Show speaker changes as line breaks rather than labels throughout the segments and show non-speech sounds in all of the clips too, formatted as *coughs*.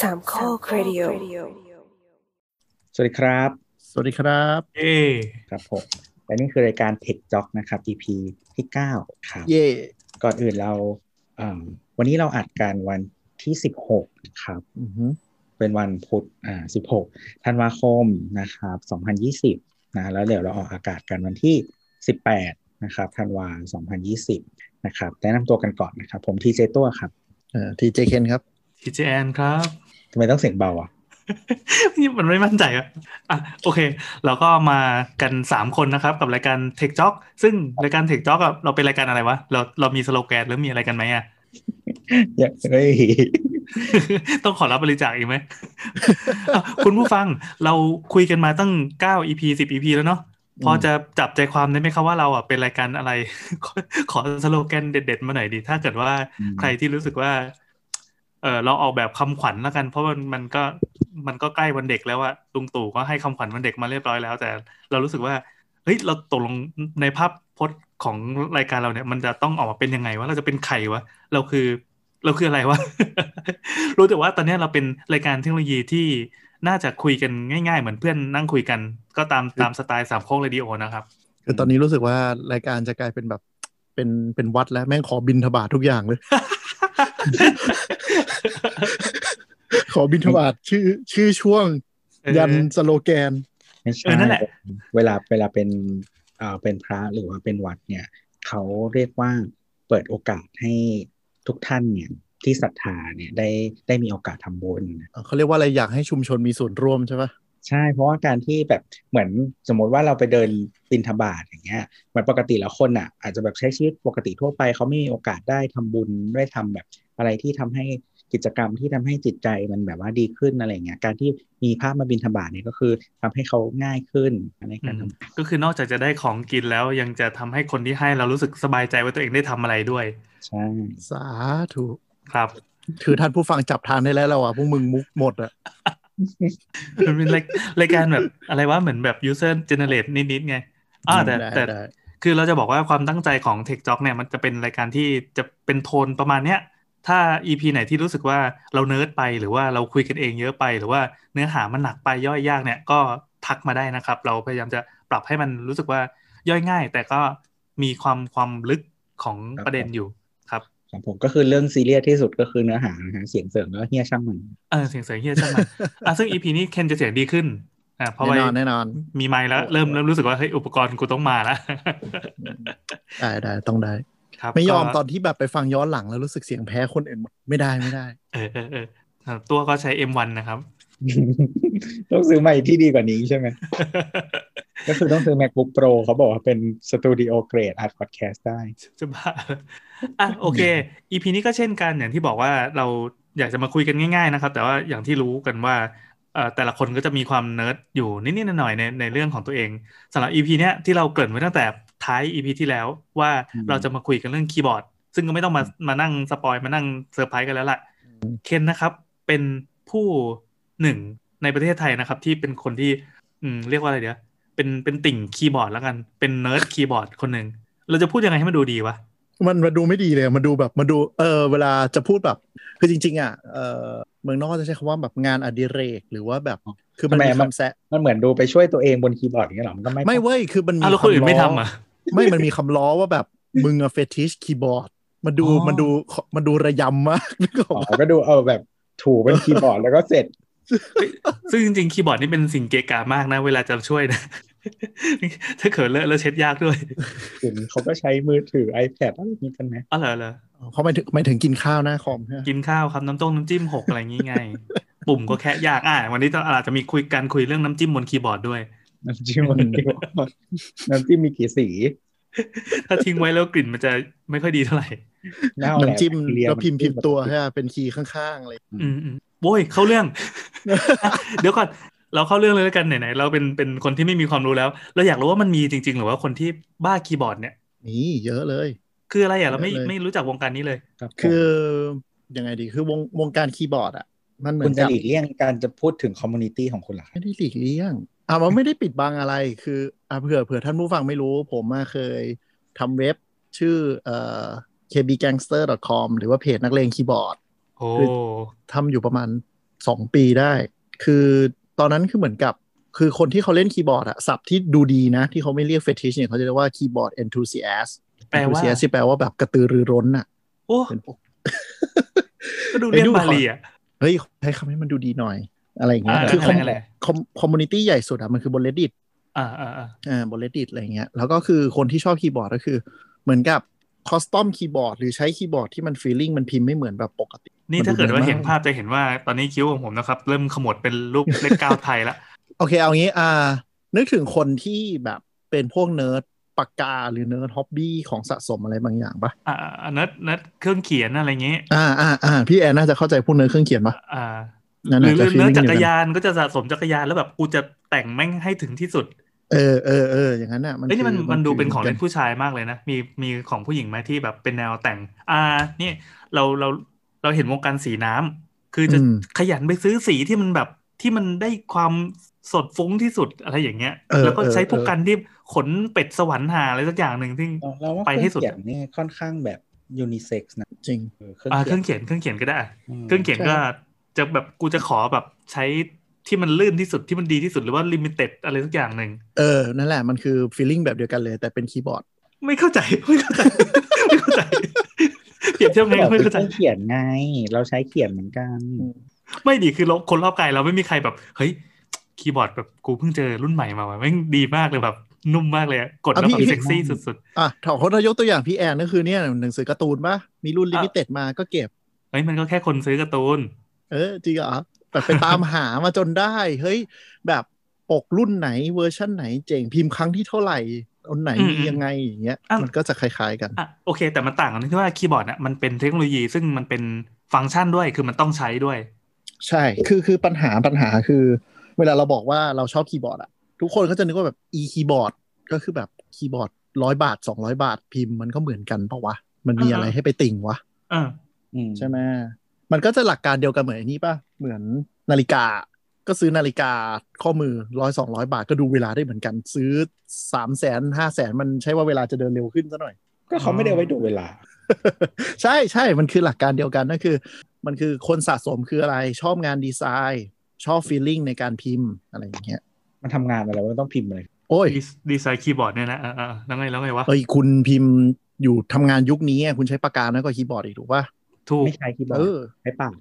สามข้อครดิโอ
สวัสดีครับ
สวัสดีครับ
เอ้
ครับผมและนี่คือรายการ Tech Jock นะครับ EP ที่ 9 ครับ
เย่
ก่อนอื่นเราเอิ่มวันนี้เราอัดกันวันที่ 16 ครับ
อือหือ
เป็นวันพุธอ่า16 ธันวาคมนะครับ 2020 นะ แล้วเดี๋ยวเราออกอากาศกันวันที่ 18 นะครับ ธันวา 2020 นะครับ แนะนำตัวกันก่อนนะครับ ผมทีเจตัวครับ
อ่าทีเจเคนครับ
ทีเจแอนครับ
ทำไมต้องเสียงเบาอ่ะ *laughs*
มันไม่มั่นใจอะอ่ะโอเค เราก็มากัน 3 คนนะครับ กับรายการ Tech Jock ซึ่งรายการ Tech Jock อะเราเป็นรายการอะไรวะ เราเรามีสโลแกนหรือมีอะไรกันไหมอะ *laughs*
อยากได้
ต้องขอรับบริจาคอีกไหม *laughs* อ่ะคุณผู้ฟังเราคุยกันมาตั้ง 9 EP 10 EP แล้วเนาะพอจะจับใจความได้ไหมครับว่าเราอ่ะเป็นรายการ *laughs* อะไร ขอขอสโลแกนเด็ด ๆ มาหน่อยดี ถ้าเกิดว่า ใครที่รู้สึกว่า เออเราออกแบบคำขวัญแล้วกัน เพราะมันมันก็มันก็ใกล้วันเด็กแล้วอะลุงตู่ก็ให้คำขวัญวันเด็กมาเรียบร้อยแล้ว แต่เรารู้สึกว่าเฮ้ยเราตกลงในภาพพจน์ของรายการเราเนี่ย มันจะต้องออกมาเป็นยังไงวะเราจะเป็นใครวะเราคือ เราคืออะไรวะ *laughs* รู้แต่ว่าตอนเนี้ยเราเป็นรายการเทคโนโลยีที่น่าจะคุยกันง่ายๆ เหมือนเพื่อนนั่งคุยกัน ก็ตามตามสไตล์สามโคกเรดิโอนะครับ *laughs*
คือตอนนี้รู้สึกว่ารายการจะกลายเป็นแบบเป็นเป็นวัดแล้วแม่งขอบินทบาททุกอย่างเลย *laughs* ขอบินทบาท *laughs* ชื่อชื่อช่วง ยันสโลแกน
ไม่
เอ
ใช่
อนั่นแหละ
เวลาเวลาเป็นเอ่อเป็นพระหรือว่าเป็นวัดเนี่ย เขาเรียกว่าเปิดโอกาสให้ทุกท่านเนี่ยที่ศรัทธาเนี่ยได้ได้มีโอกาสทำบุญ
เขาเรียกว่าอะไรอยากให้ชุมชนมีส่วนร่วมใช่ปะ
ใช่เพราะว่าการที่แบบเหมือนสมมติว่าเราไปเดินบินทบาทอย่างเงี้ยเหมือนปกติแล้วคนอ่ะ อาจจะแบบใช้ชีวิตปกติทั่วไปเขาไม่มีโอกาสได้ทำบุญได้ทำแบบอะไรที่ทำให้กิจกรรมที่ทำให้จิตใจมันแบบว่าดีขึ้นอะไรเงี้ยการที่มีภาพมาบินทบาทเนี่ยก็คือทำให้เขาง่ายขึ้นในการทำ
ก็คือนอกจากจะได้ของกินแล้วยังจะทำให้คนที่ให้เรารู้สึกสบายใจว่าตัวเองได้ทำอะไรด้วย
ใช่
สาธุ
ครับ *laughs*
คือท่านผู้ฟังจับทานได้แล้วเราอ่ะพวกมึงมุกหมดอ่ะ
มันเป็นรายรายการแบบอะไรวะเหมือนแบบ user generate นิดๆไงอ่าแต่
ได้
แต่
ได้
คือเราจะบอกว่าความตั้งใจของ Tech Jock เนี่ยมันจะเป็นรายการที่จะเป็นโทนประมาณเนี้ย ถ้า EP ไหนที่รู้สึกว่าเราเนิร์ดไปหรือว่าเราคุยกันเองเยอะไป หรือว่าเนื้อหามันหนักไปย่อยยากเนี่ยก็ทักมาได้นะครับ เราพยายามจะปรับให้มันรู้สึกว่าย่อยง่าย แต่ก็มีความความลึกของ
ครับ
ประเด็นอยู่ครับ
ครับผมก็คือเรื่องซีเรียสที่สุดก็คือเนื้อหานะฮะเสียงเสริมแล้วเฮียช่างมัน *laughs*
เออเสียงเสียงเฮียใช่ไหมนอ่ะซึ่ง EP นี้เคนจะเสียงดีขึ้นอ่ะเพราะ
แน่
ว่าน
อนแน่นอน
มีไมค์แล้วเริ่มเริ่มรู้สึกว่าเฮ้ยอุปกรณ์กูต้องมาแล้ว *laughs*
ได้ได้ต้องได้
ครับ
ไม่ยอม
ก็
ตอนที่แบบไปฟังย้อนหลังแล้วรู้สึกเสียงแพ้คนอื่นหมดไม่ได้ไม่ได้
เออเออเออครับตัวก็ใช้ M1 นะครับ
ต้องซื้อใหม่ที่ดีกว่านี้ใช่ไหม ก็คือต้องซื้อ MacBook Pro เขาบอกว่าเป็นสตูดิโอเกรดอัดพอดแคสต์ได้
จะบ้าอ่ะโอเค EP นี้ก็เช่นกันอย่างที่บอกว่าเราอยากจะมาคุยกันง่ายๆนะครับ แต่ว่าอย่างที่รู้กันว่าเอ่อแต่ละคนก็จะมีความเนิร์ดอยู่นิดๆหน่อยๆในในเรื่องของตัวเองสำหรับ EP เนี้ยที่เราเกริ่นไว้ตั้งแต่ท้าย EP ที่แล้วว่า
อืม
เราจะมาคุยกันเรื่องคีย์บอร์ด ซึ่งก็ไม่ต้องมามานั่งสปอยมานั่งเซอร์ไพรส์กันแล้วล่ะ เคนนะครับเป็นผู้หนึ่งในประเทศไทยนะครับ ที่เป็นคนที่อืมเรียกว่าอะไรเดี๋ยวเป็นเป็นติ่งคีย์บอร์ดแล้วกันเป็นเนิร์ดคีย์บอร์ดคนหนึ่งเราจะพูดยังไงให้มันดูดีวะ
มันมาดูไม่ดีเลยมันดูแบบมาดูเออเวลาจะพูดแบบ คือจริง ๆ อ่ะเออเมืองนอกจะใช้คำว่าแบบงานอดิเรก หรือว่าแบบคือมัน
ทำไม
มี
อะ
คำแซะ
มันเหมือนดูไปช่วยตัวเองบนคีย์บอร์ดอย่างเงี้ยหรอมันก็ไม่
ไม่เว้ยคือมันมี
อ่ะแล้วคนอื่นไม่
ล้
ทำอ่ะ
*laughs* ไม่มันมีคำล้อว่าแบบมึงอะเฟติชคีย์บอร์ดมันดู
อ๋อ
มันดูมันดูระยำมากนึกอ
อ๋
อก
อ
ปะ
ก็ดูเอาแบบถูบนคีย์บอร์ดแล้วก็เสร็จ
ซึ่งจริงๆ คีย์บอร์ดนี่เป็นสิ่งเกะกะมากนะ เวลาจะช่วยนะ *laughs* ถ้าเขินเลอะแล้วเช็ดยากด้วย
ถึงเขาก็ใช้มือถือ iPad อะไรนี้กันไหม
อ๋อเหรอเหรอ
*laughs* เขาไม่ถึงไม่ถึงกินข้าวหน้าคอมฮะ
กินข้าวครับน้ำต้มน้ำจิ้มหกอะไรงี้
*laughs*
ไง ปุ่มก็แค่ยากอ่ะวันนี้ต้องอาจจะมีคุยการคุยเรื่องน้ำจิ้มบนคีย์บอร์ดด้วย
น้ำจิ้มบนคีย์บอร์ดน้ำจิ้มมีกี่สี
ถ้าทิ้งไว้แล้วกลิ่นมันจะไม่ค่อยดีเท่าไหร่
เาแหละ
น้ำจิ้ม
บคทีเรีย
แล้วพิมพ์พิมพ์ตัว
มัน
ฮะเป็นคีย์ข้างๆอะไร
อืมอืมโว้ยเข้า
*laughs*
เรื่อง เดี๋ยวก่อนเราเข้าเรื่องเลยแล้วกันไหนๆเราเป็นเป็นคนที่ไม่มีความรู้แล้ว เราอยากรู้ว่ามันมีจริง ๆ หรือว่าคนที่บ้าคีย์บอร์ดเนี่ย
นี่เยอะเลย
คืออะไรอ่ะเราไม่
เยอะเลย
ไม่รู้จักวงการนี้เลย
ครับผม
คือยังไงดีคือวงวงการคีย์บอร์ดอ่ะมันเหมื
คุ
อ
ณ
น
จะ
กับ
หลีกเลี่ยงการจะพูดถึงคอมมูนิตี้ของคุณเหรอครับ
ไม่ได้หลีกเลี่ยง อ่ะมันไม่ได้ปิดบังอะไร คืออ่ะเผื่อเผื่อท่านผู้ฟังไม่รู้ ผมมาเคยทำเว็บชื่อเอ่อ kbgangster.com หรือว่าเพจนักเลงคีย์บอร์ด
โอ้
ทำอยู่ประมาณ สองปีได้ คือตอนนั้นคือเหมือนกับ คือคนที่เขาเล่นคีย์บอร์ดอะศัพท์ที่ดูดีนะ ที่เขาไม่เรียกเฟติชเนี่ยเขาจะเรียกว่าคีย์บอร์ด enthusiast
แปลว่า
enthusiast ที่แปลว่าแบบกระตือรือร้นอะ
โอ้
เป็นพวก
ก็ดูเรีย
ไอ้
น
ดู
บา
ก่อน
ลีอ่ะ
เฮ้ยใช้คำให้มันดูดีหน่อย อะไรอย่างเงี้ย
อ่า
คือคอม
อะไร
คอมคอมมูนิตี้ใหญ่สุดอะมันคือบน reddit
อ่าอ่าอ่า
อ่าบน reddit อะไรอย่างเงี้ยแล้วก็คือคนที่ชอบคีย์บอร์ดก็คือ เหมือนกับคอสตอมคีย์บอร์ดหรือใช้คีย์บอร์ดที่มันฟีลลิ่งมันพิมพ์ไม่เหมือนแบบปกติ
นี่
มัน
ถ้าเกิด
ดูดี
ว่าเห็น
มาก
ภาพจะเห็นว่าตอนนี้คิ้วของผมนะครับ เริ่มขมวดเป็นรูปเลขเก้าไทยละ
โอเคเอางี้อ่านึกถึงคนที่แบบเป็นพวกเนิร์ดปากกาหรือเนิร์ดฮ็อบบี้ของสะสมอะไรบางอย่างปะ
อ่าเนิร์ดเนิร์ดเครื่องเขียนอะไรเงี้ย
อ่าอ่าอ่าพี่แอนน่าจะเข้าใจพวกเนิร์ดเครื่องเขียนปะ
อ่า
นั่น
หรื
น่ะ
อ
จะ feeling
เนิร์ดจัก
เดียว
ร
กัน
ยานก็จะสะสมจักรยานแล้วแบบกูจะแต่งแม่งให้ถึงที่สุด
เออเออเอออย่างนั้นน่ะมัน
เอ้ยนี่มัน
คือ
มันดู
คือ
เป็นของเล่นผู้ชายมากเลยนะ มีมีของผู้หญิงไหมที่แบบเป็นแนวแต่ง อ่า นี่เราเราเราเห็นวงการสีน้ำคือจะ
อืม
ขยันไปซื้อสีที่มันแบบที่มันได้ความสดฟุ้งที่สุดอะไรอย่างเงี้ย
เออ
แล้วก็ใช้
เออ
พวกกันที่ขนเป็ดสวรรค์หาอะไรสักอย่างหนึ่งที่
เราว่า
ไปให้สุด
เครื่องเขียนนี่ค่อนข้างแบบยูนิเซ็กซ์นะ
จริง
เออเครื่อง
อ่าเค
เขีย
รื่
น
องเขียนเครื่องเขียนก็ได้
ม
เครื่องเขียนก็จะแบบกูจะขอแบบใช้ที่มันลื่นที่สุดที่มันดีที่สุดหรือว่าลิมิเต็ดอะไรสักอย่างหนึ่ง
เออ นั่นแหละมันคือฟีลลิ่งแบบเดียวกันเลย แต่เป็นคีย์บอร์ด
ไม่เข้าใจ *laughs* ไม่เข้าใจไม่เข้าใจเปรียบเทียบไงก็ไม่เข้าใจ
เครื่องเขียนไง เราใช้เขียนเหมือนกัน
อืม
ไม่ดีคือเราคนรอบกายเราไม่มีใครแบบเฮ้ยคีย์บอร์ดแบบกูเพิ่งเจอรุ่นใหม่มาว่ะแม่งดีมากเลยแบบนุ่มมากเลยอะกดแล้ว
อ่ะ
แบบ
พี่
เซ็กซี่สุด
อ่ะถอดคนถ้ายกตัวอย่างพี่แอนก็คือเนี่ยหนังสือการ์ตูนปะมีรุ่นลิมิเต็ดมาก็เก็บ
ๆเฮ้ยมันก็แค่คนซื้อการ์ตูน
เออจริงเหรอแบบไปตามหามาจนได้ *laughs* เฮ้ย แบบปกรุ่นไหนเวอร์ชั่นไหนเจ๋งพิมพ์ครั้งที่เท่าไหร่อันไหน
อืม
มียังไงอย่างเงี้ย
อ้าว
มันก็จะคล้ายๆกัน
อ่ะโอเค แต่มันต่างกันที่ว่าคีย์บอร์ดน่ะมันเป็นเทคโนโลยีซึ่งมันเป็นฟังก์ชันด้วยคือมันต้องใช้ด้วย
ใช่ คือคือปัญหาปัญหาคือ เวลาเราบอกว่าเราชอบคีย์บอร์ดอะทุกคนก็จะนึกว่าแบบ e คีย์บอร์ดก็คือแบบคีย์บอร์ดร้อยบาท 200 บาทพิมพ์มันก็เหมือนกันปะวะ มันมี
อ่าฮะ
อะไรให้ไปติ่งวะ
เออ
อืม
ใช่ไหมมันก็จะหลักการเดียวกันเหมือนอันนี้ป่ะ เหมือนนาฬิกา ก็ซื้อนาฬิกาข้อมือร้อยสองร้อยบาทก็ดูเวลาได้เหมือนกัน ซื้อสามแสนห้าแสนมันใช่ว่าเวลาจะเดินเร็วขึ้นซะหน่อย *laughs*
ก็เขาไม่ได้เอาไว้ดูเวลา
ใช่ใช่ มันคือหลักการเดียวกันนั่นคือ มันคือคนสะสมคืออะไร ชอบงานดีไซน์ ชอบฟีลลิ่งในการพิมพ์อะไรอย่างเงี้ย
มันทำงานอะไรมันต้องพิมพ์อะไร
โอ้ย
ดีดีไซน์คีย์บอร์ดเนี่ยนะอ่าอ่าแล้วไงแล้วไงวะ
เอ้ย คุณพิมพ์อยู่ทำงานยุคนี้อะคุณใช้ปากกาแล้วก็คีย์บอร์ดอีกถูกป่ะ
ถูก
ไม่ใช้คีย์บอร์
เอ
ด
อ
ใช้ปาก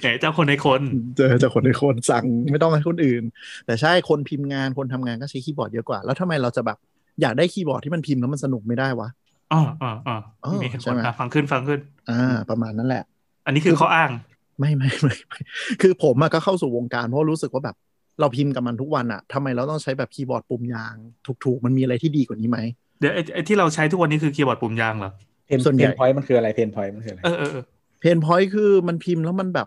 ไหนเจ้าคนในคน
เจอ *laughs* จากคนในคนสั่งไม่ต้องให้คนอื่น แต่ใช่คนพิมพ์งานคนทำงานก็ใช้คีย์บอร์ดเยอะกว่า แล้วทำไมเราจะแบบอยากได้คีย์บอร์ดที่มันพิมพ์แล้วมันสนุกไม่ได้วะ
อ๋ออ๋ออ๋อ
เออ
มีเหตุ
ใช่
ผล
ไหม
อ่ะฟังขึ้นฟังขึ้น
อ่า ประมาณนั้นแหละ
อันนี้คือข้ออ้าง
ไม่ไม่ไม่ไม่คือผมอะก็เข้าสู่วงการเพราะรู้สึกว่าแบบเราพิมพ์กับมันทุกวันอะทำไมเราต้องใช้แบบคีย์บอร์ดปุ่มยางถูกๆ มันมีอะไรที่ดีกว่านี้ไหม
เดี๋ยวไอ้ไอ้ที่เราใช้ทุกวันนี้คือคีย์บอร์ดปุ่มยางเหรอ
เพน
ส่วนใหญ่
พอยต์มันคืออะไรเพนพอยต์มันคืออะไร
เออเออเออ
เพนพอยต์คือมันพิมพ์แล้วมันแบบ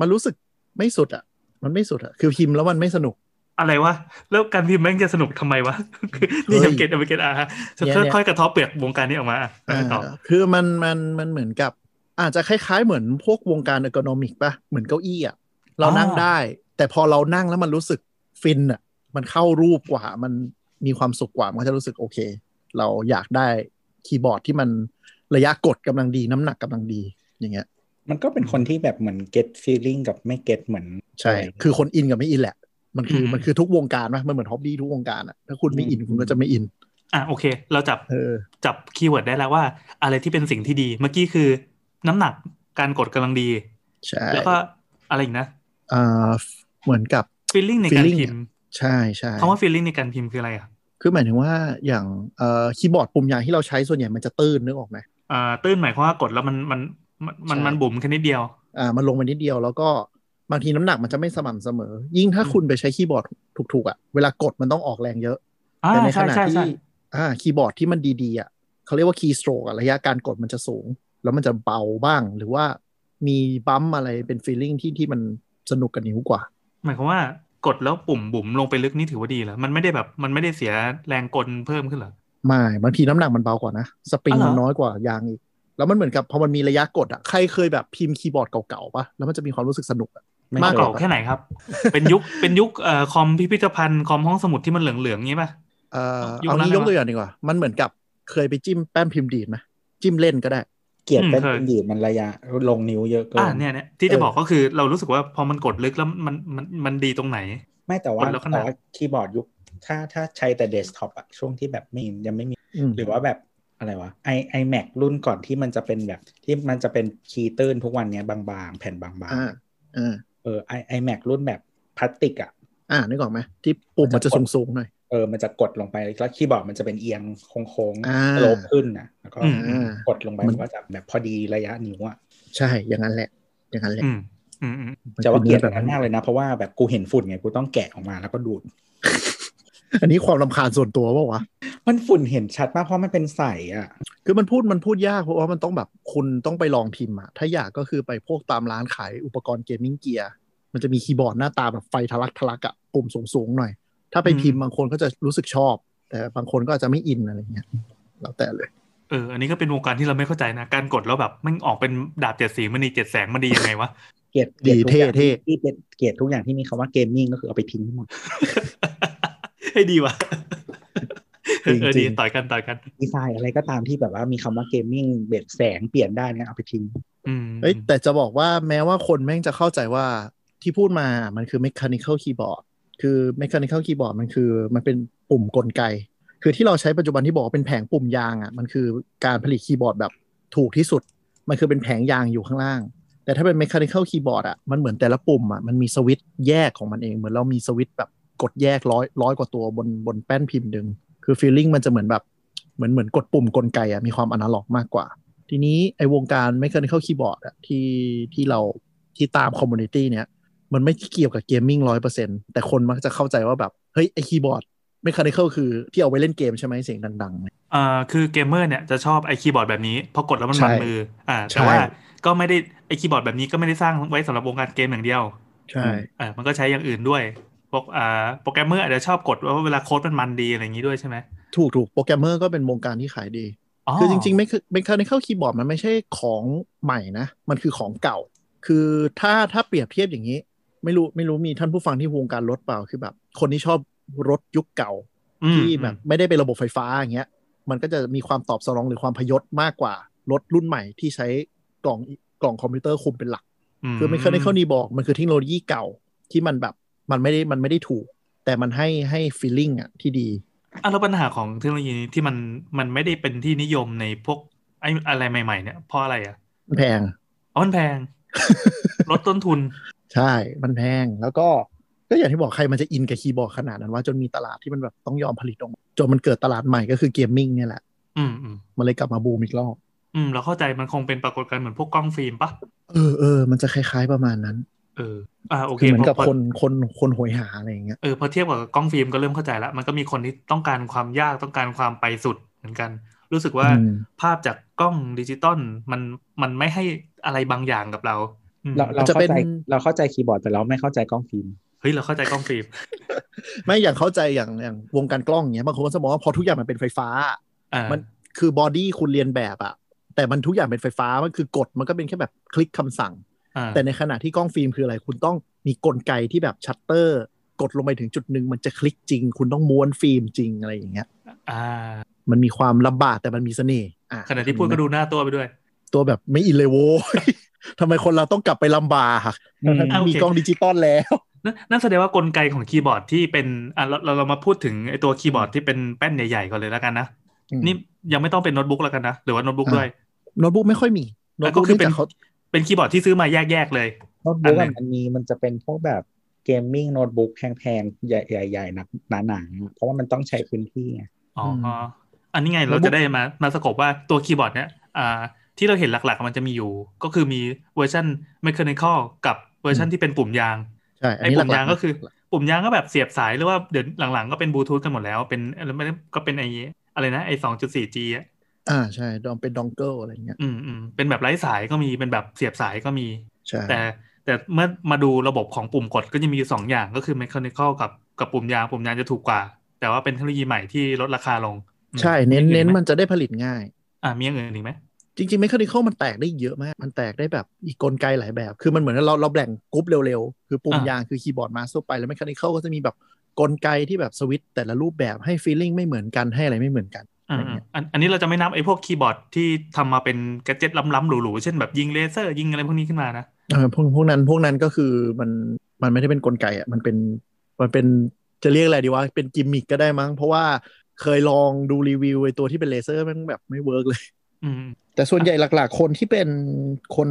มันรู้สึกไม่สุดอะมันไม่สุดอะคือพิมพ์แล้วมันไม่สนุก
อะไรวะ แล้วการพิมพ์แม่งจะสนุกทำไมวะ *laughs* นี่ยังเก็ตยังเก็ตอ่ะฮะจะ
เนี่ยเนี่ย
ค่อยๆกระเทบเปลือกวงการนี้ออกมาอ่ะแล้ว
อ่า
ไงต่อ
คือมันมันมันเหมือนกับ อาจจะคล้าย ๆ เหมือนพวกวงการอีโคโนมิกป่ะ เหมือนเก้าอี้อ่ะเรานั่งได้ แต่พอเรานั่งแล้วมันรู้สึกฟินอ่ะมันเข้ารูปกว่ามันมีความสุขกว่า มันก็จะรู้สึกโอเค เราอยากได้คีย์บอร์ดที่มันระยะกดกำลังดีน้ำหนักกำลังดีอย่างเงี้ย
มันก็เป็นคนที่แบบเหมือน get feeling กับไม่ get เหมือน
ใช่
อะไร
คือคนอินกับไม่อินแหละ มันคือมันคือทุกวงการนะมันเหมือนฮ็อบบี้ทุกวงการอ่ะถ้าคุณไม่อิน
อืม
คุณก็จะไม่อิน
อ่ะโอเค เราจับ
เออ
จับคีย์เวิร์ดได้แล้วว่า อะไรที่เป็นสิ่งที่ดี เมื่อกี้คือ น้ำหนักการกดกำลังดี
ใช่
แล้วก็อะไรอีกนะ
อ่าเหมือนกับ
ฟีลลิ่งในการ
feeling
พิมพ์
ใช่ใช่
คำว่าฟีลลิ่งในการพิมพ์คืออะไรอ่ะ
คือหมายถึงว่าอย่างเอ่อคีย์บอร์ดปุ่มยางที่เราใช้ส่วนใหญ่มันจะตื้นนึกออกไหม
อ่าตื้นหมายความว่ากดแล้วมันมันมันมัน
ใช่
มันบุ๋มแค่นิดเดียว
อ่ามันลงมานิดเดียวแล้วก็บางทีน้ำหนักมันจะไม่สม่ำเสมอ ยิ่งถ้าคุณไปใช้คีย์บอร์ดถูกๆอ่ะเวลากดมันต้องออกแรงเยอะ
อ่า
แต่ในข
ใช่
ณะ
ใช่ใช่
ที่อ่าคีย์บอร์ดที่มันดีๆอ่ะเขาเรียกว่าคีย์สโตรกระยะการกดมันจะสูง แล้วมันจะเบาบ้าง หรือว่ามีบัมป์อะไรเป็นฟีลลิ่งที่ที่มันสนุกกับนิ้วกว่า
หมายความว่ากดแล้วปุ่มบุ๋มลงไปลึกนี่ถือว่าดีเหรอมันไม่ได้แบบมันไม่ได้เสียแรงกลเพิ่มขึ้นเหรอ
ไม่บางทีน้ำหนักมันเบากว่านะ สปริง
อ๋อเหรอ
มันน้อยกว่ายางอีก แล้วมันเหมือนกับพอมันมีระยะกดอ่ะใครเคยแบบพิมพ์คีย์บอร์ดเก่าๆปะแล้วมันจะมีความรู้สึกสนุกอะ
ไม่
มากกว่า
เ
แค่ไหนครับ เป็นยุคเป็นยุคเอ่อคอมพิพิธภัณฑ์คอมห้องสมุดที่มันเหลืองๆงี้ป่ะ
เอ่อ
ยุค
เอา
นั้น
นี้ก
เลย ยวะ
ตัวอย่างดีกว่า มันเหมือนกับเคยไปจิ้มแป้นพิมพ์ดีดไหมจิ้มเล่นก็ได้
เกลียดเต้น
อืมเคย
ดีดมันระยะลงนิ้วเยอะเกิ
อ่าน เนี่ยเนี่ยที่จะ
เออ
บอกก็คือเรารู้สึกว่าพอมันกดลึกแล้วมันมันมันดีตรงไหน
ไม่แต่ว่า
คนละขนาด
แต่ว่าคีย์บอร์ดยุคถ้าถ้าใช้แต่เดสก์ท็อปอะช่วงที่แบบไม่ยังไม่มี
อืม
หรือว่าแบบอะไรวะ i iMac รุ่นก่อนที่มันจะเป็นแบบที่มันจะเป็นคีย์ตื้นทุกวันเนี้ยบางๆ แผ่นบาง
อ่าอ่า
ๆเออ i iMac รุ่นแบบพลาสติกอะ
อ่านึกออกไหมที่ปุ่มมัน
มัน
จะ
จะกด
สูงๆหน่อย
เออมันจะกดลงไปแล้วคีย์บอร์ดมันจะเป็นเอียงโค้ง
อ่า
ๆสโลบขึ้นนะแล้วก็
อืม
อ่า
กดลงไป
มั
มัน นก็จะแบบพอดีระยะนิ้วอะ
ใช่ อย่างนั้นแหละ อย่างนั้นแหละ
อืมอืมอืม
มัน
จะว่าเกลียด
ป็
แบบนั้นมากเลยนะ เพราะว่าแบบกูเห็นฝุ่นไงกูต้องแกะออกมาแล้วก็ดูด
อันนี้ความลำคาญส่วนตัวเปล่าวะ
มันฝุ่นเห็นชัดมากเพราะมันเป็นใสอะ
คือมันพูดมันพูดยากเพราะว่ามันต้องแบบคุณต้องไปลองพิมพ์อะถ้าอยากก็คือไปพวกตามร้านขายอุปกรณ์เกมมิ่งเกียร์มันจะมีคีย์บอร์ดหน้าตาแบบไฟทะลักทะลักอะปุ่มสูงๆหน่อย ถ้าไปพิมพ์บางคนก็จะรู้สึกชอบ แต่บางคนก็อาจจะไม่อินอะไรเงี้ยแล้วแต่เลย
เอออันนี้ก็เป็นวงการที่เราไม่เข้าใจนะ การกดแล้วแบบมันออกเป็นดาบเจ็ดสีมันดีเจ็ดแสงมันดียังไงวะ *laughs*
เกลียดเกลียด
ดี
ทุกอย่าง
เท่
ที่ที่เป็นเกลียดทุกอย่างที่มีคำว่าเกมมิ่งก็คือเอาไปทิ้งทั้งหมด
ให้ดีว่ะเอ
จริงๆ
อดีต่อยกันต่อยกัน
ดีไซน์อะไรก็ตามที่แบบว่ามีคำว่าเกมมิ่งเบ็ดแสงเปลี่ยนได้เนี่ยเอาไปทิ้ง
อืม
เอ้ยแต่จะบอกว่าแม้ว่าคนแม่งจะเข้าใจว่าที่พูดมามันคือ mechanical keyboard คือ mechanical keyboard มันคือมันเป็นปุ่มกลไก คือที่เราใช้ปัจจุบันที่บอกว่าเป็นแผงปุ่มยางอะ่ะมันคือการผลิตคีย์บอร์ดแบบถูกที่สุด มันคือเป็นแผงยางอยู่ข้างล่าง แต่ถ้าเป็น mechanical keyboard อะ่ะมันเหมือนแต่ละปุ่มอะ่ะมันมีสวิตช์แยกของมันเอง เหมือนเรามีสวิตช์แบบกดแยกร้อยร้อยกว่าตัวบนบนแป้นพิมพ์หนึ่งคือ feeling มันจะเหมือนแบบเหมือนเหมือนกดปุ่มกลไกอะ่ะมีความอนาล็อกมากกว่า ทีนี้ไอ้วงการ mechanical keyboard อะที่ที่เราที่ตามคอมมูนิตี้เนี้ยมันไม่เกี่ยวกับเกมมิ่งร้อยเปอร์เซ็นแต่คนมักจะเข้าใจว่าแบบ เฮ้ย ไอ้คีย์บอร์ด mechanical คือที่เอาไว้เล่นเกมใช่ไหมเสียงดังๆ
อ่าคือเกมเมอร์เนี่ยจะชอบไอคีย์บอร์ดแบบนี้พอกดแล้วมัน
ใช่
มันมือ อ่า
ใช่
แต่ว่าก็ไม่ได้ไอคีย์บอร์ดแบบนี้ก็ไม่ได้สร้างไว้สำหรับวงการเกมอย่างเดียว
ใช่
อ่ามันก็ใช้อย่างอื่นด้วยพวกอ่าโปรแกรมเมอร์อาจจะชอบกดว่าเวลาโค้ดมันมันดีอะไรอย่างนี้ด้วยใช่ไหม
ถูกถูกโปรแกรมเมอร์ก็เป็นวงการที่ขายดี คือจริงๆไม่คือ mechanical keyboard มันไม่ใช่ของใหม่นะ มันคือของเก่า คือถ้าถ้าเปรียบเทียบอย่างนี้ ไม่รู้ไม่รู้มีท่านผู้ฟังที่วงการรถเปล่าคือแบบ คนที่ชอบรถยุคเก่า
ๆอืม
ที่แบบไม่ได้เป็นระบบไฟฟ้าอย่างเงี้ย มันก็จะมีความตอบสนองหรือความพยศมากกว่ารถรุ่นใหม่ที่ใช้กล่องกล่องคอมพิวเตอร์คุมเป็นหลัก คือไม่เคยได้เข้านีบอกมันคือเทคโนโลยีเก่าที่มันแบบมันไม่ได้มันไม่ได้ถูก แต่มันให้ให้ feeling อ่ะที่ดี
อ่ะแล้วปัญหาของเทคโนโลยีนี้ที่มันมันไม่ได้เป็นที่นิยมในพวกไออะไรใหม่ ๆ เนี่ยเพราะอะไรอ่ะ
มันแพง
อ๋อมันแพ
*laughs*
ง ลดต้นทุน
ใช่ มันแพง แล้วก็ก็อย่างที่บอกใครมันจะอินกับคีย์บอร์ดขนาดนั้นว่าจนมีตลาดที่มันแบบต้องยอมผลิตออกมาจนมันเกิดตลาดใหม่ก็คือเกมมิ่งเนี่ยแหละ
อืมอืม
มันเลยกลับมาบูมอีกรอบ
อืมเราเข้าใจมันคงเป็นปรากฏการณ์เหมือนพวกกล้องฟิล์มปะ
เออเออมันจะคล้าย ๆประมาณนั้น
เออ อ่า โอเค
คือเหมือนกับ
พพ
คนคนคนโหยหาอะไรอย่างเงี้ย
เออ พอเทียบกับกล้องฟิล์มก็เริ่มเข้าใจละ มันก็มีคนที่ต้องการความยาก ต้องการความไปสุดเหมือนกัน รู้สึกว่า
อืม
ภาพจากกล้องดิจิตอลมัน มันไม่ให้อะไรบางอย่างกับเราอืม
เราเรา
จะ
เข้า
เป็น
ใจเราเข้าใจคีย์บอร์ดแต่เราไม่เข้าใจกล้องฟิล์ม
เฮ้ย เราเข้าใจกล้องฟิล์ม
ไม่อย่างเข้าใจอย่างอย่างวงการกล้องเงี้ยบางคนก็จะมองว่าพอทุกอย่างมันเป็นไฟฟ้า
อ่า
มันคือบอดี้คุณเรียนแบบอะแต่มันทุกอย่างเป็นไฟฟ้ามันคือกดมันก็เป็นแค่แบบคลิกคำสั่ง
อ่า
แต่ในขณะที่กล้องฟิล์มคืออะไร คุณต้องมีกลไกที่แบบชัตเตอร์ กดลงไปถึงจุดหนึ่งมันจะคลิกจริง คุณต้องม้วนฟิล์มจริงอะไรอย่างเงี้ย
อ่า
มันมีความลำบากแต่มันมีเสน่ห์อ่ะ
ขณะที่พูดก็ดูหน้าตัวไปด้วย
ตัวแบบไม่อินเลย *laughs* โว้ย ทำไมคนเราต้องกลับไปลำบาก
อืม
ทั้งๆที่มี
โอเค
กล้องดิจิตอลแล้ว
นั่นนั่นแสดงว่ากลไกของคีย์บอร์ดที่เป็น อ่ะเราเราเรามาพูดถึงไอตัวคีย์บอร์ดที่เป็นแป้นใหญ่ๆก่อนเลยแล้วกันนะ นี่ยังไม่ต้องเป็นโน้ตบุ๊กแล้วกันนะ หรือว่าโน้ตบุ๊ก
อ่า
ด้วย
โน้ตบุ๊กไม่ค่อยมีโน้ต
ก็
บุ๊ก
คือ
เนื่อง
เป็
จา
น
กเขา
เป็นคีย์บอร์ดที่ซื้อมาแยกๆเลย
โน้ตบุ๊ก
อัน
อะ
หนึ่ง
มันมีมันจะเป็นพวกแบบเกมมิ่งโน้ตบุ๊กแพงๆ ใหญ่ๆหนาๆอะเพราะว่ามันต้องใช้พื้นที่ไง
อ๋ออ
ม
อันนี้ไง
แล้ว
เรา
บุ๊ก
จะได้มามาสกบว่าตัวคีย์บอร์ดเนี่ยอ่าที่เราเห็นหลักๆ มันจะมีอยู่ ก็คือมีเวอร์ชัน mechanical กับเวอร์ชันที่เป็นปุ่มยาง
ใช่อัน
ไอ้
นี้ห
ปุ่ม
ลั
ยาก ง
ๆ
ก็คือ ปุ่มยางก็แบบเสียบสายหรือว่าเดี๋ยวหลังๆก็เป็นบลูทูธกันหมดแล้ว เป็นอะไรไม่ได้ก็เป็นไอ้อะไรนะไอ้สองจุดสี่ G อ่ะ
อ่าใช่ดอมเป็นดองเกิลอะไรอย่างเงี้ย
อืมอืมเป็นแบบไร้สายก็มีเป็นแบบเสียบสายก็มี
ใช่
แต่แต่เมื่อมาดูระบบของปุ่มกดก็จะมีอยู่สองอย่างก็คือ mechanical กับกับปุ่มยางปุ่มยางจะถูกกว่า แต่ว่าเป็นเทคโนโลยีใหม่ที่ลดราคาลงอืม
ใช่เน้น
มี
เน้
อื่
น
ไห
มันจะได้ผลิตง่าย
อ่ามีอย่างอื่นอีกไหม
จริงๆ mechanical มันแตกได้เยอะมาก มันแตกได้แบบอีกกลไกหลายแบบ คือมันเหมือนเราเราแบ่งกรุ๊ปเร็วๆ คือปุ่ม
อ่ะ
ยางคือคีย์บอร์ดมาทั่วไป แล้ว mechanical ก็จะมีแบบกลไกที่แบบสวิตช์แต่ละรูปแบบให้ feeling ไม่เหมือนกันให้อะไรไม่เหมือนกัน
อ่าๆอันอันนี้เราจะไม่นับไอ้พวกคีย์บอร์ดที่ทำมาเป็นแกดเจิตล้ำๆหรูๆ เช่นแบบยิงเลเซอร์ยิงอะไรพวกนี้ขึ้นมานะ
เออพวกพวกนั้นพวกนั้นก็คือมันมันไม่ได้เป็นกลไกอ่ะมันเป็นมันเป็นจะเรียกอะไรดีวะเป็นกิมมิกก็ได้มั้ง เพราะว่าเคยลองดูรีวิวไอ้ตัวที่เป็นเลเซอร์มันแบบไม่เวิร์กเลย
อืม
แต่ส่วนใหญ่หลักๆ คนที่เป็นคน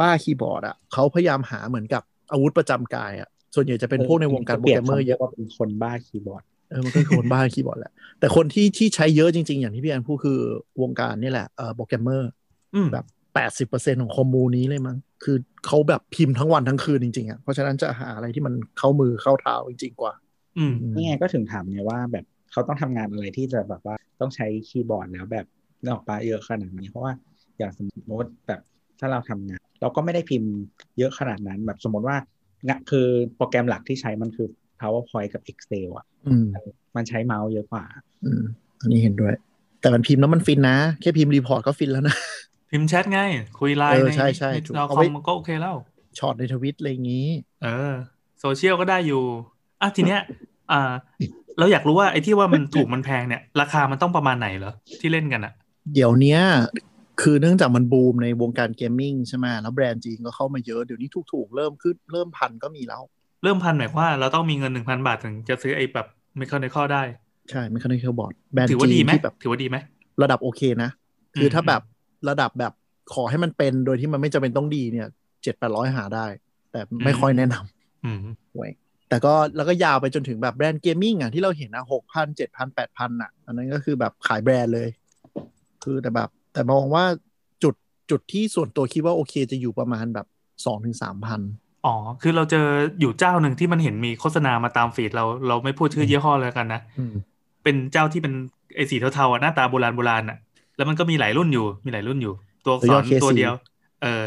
บ้าคีย์บอร์ดอ่ะเขาพยายามหาเหมือนกับอาวุธประจำกายอ่ะส่วนใหญ่จะเป็นพวกในวงการโปรแกรมเมอร์เยอะ
ว่าเป็นคนบ้าคีย์บอร์ด
เออมันก็คือคนบ้าคีย์บอร์ดแหละ แต่คนที่ที่ใช้เยอะจริงๆ อย่างที่พี่แอนพูดคือวงการนี่แหละเอ่อโปรแกรมเมอร์
อืม
แบบ 80%ของคอมมูนี้เลยมั้ง คือเขาแบบพิมพ์ทั้งวันทั้งคืนจริงๆอ่ะ เพราะฉะนั้นจะหาอะไรที่มันเข้ามือเข้าเท้าจริงๆ กว่า
อืม
นี่ไงก็ถึงถามไงว่าแบบเขาต้องทำงานอะไรที่จะแบบว่าต้องใช้คีย์บอร์ดแล้วแบบนกออกปลาเยอะขนาดนี้ เพราะว่าอย่างสมมติแบบถ้าเราทำงาน เราก็ไม่ได้พิมพ์เยอะขนาดนั้น แบบสมมติว่างะคือโปรแกรมหลักที่ใช้มันคือ PowerPoint กับ Excel อ่ะ
อืม
มันใช้เมาส์เยอะกว่า
อืมอันนี้เห็นด้วย แต่มันพิมพ์แล้วมันฟินนะ แค่พิมพ์รีพอร์ตก็ฟินแล้วนะ
พิมพ์แชทง่าย คุยไลน์
เออ
ใน
ใช่ใช่
ใน
ถูก
จอค
เอา
อ
ไว้
มก็โอเคแล้ว
ช็อตในทวิตอะไรอย่างนี้
เออโซเชียลก็ได้อยู่อ่ะทีเนี้ยอ่าเราอยากรู้ว่าไอ้ที่ว่ามันถูกมันแพงเนี่ย ราคามันต้องประมาณไหนเหรอ ที่เล่นกันอะ
เดี๋ยวเนี้ยคือเนื่องจากมันบูมในวงการเกมมิ่งใช่ไหมแล้วแบรนด์จีนก็เข้ามาเยอะเดี๋ยวนี้ถูกๆเริ่มขึ้นเริ่มพันก็มีแล้ว
เริ่มพันหมายความว่าเราต้องมีเงินหนึ่งพันบาทถึงจะซื้อไอ้แบบไม่เข้าในข้อได้
ใช่ไม่คันเคบอร์ดแบรนด์
ถือว่า
จี
ดี
น
ไหม
ที่แบบ
ถือว่าดีไหม
ระดับโอเคนะ
อืม
คือถ้าแบบระดับแบบขอให้มันเป็นโดยที่มันไม่จำเป็นต้องดีเนี่ยเจ็ดแปดร้อยหาได้ แต่ไม่ค่อยแนะนำ
อืม
ไว้ยแต่ก็แล้วก็ยาวไปจนถึงแบบแบรนด์เกมมิ่งอ่ะที่เราเห็นนะหกพันเจ็ดพันแปดพันอ่ะ อันนั้นก็คือแบบขายแบรนด์เลย คือแต่แบบ แต่มองว่าจุดจุดที่ส่วนตัวคิดว่าโอเคจะอยู่ประมาณแบบสองถึงสามพัน
อ๋อ คือเราเจออยู่เจ้าหนึ่งที่มันเห็นมีโฆษณามาตามฟีดเรา เราไม่พูดชื่อยี่ห้อเลยกันนะ เป็นเจ้าที่เป็นไอ้สีเทาๆอ่ะหน้าตาโบราณโบราณอ่ะ แล้วมันก็มีหลายรุ่นอยู่ มีหลายรุ่นอยู่ ตัวอักษร
Toyota KC
ตัวเดียว เออ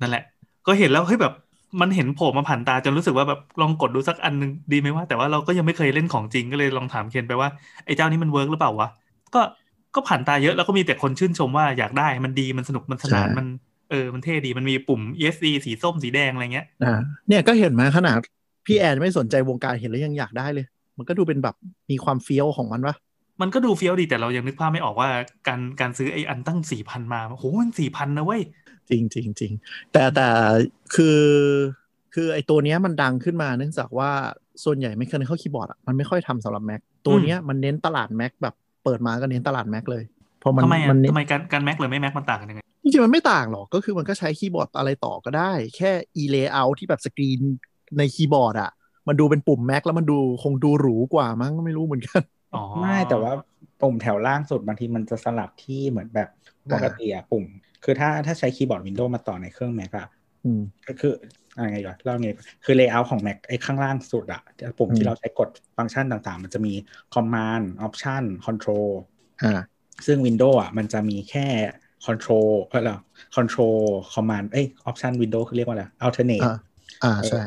นั่นแหละ ก็เห็นแล้วเฮ้ยแบบ มันเห็นโผล่มาผ่านตาจนรู้สึกว่าแบบลองกดดูสักอันหนึงดีไหมว่า แต่ว่าเราก็ยังไม่เคยเล่นของจริงก็เลยลองถามเคนไปว่าไอ้เจ้านี้มันเวิร์กหรือเปล่าวะ ก็ ก็ผ่านตาเยอะแล้วก็มีแต่คนชื่นชมว่าอยากได้ มันดี มันสนุก มันสนาน
ใช่
มัน เออ มันเท่ดี มันมีปุ่ม ESD สีส้ม สีแดงอะไรเงี้ย
อ่าเนี่ยก็เห็นไหมาขนาดพี่แอนไม่สนใจวงการเห็นแล้วยังอยากได้เลย มันก็ดูเป็นแบบมีความเฟี้ยวของมันปะ
มันก็ดูเฟี้ยวดีแต่เรายังนึกภาพไม่ออกว่าการการซื้อไอ้อันตั้งสี่พันมาโหมันสี่พันนะเว้ย
จริงจริงจริงแต่แต่คือคือไอตัวเนี้ยมันดังขึ้นมาเนื่องจากว่าส่วนใหญ่ไม่เคยเข้าคีย์บอร์ดอะมันไม่ค่อยทำสำหรับ Mac ตัวเนี้ยมันเน้นตลาด Mac แบบเปิดมาก็เน้นตลาด Mac เลยเพราะมัน
ทำไมอ่ะ
มันเน้น
ทำไมการการแม็กหรือไม่แม็กมันต่างกันยังไง
จริงๆมันไม่ต่างหรอกก็คือมันก็ใช้คีย์บอร์ดอะไรต่อก็ได้ แค่ e layout ที่แบบสกรีนในคีย์บอร์ดอะมันดูเป็นปุ่ม Mac แล้วมันดูคงดูหรูกว่ามั้งก็ไม่รู้เหมือนกัน
อ๋อ
ไม่แต่ว่าปุ่มแถวล่างสุดบางทีมันจะสลับที่เหมือนแบบปกติอะปุ่ม คือถ้าถ้าใช้คีย์บอร์ดวินโดว์มาต่อในเครื่อง Mac อะ
อืม
ก็คืออะไรไงวะเล่าไงดีคือ layout ของ Mac ไอ้ข้างล่างสุดอะปุ่ม
อื
ที่
ม
เราใช้กดฟังก์ชันต่างๆ มันจะมี command option control
อ่า
ซึ่ง Windows อ่ะมันจะมีแค่ control เออเหรอ control command เอ้ย option window คือเรียกว่าอะไร alternate
อ่า อ่าใช่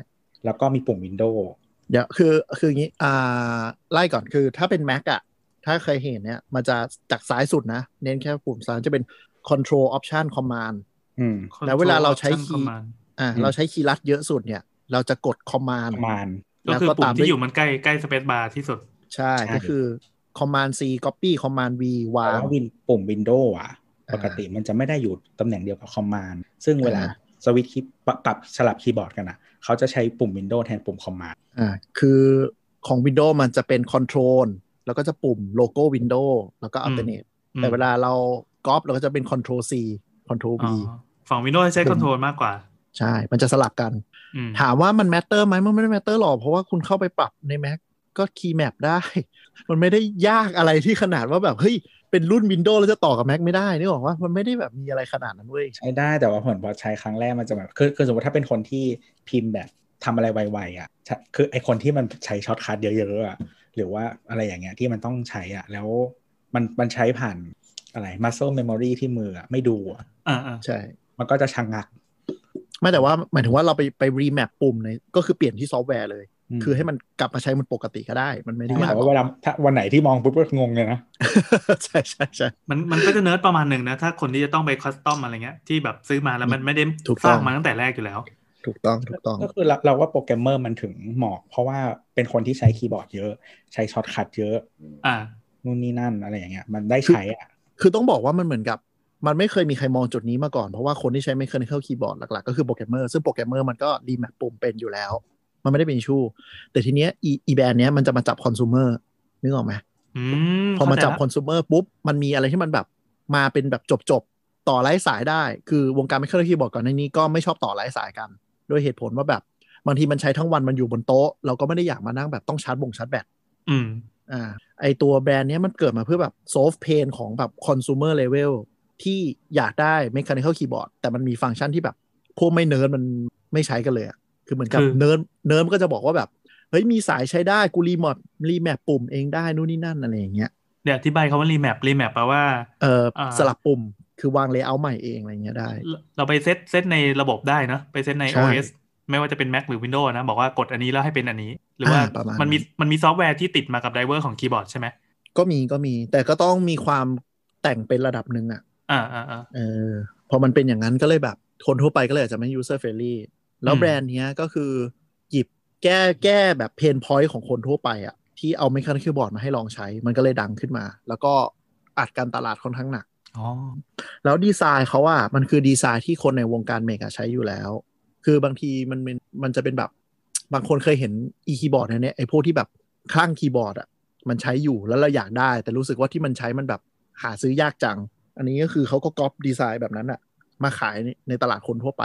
แล้วก็มีปุ่ม Windows
เดี๋ยวคือคืออย่างนี้อ่าไล่ก่อนคือถ้าเป็น Mac อะถ้าเคยเห็นเนี่ยมันจะจากซ้ายสุดนะ เน้นแค่ปุ่มซ้ายจะเป็น Control Option Command
อืม
Control
แล้วเวลาเราใช้
Option
คีย์
Command
อ่า
อืม
เราใช้คีย์ลัดเยอะสุดเนี่ย เราจะกด Command
command
ก็
แล้ว
คือ
ก็
ปุ่
ตาม มด้วย
ที่อยู่มันใกล้ใกล้สเปซบาร์ที่สุด
ใช่ก็คือ Command C Copy Command V วา
แต่
ง
ว่าวินปุ่ม Windows อ่ะ
อ่า
ปกติมันจะไม่ได้อยู่ตำแหน่งเดียวกับ command ซึ่งเวลา
อ่า
สวิตช์คีย์ปรับปรับสลับคีย์บอร์ดกันอ่ะ เขาจะใช้ปุ่ม Windows แทนปุ่ม command
อ่าคือของ Windows มันจะเป็น Control แล้วก็จะปุ่มโลโก้ Windows แล้วก็ Alternate
อืม
แต่เวลาเราก๊อปเราก็จะเป็น Control C Control V
อ๋อฝั่งวินโดว์ใช้คอนโทรลมากกว่า
ใช่มันจะสลับกัน
อืม
ถามว่ามัน matter ไหมมันไม่ได้ matter หรอก เพราะว่าคุณเข้าไปปรับใน Mac ก็ key map ได้ *laughs* มันไม่ได้ยากอะไรที่ขนาดว่าแบบ เฮ้ย เป็นรุ่น Windows แล้วจะต่อกับ Mac ไม่ได้นึกออกว่ามันไม่ได้แบบมีอะไรขนาดนั้นเว้ย
ใช้ได้แต่ว่าเหมือนพอใช้ครั้งแรกมันจะแบบคือคือสมมติถ้าเป็นคนที่พิมพ์แบบทำอะไรไวๆอ่ะใช่คือไอคนที่มันใช้ช็อตคัทเยอะๆอ่ะหรือว่าอะไรอย่างเงี้ยที่มันต้องใช้อ่ะแล้วมันมันใช้ผ่านอะไรมัสเซ e เมมโมรีที่มืออะไม่ดูอะ
อ่าอ่า
ใช่
มันก็จะชะงงัก
ไม่แต่ว่าหมายถึงว่าเราไปไป remap ปุ่มในก็คือเปลี่ยนที่ซอฟต์แวร์เลย
ม
คือให้มันกลับมาใช้มันปกติก็ได้ มันไม่ได้ยาก
แต่
หรอ
ว่าก เวลาถ้าวันไหนที่มองปุ๊บก็งงเลยนะ
*laughs* ใช่ใช่ใช่
มันมันก็จะเนิร์ดประมาณหนึ่งนะ ถ้าคนที่จะต้องไปคัสตอมอะไรเงี้ยที่แบบซื้อมาแล้วมันไม่ได้
ถูกต้อง
สร้างมาตั้งแต่แรกอยู่แล้ว
ถูกต้องถูกต้อง
ก็คือเราเราว่าโปรแกรมเมอร์มันถึงเหมาะเพราะว่าเป็นคนที่ใช้คีย์บอร์ดเยอะ ใช้ช็อตคัทเยอะ
อ่า
นู่นนี่นั่นอะไรอย่างเงี้ยมันได้ใช้อ่ะ
คือต้องบอกว่ามันเหมือนกับ มันไม่เคยมีใครมองจุดนี้มาก่อน เพราะว่าคนที่ใช้ mechanical keyboard หลักๆ ก็คือโปรแกรมเมอร์ซึ่งโปรแกรมเมอร์มันก็รีแมปปุ่มเป็นอยู่แล้ว มันไม่ได้เป็นชูแต่ทีเนี้ยอีอีแบรนด์เนี้ยมันจะมาจับคอน sumer นึกออกไหม
อืม
พอมาจับค
เข้
อน sumer ปุ๊บ มันมีอะไรที่มันแบบมาเป็นแบบจบๆ ต่อไร้สายได้ คือวงการไมเค l ลคีย์บอร์ดก่อนหน้านี้ก็ไม่ชอบต่อไร้สายกันด้วยเหตุผลว่าแบบบางทีมันใช้ทั้งวันมันอยู่บนโต๊ะ เราก็ไม่ได้อยากมานั่งแบบต้องชาร์จบงชาร์จแบต
อืม
อ่าไอตัวแบรนด์เนี้ยมันเกิดมาเพื่อแบบ solve pain ของแบบ consumer level ที่อยากได้ mechanical keyboard แต่มันมีฟังก์ชันที่แบบพวกไม่เนิร์ดมันไม่ใช้กันเลยอะคือเหมือนกับ
คือ
เนิร์ดเนิร์ดมันก็จะบอกว่าแบบเฮ้ยมีสายใช้ได้กูรีมอดรีแมปปุ่มเองได้นู่นนี่นั่นอะไรอย่างเงี้ย
เดี๋ยวอธิบายคำว่ารีแมปรีแมปแปลว่า
เออ
อ่า
สลับปุ่มคือวางเลเยอร์ใหม่เองอะไรเงี้ยได้
เราไปเซตเซตในระบบได้เนอะไปเซตใน
ใช่
OS ไม่ว่าจะเป็น Mac หรือ Windows นะ บอกว่ากดอันนี้แล้วให้เป็นอันนี้ หรือว่า
อ่าประมาณนั้น
มันมีมันมีซอฟต์แวร์ที่ติดมากับไดรเวอร์ของคีย์บอร์ดใช่ไหม
ก็มีก็มี แต่ก็ต้องมีความแต่งเป็นระดับหนึ่งอ่ะ
อ่าอ่าอ่า
เออพอมันเป็นอย่างนั้นก็เลยแบบคนทั่วไปก็เลยอาจจะไม่ user friendly แล้ว
อืม
แบรนด์เนี้ยก็คือหยิบแก้แก้แบบเพนพอยต์ของคนทั่วไปอ่ะที่เอา mechanical keyboard มาให้ลองใช้มันก็เลยดังขึ้นมา แล้วก็อัดการตลาดค่อนข้างหนัก
อ๋อ
แล้วดีไซน์เขาอะมันคือดีไซน์ที่คนในวงการเมกอะใช้อยู่แล้ว คือบางทีมันเป็นมันจะเป็นแบบ บางคนเคยเห็นอีคีย์บอร์ดเนี่ยไอ้พวกที่แบบคลั่งคีย์บอร์ดอะมันใช้อยู่แล้วเราอยากได้ แต่รู้สึกว่าที่มันใช้มันแบบหาซื้อยากจัง อันนี้ก็คือเขาก็ก๊อปดีไซน์แบบนั้นอะมาขายในในตลาดคนทั่วไป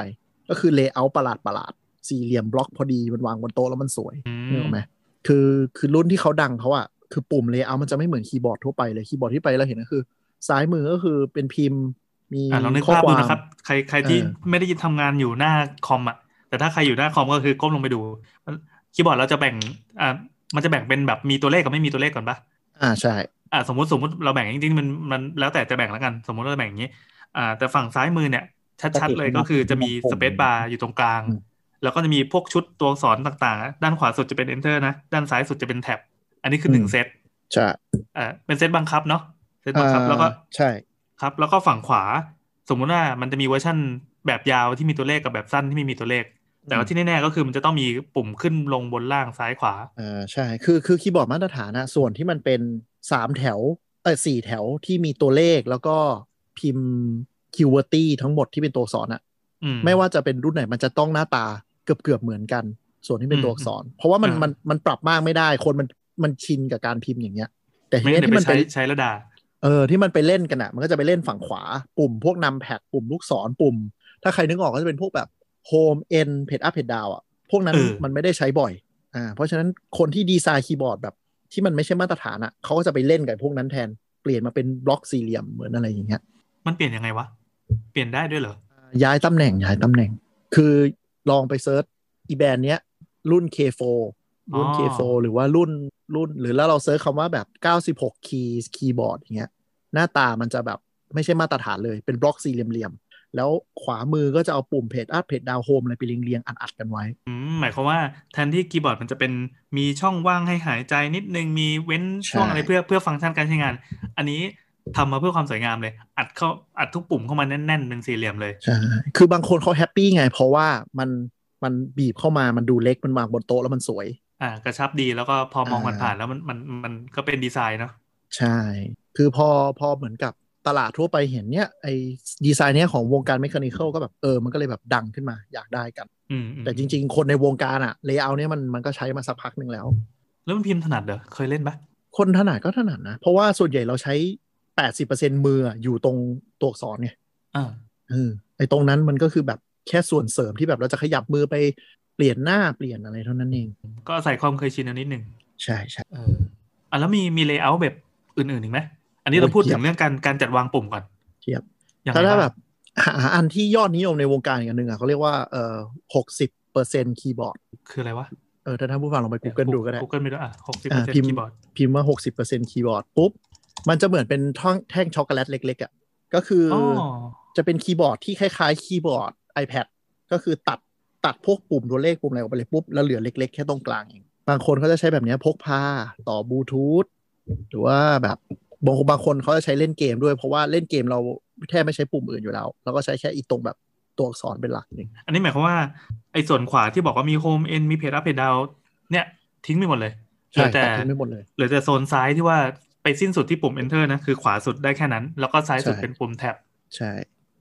ก็คือเลเยอร์ประหลาดประหลาดๆสี่เหลี่ยมบล็อกพอดีมันวางบนโต๊ะแล้วมันสวย
อื
นึกออกไหมคือคือรุ่นที่เขาดังเขาอะคือปุ่มเลเยอร์มันจะไม่เหมือนคีย์บอร์ดทั่วไปเลยคีย์บอร์ดที่ไปเราเห็นก็คือ ซ้ายมือก็คือเป็นพิมพ์มี
อ่าลองนึก
ข้อ
ภา
ค
พดู
วาม
นะครับ ใครใครที่
เออ
ไม่ได้ยินทำงานอยู่หน้าคอมอ่ะ แต่ถ้าใครอยู่หน้าคอมก็คือก้มลงไปดูคีย์บอร์ดเราจะแบ่งอ่ามันจะแบ่งเป็นแบบมีตัวเลขกับไม่มีตัวเลขก่อนปะ
อ่าใช่
อ่าสมมติสมมติเราแบ่งจริงๆมันมันแล้วแต่จะแบ่งแล้วกัน สมมติเราแบ่งอย่างนี้อ่าแต่ฝั่งซ้ายมือเนี่ย ชัดๆเลยก็คือจะมีสเปซบาร์อยู่ตรงกลาง
อืม
แล้วก็จะมีพวกชุดตัวอักษรต่างๆ ด้านขวาสุดจะเป็น enter นะ ด้านซ้ายสุดจะเป็นแท็บอันนี้คือหนึ่งเซต
ใช่
อ่าเป็นเซตบังคับเนาะเซตบังคับแล้วก็
อ่าใช่
ครับ แล้วก็ฝั่งขวา สมมุติว่ามันจะมีเวอร์ชั่นแบบยาวที่มีตัวเลขกับแบบสั้นที่ไม่มีตัวเลข แต่ว่าที่แน่ๆก็คือมันจะต้องมีปุ่มขึ้นลงบนล่างซ้ายขวา
อ่าใช่ คือคือคีย์บอร์ดมาตรฐานนะส่วนที่มันเป็นสามแถวเออสี่แถวที่มีตัวเลขแล้วก็พิมพ์คิวเวอร์ตี้ทั้งหมดที่เป็นตัวอักษรอะ
อืม
ไม่ว่าจะเป็นรุ่นไหนมันจะต้องหน้าตาเกือบเกือบๆเหมือนกัน ส่วนที่เป็นตัวอักษร เพราะว่ามัน
อ่ามั
มันมันปรับมากไม่ได้ คนมันมันชินกับการพิมพ์อย่างเงี้ย แต่ที
ไม่
เนี้
งั้
ย
นเดี๋ยว
ที่มั
ไป
นเป็น
ใช้ใช้ระดา
เออที่มันไปเล่นกันอ่ะ มันก็จะไปเล่นฝั่งขวาปุ่มพวกนำแพดปุ่มลูกศรปุ่ม ถ้าใครนึกออกก็จะเป็นพวกแบบโฮมเอ็นเพดอัพเพดดาวอ่ะ พวกนั้น
เออ
มันไม่ได้ใช้บ่อยอ่าเพราะฉะนั้นคนที่ดีไซน์คีย์บอร์ดแบบที่มันไม่ใช่มาตรฐานอ่ะเขาก็จะไปเล่นกับพวกนั้นแทน เปลี่ยนมาเป็นบล็อกสี่เหลี่ยมเหมือนอะไรอย่างเงี้ย
มันเปลี่ยนยังไงวะเปลี่ยนได้ด้วยเหรอ
ย้ายตำแหน่งย้ายตำแหน่ง คือลองไปเซิร์ชอีแบรนด์เนี้ยรุ่น K4 รุ่น
อ๋อ
K4 หรือว่ารุ่นรุ่น หรือแล้วเราเซิร์ชคำว่าแบบ 96 keys คีย์บอร์ดอย่างเงี้ย หน้าตามันจะแบบไม่ใช่มาตรฐานเลยเป็นบล็อกสี่เหลี่ยมๆ แล้วขวามือก็จะเอาปุ่มเพจอัพเพจดาวโฮมอะไรไปเรียงๆ อัดๆ กันไว้
อืมหมายความว่าแทนที่คีย์บอร์ดมันจะเป็นมีช่องว่างให้หายใจนิดนึง มีเว้นช่วง
ใช่
อะไรเพื่อเพื่อฟังก์ชันการใช้งาน อันนี้ทำมาเพื่อความสวยงามเลย อัดเข้าอัดทุกปุ่มเข้ามาแน่น ๆ เป็นสี่เหลี่ยมเลย
ใช่ คือบางคนเขาแฮปปี้ไง เพราะว่ามันมันบีบเข้ามามันดูเล็กมันวางบนโต๊ะแล้วมันสวย
อ่ากระชับดีแล้วก็พอมอง
อ่า
ผ่านๆแล้วมันมันมันก็เป็นดีไซน์เนาะ
ใช่ คือพอพอเหมือนกับตลาดทั่วไปเห็นเนี่ยไอ้ดีไซน์เนี้ยของวงการ m ม c h นิค a l ก็แบบเออ มันก็เลยแบบดังขึ้นมาอยากได้กัน
อืมอืม
แต่จริง ๆ คนในวงการอะเลเยอร์เนี่ยมันมันก็ใช้มาสักพักหนึ่งแล้ว
แล้วมันพิมพ์ถนัดเหรอเคยเล่นปะ
คนถนัดก็ถนัดนะ เพราะว่าส่วนใหญ่เราใช้ 80%มืออะอยู่ตรงตัวอักษรไง
อ่า
เออไอ้ตรงนั้นมันก็คือแบบแค่ส่วนเสริมที่แบบเราจะขยับมือไปเปลี่ยนหน้าเปลี่ยนอะไรเท่านั้นเอง
ก็ใส่ความเคยชินเอานิดนึง
ใช่ใช่
เอออ่ะแล้วมีมีเลเยอร์แบบอื่นๆอีกไหมอันนี้เรา
โอ้ย
พูด
เพีย
ถึ
บ
งเรื่องการการจัดวางปุ่มก่อน
เพียบ
ยังไง
ถ้าถ้าแบบ
บ้าง
หาอันที่ยอดนิยมในวงการอีกอันหนึ่งอ่ะเขาเรียกว่าเอ่อหกสิบเปอร์เซ็นต์คีย์บอร์ด
คืออะไรวะ
เออถ้าท่านผู้ฟังลองไป Google ดูก็ได้
Google ไปดูอ่ะหกสิบเปอ
อ่า
ร์เซ็น
พิ
ต์
มพ์
คีย์บอร์ด
พิมพ์ว่า 60%คีย์บอร์ดปุ๊บ มันจะเหมือนเป็นท่องแท่งช็อกโกแลตเล็ก ๆ อ่ะ ก็คืออ
อ
จะเป็นคีย์บอร์ดที่คล้ายๆ คีย์บอร์ด iPad ก็คือตัดตัดพวกปุ่มตัวเลขปุ่มอะไรออกไปเลยปุ๊บ แล้วเหลือเล็ก ๆ แค่ตรงกลางเอง บางคนเขาจะใช้แบบเนี้ยพกพาต่อบลูทูธหรือว่าแบบบางบางคนเขาจะใช้เล่นเกมด้วย เพราะว่าเล่นเกมเราแทบไม่ใช้ปุ่มอื่นอยู่แล้ว เราก็ใช้แค่อีตรงแบบตัวอักษรเป็นหลักเอง
อันนี้หมายความว่าไอ้ส่วนขวาที่บอกว่ามีโฮมเอนมีเพจอัพเพจดาวเนี่ยทิ้งไปหมดเลยเหลือแต่
ตัดทิ้งไม่หมดเลย
เหลือแต่โซนซ้ายที่ว่า ไปสิ้นสุดที่ปุ่ม enter นะ คือขวาสุดได้แค่นั้น แล้วก็ซ้ายสุด
ใช่
เป็นปุ่มแท็บ
ใช่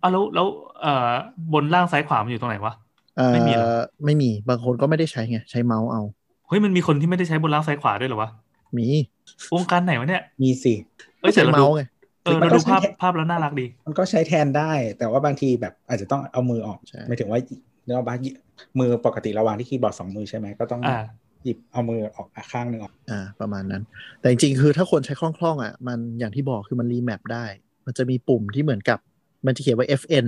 อ้าวแล้วแล้วเอ่อบนล่างซ้ายขวามันอยู่ตรงไหนวะ
เอ่อ
ไม่มีเหรอ
ไม่มีบางคนก็ไม่ได้ใช้ไงใช้เมาส์เอา
เฮ้ยมันมีคนที่ไม่ได้ใช้บนล่างซ้ายขวาด้วยเหรอวะ
มี
วงการไหนวะเนี่ย
มีสิ
เอ้ยแต่
ใช้
เรา
เมา
ดู
ส์ไง
เออเราดูภา
มันก็
พ
ใช้แท็บ
ภาพแล้วน่ารักดี
มันก็ใช้แทนได้ แต่ว่าบางทีแบบอาจจะต้องเอามือออก
ใช่
หมายถึงว่าเราบ้ามือปกติเระวางที่คีย์บอร์ดสองมือใช่ไหมก็ต้อง
อ่า
หยิบเอามือออกอ่ะข้างหนึ่งออก
อ่าประมาณนั้น แต่จริงๆ คือถ้าคนใช้คล่องๆอ่ะมันอย่างที่บอกคือมันรีแมปได้ มันจะมีปุ่มที่เหมือนกับ มันจะเขียนไว้ fn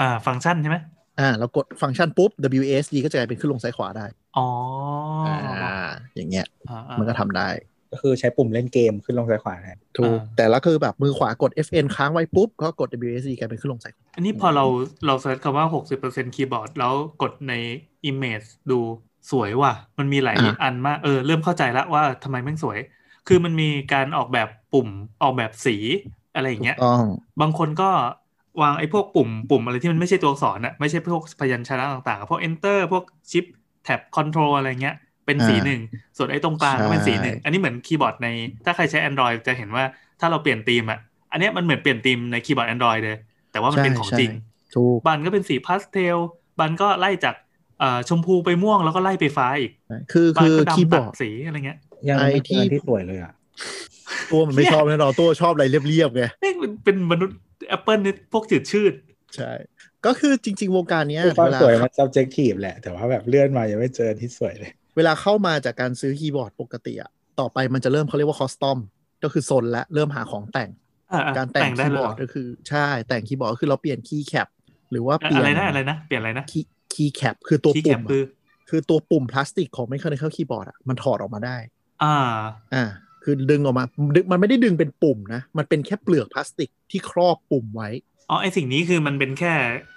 อ่า ฟังก์ชันใช่ไหม
อ่าแล้วกดฟังก์ชันปุ๊บ WASD ก็จะกลายเป็นขึ้นลงซ้ายขวาได้
อ๋ออ่า
อย่างเงี้ย
อ่าอ่า
มันก็ทำได้
ก็คือใช้ปุ่มเล่นเกมขึ้นลงซ้ายขวาแทน
ถูก
อ่า
แต่ละคือแบบมือขวากด FN ค้างไว้ปุ๊บ ก็กด WASD กลายเป็นขึ้นลงซ้ายขวา
อันนี้พอเราเราเซิร์ชคำว่าหกสิบเปอร์เซ็นคีย์บอร์ดแล้วกดใน Image ดูสวยว่ะ มันมีหลายอันมาก เออ เริ่มเข้าใจละว่าทำไมแม่งสวย คือมันมีการออกแบบปุ่มออกแบบสีอะไรอย่างเงี้ย
ถูกต้อง
บางคนก็วางไอ้พวกปุ่มปุ่มอะไรที่มันไม่ใช่ตัวอักษรน่ะไม่ใช่พวกพยัญชนะต่างๆ พวก enter พวก shift tab control อะไรเงี้ย เป็นสี
อ่า
หนึ่ง ส่วนไอ้ตรงกลางก็เป็นสีหนึ่ง
ใช่
อันนี้เหมือนคีย์บอร์ดใน ถ้าใครใช้ Android จะเห็นว่าถ้าเราเปลี่ยนธีมอ่ะ อันเนี้ยมันเหมือนเปลี่ยนธีมในคีย์บอร์ด Android เลย แต่ว่ามันเป็นของจริง
ใช่ใช่ถูก
บันก็เป็นสีพาสเทล บันก็ไล่จากเอ่อชมพูไปม่วงแล้วก็ไล่ไปฟ้าอีก
ใช่คือ
บัน
คือ
ก็
คีย์
ดำ
บอ
ตัด
ร์ด
สีอะไรเงี้ย
ยัง
ไอ้
ไม่
ที่
ที่ที่สวยเลยอ่ะ
ตัวมันไม่ชอบแน่นอนตัวชอบอะไรเรียบๆไง
เอ๊ะมันเป็นมนุษย์ Apple นี่พวกจืดชืด
ใช่ ก็คือจริง ๆ วงการเนี้ย
คือความ
เวลา
สวยมัน subjective แหละ แต่ว่าแบบเลื่อนมายังไม่เจอที่สวยเลย
เวลาเข้ามาจากการซื้อคีย์บอร์ดปกติอะต่อไปมันจะเริ่มเขาเรียกว่าคอสตอมก็คือโซนและเริ่มหาของแต่ง
อ่ะอ่ะ
การแต่ง
ได้
คีย์
เล
บอ
ยเหร
ร์
อ
ดก็คือใช่แต่งคีย์บอร์ดก็คือเราเปลี่ยนคีย์แคปหรือว่าเปลี่ย
อะไร
น
นะอะไรนะ เปลี่ยนอะไรนะ
คีย์แคปคือตัว
คีย์แค
ปุ่
ป
ม
คือ
อะคือตัวปุ่มพลาสติกของ mechanical keyboard อะมันถอดออกมาได้
อ่า
อ่าคือดึงออกมาดึงมันไม่ได้ดึงเป็นปุ่มนะ มันเป็นแค่เปลือกพลาสติกที่ครอบปุ่มไว้
อ๋อ ไอสิ่งนี้คือมันเป็นแค่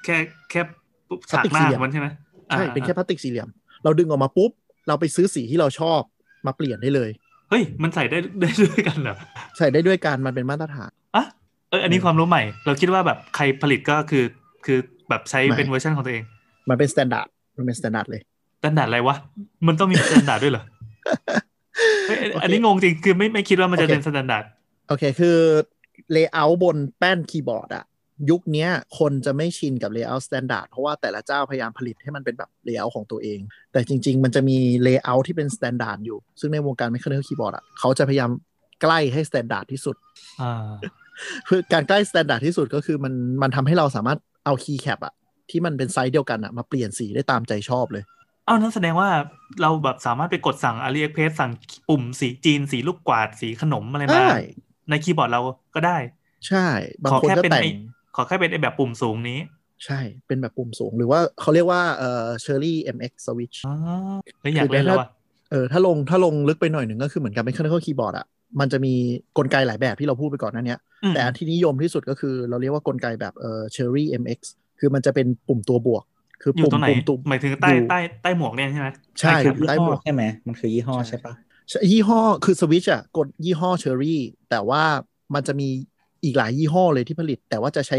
แค่แค่ปุ๊บฉากห
พลา
น้า
สติกสี่เหลี่ยม
มันใช่ไหมอ่า
ใช่เป็นแค่พลาสติกสี่เหลี่ยม เราดึงออกมาปุ๊บ เราไปซื้อสีที่เราชอบมาเปลี่ยนได้เลย
เฮ้ย มันใส่ได้ *laughs* ได้ด้วยกันเหรอ
ใส่ได้ด้วยการมันเป็นมาตรฐาน
อ่ะ เออ อันนี้ความรู้ใหม่ เราคิดว่าแบบใครผลิตก็คือคือแบบใช้
ไม่
เป็นเวอร์ชันของตัวเอง
มันเป็น standard มันเป็น standard เลย
ตันดาดอะไรวะ มันต้องมีตันดาด
*laughs*
ด้วยเหรอเฮ้ยอัน
โอเค
อันนี้งงจริง คือไม่ไม่คิดว่ามันจะ
โอเค
เป็นตันดาด
โอเค คือ layout บนแป้นคีย์บอร์ดอะยุคเนี้ย คนจะไม่ชินกับ layout standard เพราะว่าแต่ละเจ้าพยายามผลิตให้มันเป็นแบบ layout ของตัวเอง แต่จริง ๆ มันจะมี layout ที่เป็น standard อยู่ ซึ่งในวงการ mechanical keyboard อะเขาจะพยายามใกล้ให้ standard ที่สุด
อ่า
เพื่อการใกล้ standard ที่สุดก็คือมันมันทำให้เราสามารถเอา keycap อะที่มันเป็นไซส์เดียวกันอะมาเปลี่ยนสีได้ตามใจชอบเลย
อ้าวนั่นแสดงว่าเราแบบสามารถไปกดสั่ง AliExpress สั่งปุ่มสีจีน สีลูกกวาดสีขนมอะไรมา
ได้
ในคีย์บอร์ดเราก็ได้
ใช่ บาง
ขอ
คน
แค่
ก็
เป็น
แต่ง
ไอ้ขอแค่เป็นไอ้แบบปุ่มสูงนี้
ใช่ เป็นแบบปุ่มสูง หรือว่าเขาเรียกว่าเอ่อ Cherry MX Switch
อ๋อเฮ้ยอยากเล่นแล้วว่ะ
เออถ้าลงถ้าลงลึกไปหน่อยหนึ่งก็คือเหมือนกับ mechanical keyboard อะมันจะมีกลไกหลายแบบที่เราพูดไปก่อนหนั้นเนี้ย
อืม
แต่อันที่นิยมที่สุดก็คือเราเรียกว่ากลไกแบบเอ่อ Cherry MX คือมันจะเป็นปุ่มตัวบวก คือ
อยู่
ปุ่ม
ตรงไหน
ปุ่มตุ่ม
หมายถึงใต้
อยู่
ใต้ใต้หมวกเนี่ยใช่ไหม
ใช่
ใต้
คือ
ปุ่ม
ได้
ยี่
ห
ห้
ม
อ
ด
ใช่ไหมมันคือยี่ห้อ
ใช่
ใช่ปะ
ใช่ยี่ห้อคือสวิชอะกดยี่ห้อ Cherry แต่ว่ามันจะมีอีกหลายยี่ห้อเลยที่ผลิต แต่ว่าจะใช้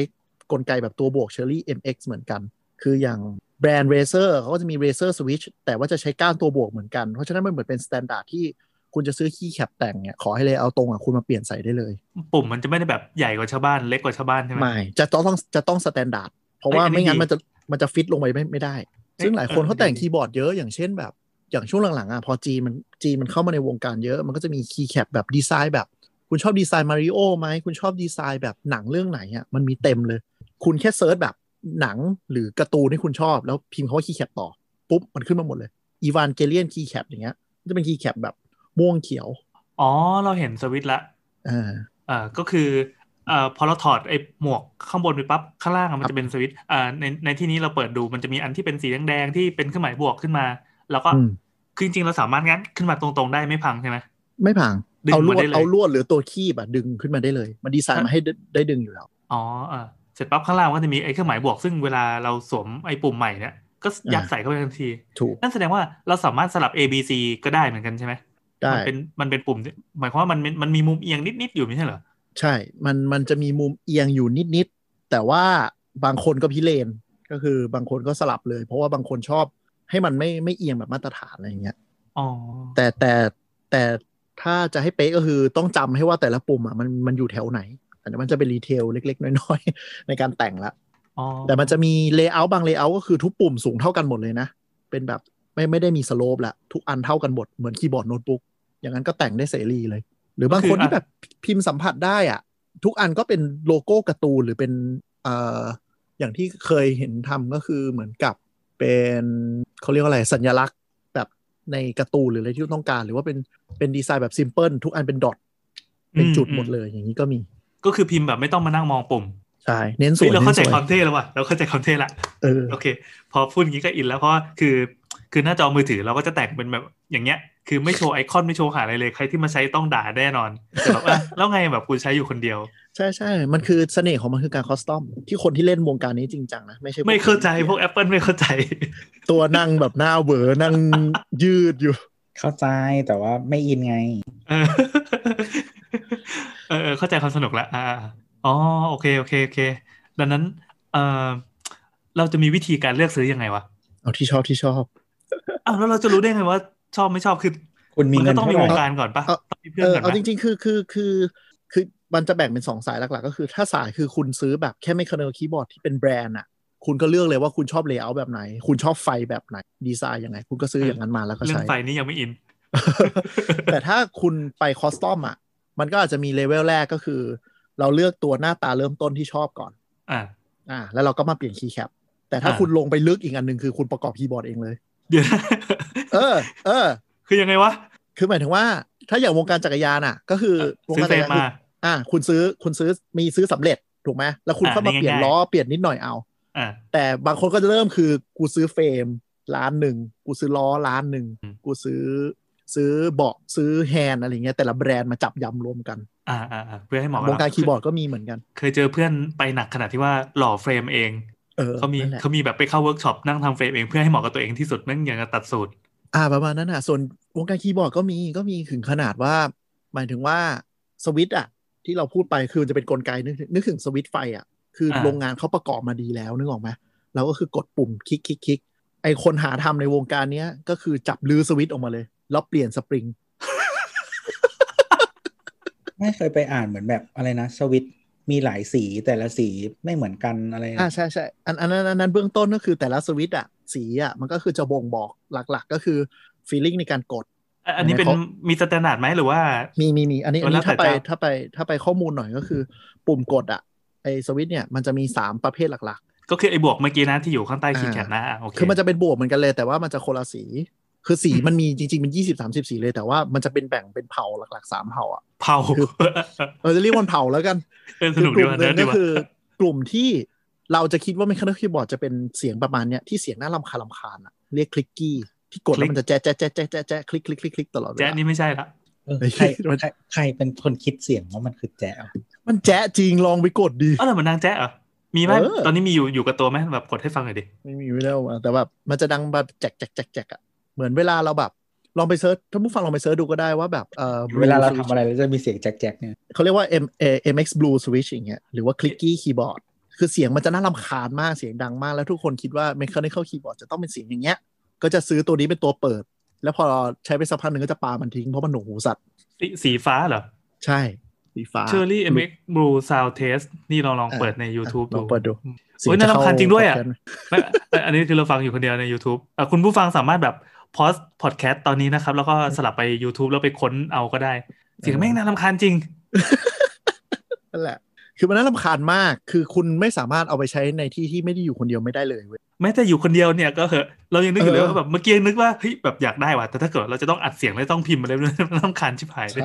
กลไกแบบตัวบวก Cherry MX เหมือนกัน คืออย่างแบรนด์ Razer เขาก็จะมี Razer Switch แต่ว่าจะใช้ก้านตัวบวกเหมือนกัน เพราะฉะนั้นมันเหมือนเป็นสแตนดาร์ดที่คุณจะซื้อคีย์แคปแต่งเนี่ยขอให้เลยเอาตรงอ่ะคุณมาเปลี่ยนใส่ได้เลย
ปุ่มมันจะไม่ได้แบบใหญ่กว่าชาวบ้านเล็กกว่าชาวบ้านใช่ไหม
ไม่จะต้องต้องจะต้องสแตนดาร์ดเพราะว่า
เอ้ย
ไม่
อันนี้
งั้น
ดี
มันจะมันจะฟิตลงไปไม่ไม่ได้
เอ้ย
ซึ่งหลายคน
เออ
เขาแต่
ดี
ง
ดี
คีย์บอร์ดเยอะอย่างเช่นแบบอย่างช่วงหลังๆอ่ะพอจีนมันจีนมันเข้ามาในวงการเยอะมันก็จะมีคีย์แคปแบบดีไซน์แบบ คุณชอบดีไซน์มาริโอไหม คุณชอบดีไซน์แบบหนังเรื่องไหนอ่ะมันมีเต็มเลย คุณแค่เซิร์ชแบบหนังหรือการ์ตูนที่คุณชอบ แล้วพิมพ์คำว่าคีย์แคปต่อ ปุ๊บ มันขึ้นมาหมดเลยอีวานเกเลียนคีย์แคปอย่างเงี้ยมันจะเป็นคีย์แคปแบบม่วงเขียว
อ๋อ เราเห็นสวิตช์ละ
อ่า
เอ่อก็คือเอ่อพอเราถอดไอ้หมวกข้างบนไปปั๊บข้างล่างอะมั
ค
น
รับ
จะเป็นสวิตช์อ่าในในที่นี้เราเปิดดูมันจะมีอันที่เป็นสีแดงๆที่เป็นเครื่องหมายบวกขึ้นมา แล้วก็
อืม
คือจริงๆเราสามารถงั้นขึ้นมาตรงๆได้ไม่พังใช่ไหม
ไม่พัง
ดึง
เอาล
มาว
ด
ได้เลย
เอาลวดหรือตัวคีบอ่ะดึงขึ้นมาได้เลย มันดีไซน์มาให้ได้ได้ดึงอยู่แล้ว
อ๋อเออเสร็จปั๊บข้างล่างก็จะมีไอ้เครื่องหมายบวกซึ่งเวลาเราสวมไอ้ปุ่มใหม่เนี่ยก็ยัด
อ่า
ใส่เข้าไปทันที
ถูก
นั่นแสดงว่าเราสามารถสลับ A B C ก็ได้เหมือนกันใช่ไหม
ได้
มันเป็นมันเป็นปุ่มที่หมายความว่ามันมันมันมีมุมเอียงนิดๆอยู่ไม่ใช่เหรอ
ใช่ มันมันจะมีมุมเอียงอยู่นิดๆแต่ว่าบางคนก็พิเรนก็คือบางคนก็สลับเลย เพราะว่าบางคนชอบให้มันไม่ไม่เอียงแบบมาตรฐานอะไรอย่างเงี้ย
อ๋อ
แต่แต่แต่ ถ้าจะให้เป๊ะก็คือต้องจำให้ว่าแต่ละปุ่มอ่ะมันมันอยู่แถวไหน อันนี้มันจะเป็นรีเทลเล็ก ๆ น้อยๆ ในการแต่งละ
อ๋อ
แต่มันจะมีเลเยอร์บางเลเยอร์ก็คือทุกปุ่มสูงเท่ากันหมดเลยนะ เป็นแบบไม่ไม่ได้มีสโลปละทุกอันเท่ากันหมด เหมือนคีย์บอร์ดโน้ตบุ๊กอย่างนั้นก็แต่งได้เสรีเลย หรือบางคนที่แบบพิมพ์สัมผัสได้อะทุกอันก็เป็นโลโก้การ์ตูนหรือเป็นเอ่ออย่างที่เคยเห็นทำก็คือเหมือนกับเป็นเขาเรียกว่าอะไรสัญลักษณ์แบบในการ์ตูนหรืออะไรที่ต้องการ หรือว่าเป็นเป็นดีไซน์แบบซิมเพิลทุกอันเป็นดอทเป็นจุดหมดเลยอย่างนี้ก็มี
ก็คือพิมพ์แบบไม่ต้องมานั่งมองปุ่ม
ใช่เน้นสว
เฮ้ย
ย
เรา
น้น
เข้าใจ
สวย
ความเท่แล้วว่ะเราเข้าใจความเท่ละ
เออ
โอเค พอพูดอย่างนี้ก็อินแล้วเพราะว่าคือ คือหน้าจอมือถือเราก็จะแต่งเป็นแบบอย่างเงี้ย คือไม่โชว์ไอคอนไม่โชว์หาอะไรเลยใครที่มาใช้ต้องด่าแน่นอนแต่แบบอ่ะ แล้วไงแบบกูใช้อยู่คนเดียว
ใช่ใช่ มันคือเสน่ห์ของมันคือการคอสตอม ที่คนที่เล่นวงการนี้จริงจังนะ ไม่ใช่
ไม่เข้าใจพวก Apple ไม่เข้าใจ
ตัวนั่งแบบหน้าเหวอนั่งยืดอยู่
เข้าใจแต่ว่าไม่อินไง
เอ *laughs* อเออเออเข้าใจความสนุกละอ่าอ๋อโอเคโอเคโอเค ดังนั้นเออเราจะมีวิธีการเลือกซื้อยังไงวะ
เอาที่ชอบที่ชอบ
อ้าวแล้วเราจะรู้ได้ไงว่าชอบไม่ชอบคือ
คุณมี
มัน
เงิ
ก็
น
ต้อง
เท่า
มี
ไห
ว
ร่
งการก่อนปะ
เออ
ต้องมีเพื่อ
เอน อ
ก่อน
เอา
ปะ
จริง ๆ คือคือคือคือมันจะแบ่งเป็นสองสายหลักๆ ก็คือ ถ้าสายคือคุณซื้อแบบแค่ไม่คเนอร์คีย์บอร์ดที่เป็นแบรนด์อ่ะ คุณก็เลือกเลยว่าคุณชอบเลเยอร์แบบไหน คุณชอบไฟแบบไหน ดีไซน์ยังไง คุณก็ซื้ออย่างนั้นมาแล้วก็
เรื่อ
ใช้
งไฟนี่ยังไม่อิน
*laughs* แต่ถ้าคุณไปคอสตอมอ่ะ มันก็อาจจะมีเลเวลแรกก็คือ เราเลือกตัวหน้าตาเริ่มต้นที่ชอบก่อน
อ่า
อ่าแล้วเราก็มาเปลี่ยนคีย์แคปแต่ถ้า
อ่า
คุณลงไปลึกอีกอันหนึ่งคือคุณประกอบคีย์บอร์ดเองเลย
เดี๋ยว *laughs* นะ
เออ เออ
คือยังไงวะ
คือหมายถึงว่า ถ้าอย่างวงการจักรยานอ่ะ ก็คือวง
ซื้อ
การ
เฟร
จัก
ม
รยาน
มา
คืออ่า คุณซื้อคุณซื้อมีซื้อสำเร็จถูกไหมแล้วคุณ
อ่า
เข้ามาเปลี่ยน
ง่ายๆ
ล้อเปลี่ยนนิดหน่อยเอา
อ่า
แต่บางคนก็จะเริ่มคือกูซื้อเฟรมล้านหนึ่งกูซื้อล้อล้านหนึ่ง
อืม
กูซื้อ ซื้อเบาะซื้อแฮนด์อะไรเงี้ยแต่ละแบรนด์มาจับยำรวมกัน
อ่าอ่าอ่าเพื่อให้เหมาะ
ว
กั
ง
บ
การ
เ
คีย์บอร์ดก็มีเหมือนกัน
เคยเจอเพื่อนไปหนักขนาดที่ว่าหล่อเฟรมเอง
เออ
เขามี
นั่นแหละ
เขามีแบบไปเข้าเวิร์กช็อปนั่งทำเฟรมเองเพื่อให้เหมาะกับตัวเองที่สุดนั่งอย่างกับตัดสูตร
อ่าประมาณนั้นอ่ะ ส่วนวงการคีย์บอร์ดก็มีก็มีถึงขนาดว่า หมายถึงว่าสวิตช์อ่ะ ที่เราพูดไปคือมันจะเป็นกลไกนึกถึงนึกถึงสวิตช์ไฟอ่ะ คือ
อ่า
โรงงานเขาประกอบมาดีแล้วนึกออกไหมเราก็คือกดปุ่มคลิกคลิกคลิกไอคนหาทำในวงการเนี้ย ก็คือจับลือสวิตช์ออกมาเลย แล้วเปลี่ยนสปริง
ไม่เคยไปอ่านเหมือนแบบอะไรนะสวิตช์มีหลายสีแต่ละสีไม่เหมือนกันอะไรนะ
อ่าใช่ใช่อันอันนั้นอันนั้นเบื้องต้นก็คือแต่ละสวิตช์อ่ะสีอ่ะมันก็คือจะบ่งบอกหลักๆ ก็คือฟีลลิ่งในการกด
อ่ะอันนี้เป็น
เขา
มีสแตนดาร์ดไหมหรือว่า
มีมีมีอันนี้อัน
แล้
นี้
ว
ถ้า
แต่
ไป
เจ้า
ถ้าไปถ้าไปข้อมูลหน่อยก็คือ ปุ่มกดอ่ะไอสวิตช์เนี่ยมันจะมี 3 ประเภทหลัก
ก็คือไอ้บวกเมื่อกี้นะที่อยู่ข้างใต้คีย์แคปนะอ่ะโอเค
ๆ คือมันจะเป็นบวกเหมือนกันเลย แต่ว่ามันจะคนละสี คือสี
อืม
มันมีจริงๆ เป็น 20 30สีเลยแต่ว่ามันจะเป็นแบ่งเป็นเผ่าหลักๆ 3 เผ่าอ่ะ
เผา *laughs*
เราจะเรียกมันเผ่าแล้วกัน
เออส
คื
นุก
ก
ดี
ลุ่ม
ว่ะ
หนึ่
เนิ
ง
ร์ดดี
ก็
ว่ะ
คือกลุ่มที่เราจะคิดว่าไม่คันคีย์บอร์ดจะเป็นเสียงประมาณเนี้ยที่เสียงน่ารำคาญรำคาญอ่ะเรียกคลิกกี้ที่กดแล้วมันจะแจ๊ะแจ๊ะแจ๊ะแจ๊ะแจ๊ะแจ๊ะคลิกคลิกคลิกคลิกตลอดเว
แจ๊ะ
ลา
นี่ไม่ใช่ละ
เออใคร
ไม่ใช่
ใครใครเป็นคนคิดเสียงว่ามันคือแจ๊ะอ่ะ
มันแจ๊ะจริงลองไปกดดี
เออเหมือนนางแจ๊ะเหรอมีไหม
เออ
ตอนนี้มีอยู่อยู่กับตัวไหมแบบกดให้ฟังหน่อยดิ
ไม่มีไม่ได้ออกมาแต่แบบมันจะดังแบบแจกแจกแจกแจกอะเหมือนเวลาเราแบบลองไปเซิร์ชท่านผู้ฟังลองไปเซิร์ชดูก็ได้ว่าแบบเออ Blue
เวลาเราทำ
Switch
อะไรเราจะมีเสียงแจ๊กแจ๊กเนี่ย
เขาเรียกว่า M A M X Blue Switch อย่างเงี้ยหรือว่า Clicky Keyboard คือเสียงมันจะน่ารำคาญมากเสียงดังมาก แล้วทุกคนคิดว่า Mechanical Keyboard จะต้องเป็นเสียงอย่างเงี้ย ก็จะซื้อตัวนี้เป็นตัวเปิด แล้วพอใช้ไปสักพักหนึ่งก็จะปามันทิ้งเพราะมันหนูหูสัตว์
สีสีฟ้าเหรอ
ใช่สีฟ้า
เชอร์รี่เอ็มเอ็กบลูซาวเทสนี่ลองลอง
อ่ะ
เปิดใน YouTube
ลองเปิดดู เสี
โอ้ยน่า
ยะเข้
รำคาญจริงด้วยอ่ะ
พดแคสต์ไหม
ไม่อันอันนี้คือเราฟังอยู่คนเดียวใน YouTube เอ่อคุณผู้ฟังสามารถแบบพอสพอดแคสต์ตอนนี้นะครับ แล้วก็สลับไป YouTube แล้วไปค้นเอาก็ได้ เสียงแม่งน่ารำคาญจริง
นั่นแหละคือมันน่ารำคาญมากคือคุณไม่สามารถเอาไปใช้ในที่ที่ไม่ได้อยู่คนเดียวไม่ได้เลยเว้ย
แม้แต่อยู่คนเดียวเนี่ยก็เหอะเรายังนึกอยู่เลย
เออ
ว่าแบบเมื่อกี้นึกว่าเฮ้ยแบบอยากได้ว่ะแต่ถ้าเกิดเราจะต้องอัดเสียงแล้วต้องพิมพ์อะไรด้วยน่ารำคาญชิบหายเลย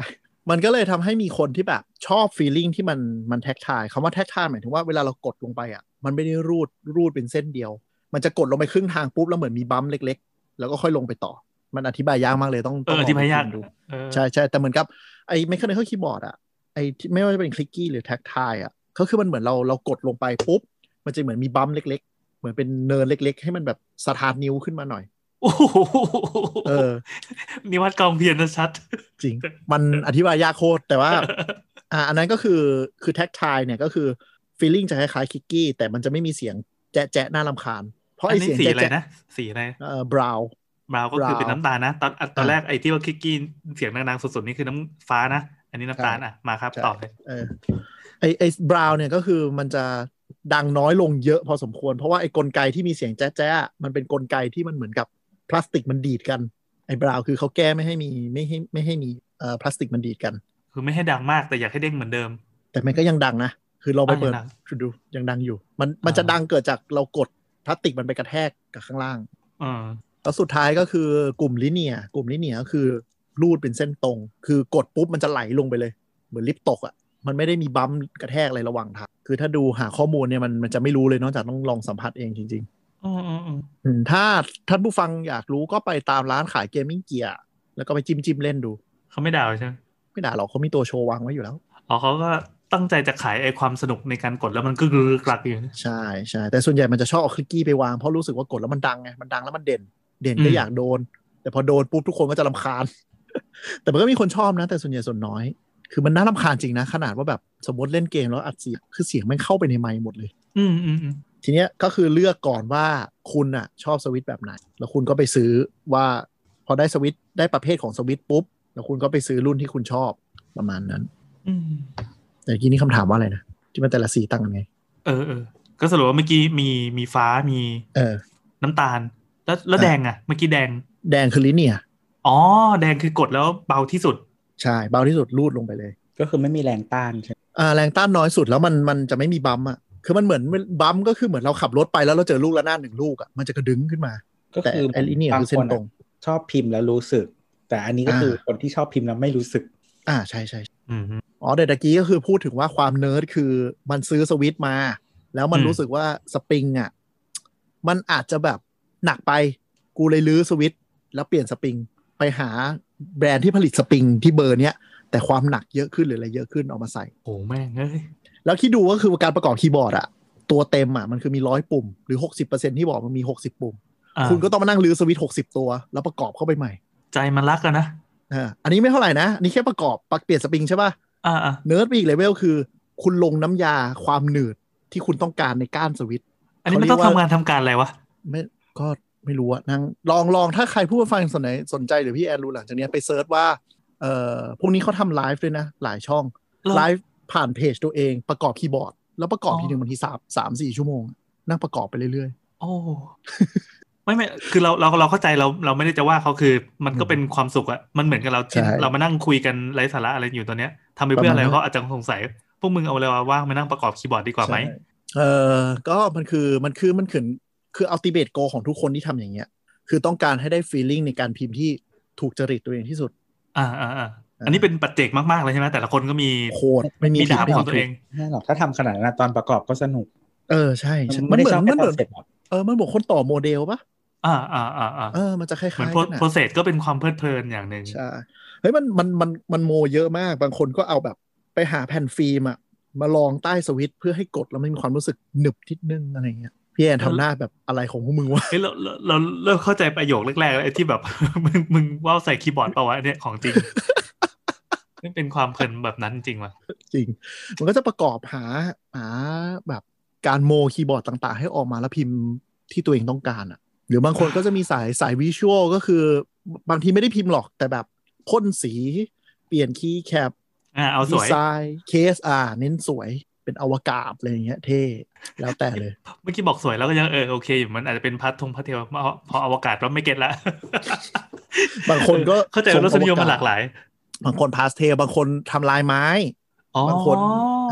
มันก็เลยทำให้มีคนที่แบบชอบฟีลลิ่งที่มันมันแท็กทายคำว่าแท็กทายหมายถึงว่าเวลาเรากดลงไปอ่ะ มันไม่ได้รูดรูดเป็นเส้นเดียว มันจะกดลงไปครึ่งทางปุ๊บ แล้วเหมือนมีบัมป์เล็กๆ แล้วก็ค่อยลงไปต่อ มันอธิบายยากมากเลยต้อง
เอ
ต้ง
อ
ล
อธิบายยาก
ไปพิมพ์ดู
เออ
ใช่ใช่แต่เหมือนกับไอ้ m e c h a n i c a l keyboard อ่ะไอ้ที่ไม่ว่าจะเป็นคลิกกี้หรือแท็กทายอ่ะก็คือมันเหมือนเราเรากดลงไปปุ๊บ มันจะเหมือนมีบัมป์เล็ก ๆ เหมือนเป็นเนินเล็ก ๆ ให้มันแบบสถานนิ้วขึ้นมาหน่อย
โอ้โห
เออ
นิวัดกองเพียรนะชัด
จริง มันอธิบายยากโคตรแต่ว่า อ่าอันนั้นก็คือคือแท็กทายเนี่ยก็คือฟีลลิ่งจะคล้ายๆคิกกี้ แต่มันจะไม่มีเสียงแจ๊ะแจ๊ะน่ารำคาญ เพราะ
อั
ไอน
นี้
เสียง
สี
แจ๊ะ
อะไร
แจ๊ะ
นะ สีอะไร
เอ่อบราว
บราวน์ก็คือ
Brown
เป็นน้ำตาลนะ ตอนอ่ะตอน
อ่ะ
แรกไอ้ที่ว่าคิกกี้เสียงดังๆสดๆนี่คือน้ำฟ้านะ อันนี้น้ำตาลอ่ะมาครับ
ใช่
ต่อเลย
เออไอไอบราวน์เนี่ยก็คือมันจะดังน้อยลงเยอะพอสมควร เพราะว่าไอกลไกที่มีเสียงแจ๊ะแจ๊ะมันเป็นกลไกที่มันเหมือนกับพลาสติกมันดีดกัน ไอบราวน์คือเขาแก้ไม่ให้มีไม่ให้ไม่ให้มีเอ่อพลาสติกมันดีดกัน
คือไม่ให้ดังมากแต่อยากให้เด้งเหมือนเดิม
แต่มันก็ยังดังนะ คือเราไป
อ่ะ
เปิด
ยังดัง
ดูยังดังอยู่ มันมันจะดังเกิดจากเรากดพลาสติกมันไปกระแทกกับข้างล่าง
เออ
แล้วสุดท้ายก็คือกลุ่มลิเนียร์กลุ่มลิเนียร์ก็คือรูดเป็นเส้นตรง คือกดปุ๊บมันจะไหลลงไปเลย เหมือนลิฟต์ตกอะ่ะมันไม่ได้มีบัมป์กระแทกอะไรระหว่างทางคือถ้าดูหาข้อมูลเนี่ยมันมันจะไม่รู้เลยนอกจากต้องลองสัมผัสเองจริง
อืมอืมอืม
ๆอืมถ้าท่านผู้ฟังอยากรู้ก็ไปตามร้านขายเกมมิ่งเกียร์แล้วก็ไปจิ้มจิ้มๆเล่นดู
เขาไม่ด่าเราใช่ไหม
ไม่ด่าหรอกเขามีตัวโชว์วางไว้อยู่แล้ว
อ๋อเขาก็ตั้งใจจะขายไอ้ความสนุกในการกดแล้วมันก็กรึกรักอยู่
ใช่ใช่แต่ส่วนใหญ่มันจะชอบเอาคลิกกี้ไปวางเพราะรู้สึกว่ากดแล้วมันดังไงมันดังแล้วมันเด่น เด่นก็
อืม
อยากโดน แต่พอโดนปุ๊บทุกคนก็จะรำคาญ *laughs* แต่มันก็มีคนชอบนะ แต่ส่วนใหญ่ส่วนน้อย คือมันน่ารำคาญจริงนะ ขนาดว่าแบบสมมติเล่นเกมแล้วอัดเสียงคือเสียงมันเข้าไปในไมค์หมดเลย
อืมอืมอืม
ทีเนี้ยก็คือเลือกก่อนว่าคุณอ่ะชอบสวิตช์แบบไหน แล้วคุณก็ไปซื้อว่าพอได้สวิตช์ได้ประเภทของสวิตช์ปุ๊บแล้วคุณก็ไปซื้อรุ่นที่คุณชอบประมาณนั้น
อืม
แต่เมื่อกี้นี่คำถามว่าอะไรนะที่มันแต่ละสีต่างกันไง
เออเออก็สรุปว่าเมื่อกี้มีมีฟ้ามี
เออ
น้ำตาล แล้วแล้ว
อ่ะ
แดงอ่ะเมื่อกี้แดง
แดงคือลิเนียร์
อ๋อ แดงคือกดแล้วเบาที่สุด
ใช่ เบาที่สุดรูดลงไปเลย
ก็คือไม่มีแรงต้านใช่ไหม
อ่าแรงต้านน้อยสุดแล้วมันมันจะไม่มีบัมป์อ่ะคือมันเหมือนบัมป์ก็คือเหมือนเราขับรถไปแล้วเราเจอลูกละนาดหนึ่งลูกอ่ะมันจะกระดึงขึ้นมา
ก็
แต่
คือ
ไอ้ลิเนียร์
บา
คือเส้นตรง
คอะชอบพิมพ์แล้วรู้สึก แต่อันนี้ก็คืออา คนที่ชอบพิมพ์แล้วไม่รู้สึก
อ่าใช่ใช่ใช่
อืม
อ๋อเดี๋ยวตะกี้ก็คือพูดถึงว่าความเนิร์ดคือมันซื้อสวิตช์มา แล้วมัน
อืม
รู้สึกว่าสปริงอ่ะมันอาจจะแบบหนักไปกูเลยลื้อสวิตช์แล้วเปลี่ยนสปริงไปหาแบรนด์ที่ผลิตสปริงที่เบอร์เนี้ยแต่ความหนักเยอะขึ้นหรืออะไรเยอะขึ้นเอามาใส่
โอ้แม่งเอ้ย
แล้วคิดดูก็คือการประกอบคีย์บอร์ดอะตัวเต็มอะมันคือมีร้อยปุ่ม หรือ 60%ที่บอกมันมี 60 ปุ่ม
อ่ะ
คุณก็ต้องมานั่งรื้อสวิตช์60 ตัว แล้วประกอบเข้าไปใหม่
ใจมันรักอะนะ
อ่าอันนี้ไม่เท่าไหร่นะอันนี่แค่ประกอบปลักเปลี่ยนสปริงใช่ป่ะ
อ่าอ่า
เนิร์ดไปอีกเลเวลคือ คุณลงน้ำยาความหนืดที่คุณต้องการในก้านสวิตช์
อันนี้มันต้อง
เขาเรียกว่า
ทำงานทำการอะไรวะ
ไม่ก็ไม่รู้อะนั่งลองลองถ้าใครผู้ฟังสนใจสนใจหรือพี่แอนรู้หลังจากเนี้ยไปเซิร์ชว่าเอ่อพวกนี้เขาทำไลฟ์ด้วยนะ หลายช่อง
หรอ
ไลฟ์ผ่านเพจตัวเองประกอบคีย์บอร์ด แล้วประกอบ
อ๋อ
ทีหนึ่งบางทีสามสามสี่ชั่วโมง นั่งประกอบไปเรื่อย
โอ้
*laughs*
ไม่ไม่คือเราเราเราเข้าใจเราเราไม่ได้จะว่าเขาคือ มันก็
อืม
เป็นความสุขอะมันเหมือนกับเราที่
ใช่
เรามานั่งคุยกันไร้สาระอะไรอยู่ตอนเนี้ยทำไปเพื่ออะไร
ประมาณนั้น
เขาอาจจะสงสัยพวกมึงเอาเวลาว่างมานั่งประกอบคีย์บอร์ดดีกว่าไหม
ใช่เออก็มันคือมันคือมันคือคืออัลติเมทโกของทุกคนที่ทำอย่างเงี้ย คือต้องการให้ได้ฟีลลิ่งในการพิมพ์ที่ถูกจริตตัวเองที่สุด
อ่าอ่าอ่าอันนี้เป็นปัจเจกมากๆเลยใช่ไหมแต่ละคนก็มี
โคตรไม่มี
มี
ผิด
ดาบ
ไม่
ข
มี
องตัว
ถู
เอก ง
ไม่ใช่หรอกถ้าทำขนาดนั้นอะตอนประกอบก็สนุก
เออใช่ใช่
มันไม่
เห
ได้ชอบ
มืน
แค่
มั
คอ
นเหมือน
นเซ็ปต์หรอก
เออมันเหมือนคนต่อโมเดลปะ
อ่าอ่าอ่าอ่า
เออมันจะคล้ายๆ
เหมือน
กันอะ
โปรเซสก็เป็นความเพลิดเพลินอย่างหนึ่ง
ใช่ เฮ้ยมันมันมันมันโมเยอะมาก บางคนก็เอาแบบไปหาแผ่นฟิล์มอะมาลองใต้สวิตช์เพื่อให้กดแล้วมันมีความรู้สึกหนึบนิดนึงอะไรเงี้ย พี่แอนทำหน้าแบบอะไรของพวกมึงวะ *laughs*
เฮ้ยเราเราเราเริ่มเข้าใจประโยคแรกๆแล้วไอ้ที่แบบ *laughs* มึงมึงว่าวใส่คีย์บอร์ดเปล่าวะอันเนี่ยของจริ
*laughs*
ง นี่เป็นความเพลินแบบนั้นจริงวะ
จริง มันก็จะประกอบหาหาแบบการโมคีย์บอร์ดต่างๆ ให้ออกมาแล้วพิมพ์ที่ตัวเองต้องการอะหรือบางคนก็จะมีสายสายวิชวลก็คือบางทีไม่ได้พิมพ์หรอกแต่แบบพ่นสี เปลี่ยนคีย์แคป
อ่าเอาส
ดี
วย
ไซน์เคสอ่าเน้นสวยเป็นอวกาศอะไรอย่างเงี้ยเท่ แล้วแต่เลย
เมื่อกี้บอกสวยแล้วก็ยังเออโอเคอยู่มันอาจจะเป็นพัดธงพัดเทวพอพออวกาศแล้วไม่เก็ตละ
บางคนก็
เออเข้าใจว่ารสนิยมมันหลากหลาย
บางคนพาสเทลบางคนทำลายไม้
อ๋อบ
างคน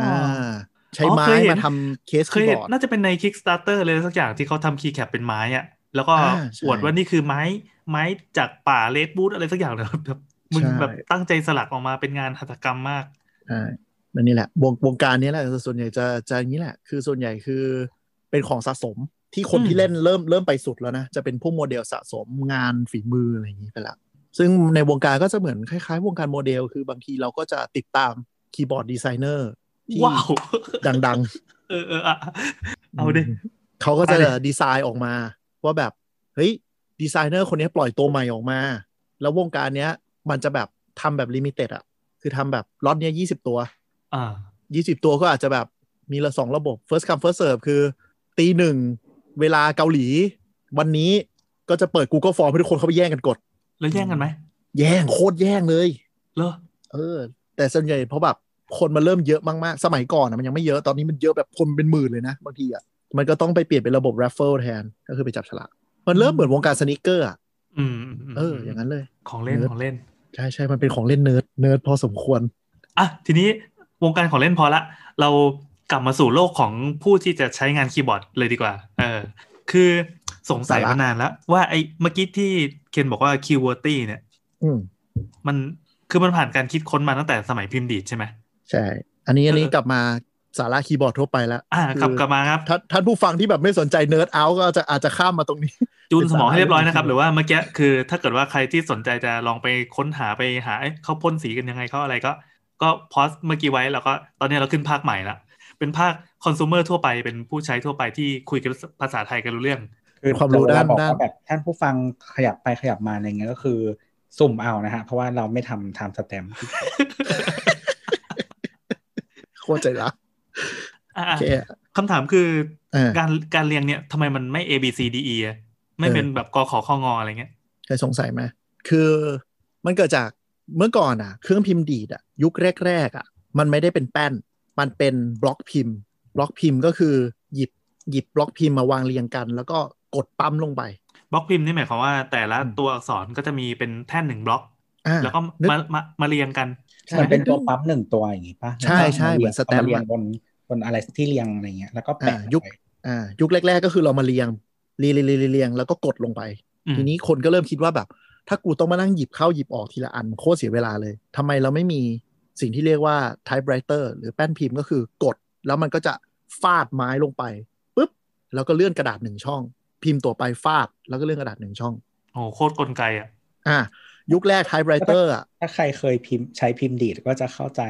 อ่า
อ่าใช้
อ๋อ
ไม้
เคยเห็น
มาทำเคส
เค
คี
ย
ย์บ
เห็น
อร์ด
น่าจะเป็นใน Kickstarter เลยสักอย่างที่เขาทำคีย์แคปเป็นไม้อะแล้วก็
อ่าใช่
อวดว่านี่คือไม้ไม้จากป่าเลดบูธอะไรสักอย่างเลยแบบมึง
ใช่
แบบตั้งใจสลักออกมาเป็นงานหัตถกรรมมาก
อ่านั่นนี่แหละวงวงการนี้แหละส่วนใหญ่จะจะอย่างนี้แหละ คือส่วนใหญ่คือเป็นของสะสมที่คน
อืม
ที่เล่นเริ่มเริ่มไปสุดแล้วนะ จะเป็นพวกโมเดลสะสมงานฝีมืออะไรอย่างนี้ไปละซึ่งในวงการก็จะเหมือนคล้ายๆ วงการโมเดล คือบางทีเราก็จะติดตามคีย์บอร์ดดีไซเนอร์ที่
ว้ *laughs* าว
ดังๆ
เออเอออ่ะเอาดิ
มเขาก็จะ
เอาดิ
ดีไซน์ออกมา ว่าแบบ เฮ้ย ดีไซเนอร์คนนี้ปล่อยตัวใหม่ออกมา แล้ววงการเนี้ย มันจะแบบทำแบบลิมิเต็ดอ่ะ คือทำแบบล็อตเนี้ยยี่สิบตัว
อ่า
ยี่สิบตัวก็อาจจะแบบมีละสองระบบ first come first serve คือตีหนึ่งเวลาเกาหลี วันนี้ ก็จะเปิด Google Form ให้ทุกคนเข้าไปแย่งกันกด
แล้วแย่งกันไหม
แย่งโคตรแย่งเลย
เหรอ
เออ แต่ส่วนใหญ่เพราะแบบคนมันเริ่มเยอะมากๆ สมัยก่อนอะมันยังไม่เยอะตอนนี้มันเยอะแบบคนเป็นหมื่นเลยนะบางทีอ่ะมันก็ต้องไปเปลี่ยนเป็นระบบ raffle แทนก็คือไปจับฉลากมันเริ่มเหมือนวงการสนิเกอร์อะ
อืมมม
เอออย่างนั้นเลย
ของเล่น
เนิร์ด
ของเล่น
ใช่ใช่มันเป็นของเล่นเนิร์ดเนิร์ดพอสมควร
อ่ะทีนี้วงการของเล่นพอละ เรากลับมาสู่โลกของผู้ที่จะใช้งานคีย์บอร์ดเลยดีกว่า เออ คือสงสัย
สาระ
มานานแล้ว ว่าไอ้เมื่อกี้ที่เคนบอกว่าคีย์เวิร์ตี้เนี่ย
อืม
มันคือมันผ่านการคิดค้นมาตั้งแต่สมัยพิมพ์ดีดใช่ไหม
ใช่ อันนี้อันนี้
เออ
กลับมาสาระคีย์บอร์ดทั่วไปแล้ว
อ่า
คื
กลับกลับมาครับ
ท่านท่านผู้ฟังที่แบบไม่สนใจเนิร์ดเอาก็อาจจะอาจจะข้ามมาตรงนี้ *laughs*
จูนสมองให้เรียบร้อยนะครับ
เป็นสาระ
หรือว่าเมื่อกี้คือ ถ้าเกิดว่าใครที่สนใจจะลองไปค้นหาไปหาเอ๊ะเขาพ่นสีกันยังไงเขาอะไรก็ ก็พอสเมื่อกี้ไว้แล้วก็ตอนนี้เราขึ้นภาคใหม่ละเป็นภาคคอน sumer ทั่วไปเป็นผู้ใช้ทั่วไปที่คุยกันภาษาไทยกันรู้เรื่อง
คือ
ความรู้ด้าน
เวลบอก
ด้าน
ว่แบบท่านผู้ฟังขยับไปขยับมาอะไรเงี้ยก็คือสุ่มเอานะฮะเพราะว่าเราไม่ทำไทม์สแตมป์
โคตรใจรัก
อ่ะ
โอเค
คำถามคือ
เออ
การการเรียงเนี่ยทำไมมันไม่ A B C D E อะไม่เป็นแบบกขอข้องออะไรเงี้ย
เคยสงสัยไหมคือมันเกิดจากเมื่อก่อนอ่ะ เครื่องพิมพ์ดีดอ่ะ ยุคแรกๆอ่ะ มันไม่ได้เป็นแป้น มันเป็นบล็อกพิมพ์ บล็อกพิมพ์ก็คือหยิบหยิบบล็อกพิมพ์มาวางเรียงกัน แล้วก็กดปั๊มลงไป
บล็อกพิมพ์นี่หมายความว่าแต่ละตัวอักษรก็จะมีเป็นแท่นหนึ่งบล็อก
อ่า
แล้วก็มามามาเรียงกัน
เหมือนเป็นตัวปั๊มหนึ่งตัวอย่างงี้ป่ะ
ใช่ใช่เหมือนสแตมป์
ป์เรีย
อะ
งบนบนอะไรที่เรียงอะไรเงี้ยแล้วก็แปะ
อ่ายุค อ่ายุคแรก ๆ ก็คือเรามาเรียงเรียงเรียงเรียงเรียงแล้วก็กดลงไป
อืม
ทีนี้คนก็เริ่มคิดว่าแบบ ถ้ากูต้องมานั่งหยิบเข้าหยิบออกทีละอันโคตรเสียเวลาเลยทำไมเราไม่มีสิ่งที่เรียกว่า typewriter หรือแป้นพิมพ์ก็คือกด แล้วมันก็จะฟาดไม้ลงไปปุ๊บแล้วก็เลื่อนกระดาษหนึ่งช่อง พิมพ์ตัวไปฟาดแล้วก็เลื่อนกระดาษหนึ่งช่อง
โอ้โหโคตรกลไกอ่ะ
อ่ะยุคแรก typewriter อ่ะ
ถ้าใครเคยพิมพ์ใช้พิมพ์ดีดก็จะเข้าใจ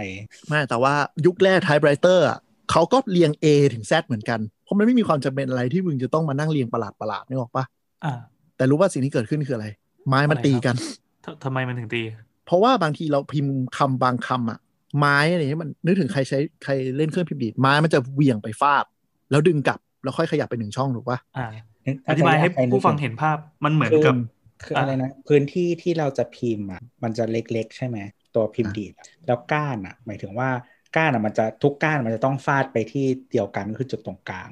ไม่แต่ว่ายุคแรก typewriter อ่ะเขาก็เรียง A ถึง Z เหมือนกันเพราะมันไม่มีความจำเป็นอะไรที่มึงจะต้องมานั่งเรียงประหลาดประหลาดๆนึกออกปะ
อ่า
แต่รู้ว่าสิ่งที่เกิดขึ้นคืออะไร ไม้มัน
อะไรครับ
ตีกัน
ททำไมมันถึงตี
เพราะว่าบางทีเราพิมพ์คำบางคำอ่ะ ไม้อะไรเงี้ยมันนึกถึงใครใช้ใครเล่นเครื่องพิมพ์ดีดไม้มันจะเหวี่ยงไปฟาด แล้วดึงกลับ แล้วค่อยขยับไปหนึ่งช่องถูกปะ
อ่า อธิบายให้ผู้ฟังเห็นภาพมันเหมือนกับ
คืออะไรนะ พื้นที่ที่เราจะพิมพ์อ่ะมันจะเล็กๆ ใช่ไหมตัวพิมพ์ดีดอะแล้วก้านอ่ะ หมายถึงว่าก้านอ่ะมันจะทุกก้านมันจะต้องฟาดไปที่เดียวกันก็คือจุดตรงกลาง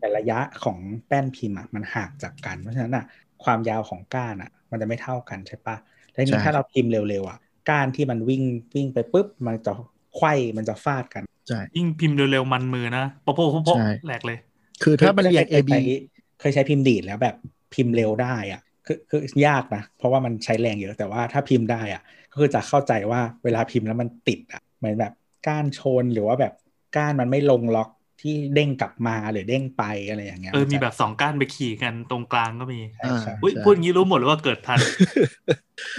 แต่ระยะของแป้นพิมพ์อ่ะมันห่างจากกัน เพราะฉะนั้นอ่ะความยาวของก้านอ่ะ มันจะไม่เท่ากันใช่ปะแล้วที
ใช่
นี้ถ้าเราพิมพ์เร็วๆอ่ะก้านที่มันวิ่งวิ่งไปปุ๊บมันจะไขว้มันจะฟาดกัน
ใช่
ยิ่งพิมพ์เร็วๆมันมือนะโป๊ะโป๊ะโป๊ะโป๊ะ
ใช่
แหลกเลย
คือถ้ามันเรียง A B
เคใช้เคยใช้พิมพ์ดีดแล้วแบบพิมพ์เร็วได้อ่ะคือคือยากนะเพราะว่ามันใช้แรงเยอะแต่ว่าถ้าพิมพ์ได้อ่ะก็คือจะเข้าใจว่าเวลาพิมพ์แล้วมันติดอ่ะเหมือนแบบก้านชนหรือว่าแบบก้านมันไม่ลงล็อกที่เด้งกลับมาหรือเด้งไปอะไรอย่างเงี้ย
เออมีแบบสองก้านไปขี่กันตรงกลางก็มี
ใช่ใช่
อุ้ย
ใช่
พูดอย่างนี้รู้หมดเลยว่าเกิดทัน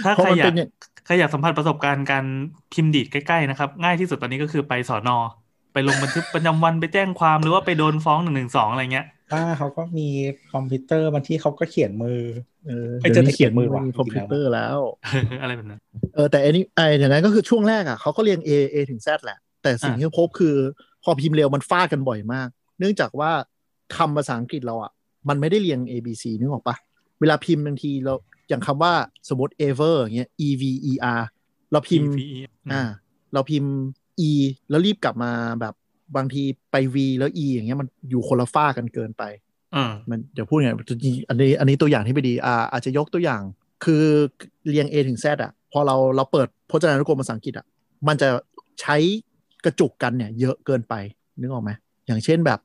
ถ้า
เพราะ
ใคร
มัน
อยา
เป็
ก
นอย่าง
ใครอยากสัมผัสประสบการณ์การพิมพ์ดีดใกล้ๆนะครับ ง่ายที่สุดตอนนี้ก็คือไปสอนอ ไปลงบันทึก *laughs* ประจำวันไปแจ้งความหรือว่าไปโดนฟ้องหนึ่งหนึ่งสองอะไรเงี้ย *laughs*
ป้าเขาก็มีคอมพิวเตอร์บางที่เขาก็เขียนมือ
เออ
ไอ้
เดี๋ย
เจ้าว
นี้เขียนมือ
เขียนมือว่ะ
มีคอมพิวเตอร์แล้ว
อะไรแบบนั้น
เออแต่อันนี้ไออย่างนั้นก็คือช่วงแรกอ่ะเขาก็เรียง A A ถึง Z แหละ แต่สิ่งที่พบคือพอพิมพ์เร็วมันฟาดกันบ่อยมาก เนื่องจากว่าคำภาษาอังกฤษเราอ่ะ มันไม่ได้เรียง A B C นึกออกปะเวลาพิมพ์บางทีเราอย่างคำว่าสมมติ ever อย่างเงี้ย E V E R เราพิมพ์
PVE ม
อ่าเราพิมพ์ E แล้วรีบกลับมาแบบบางทีไป V แล้ว E อย่างเงี้ยมันอยู่คนละฝ้ากันเกินไป
อ่า
มันเดี๋ยวพูดไงจริงๆอันนี้อันนี้ตัวอย่างที่ไม่ดีอ่าอาจจะยกตัวอย่าง คือเรียง A ถึง Z อ่ะ พอเราเราเปิดพจนานุกรมภาษาอังกฤษอ่ะ มันจะใช้กระจุกกันเนี่ย เยอะเกินไป นึกออกไหม อย่างเช่นแบบ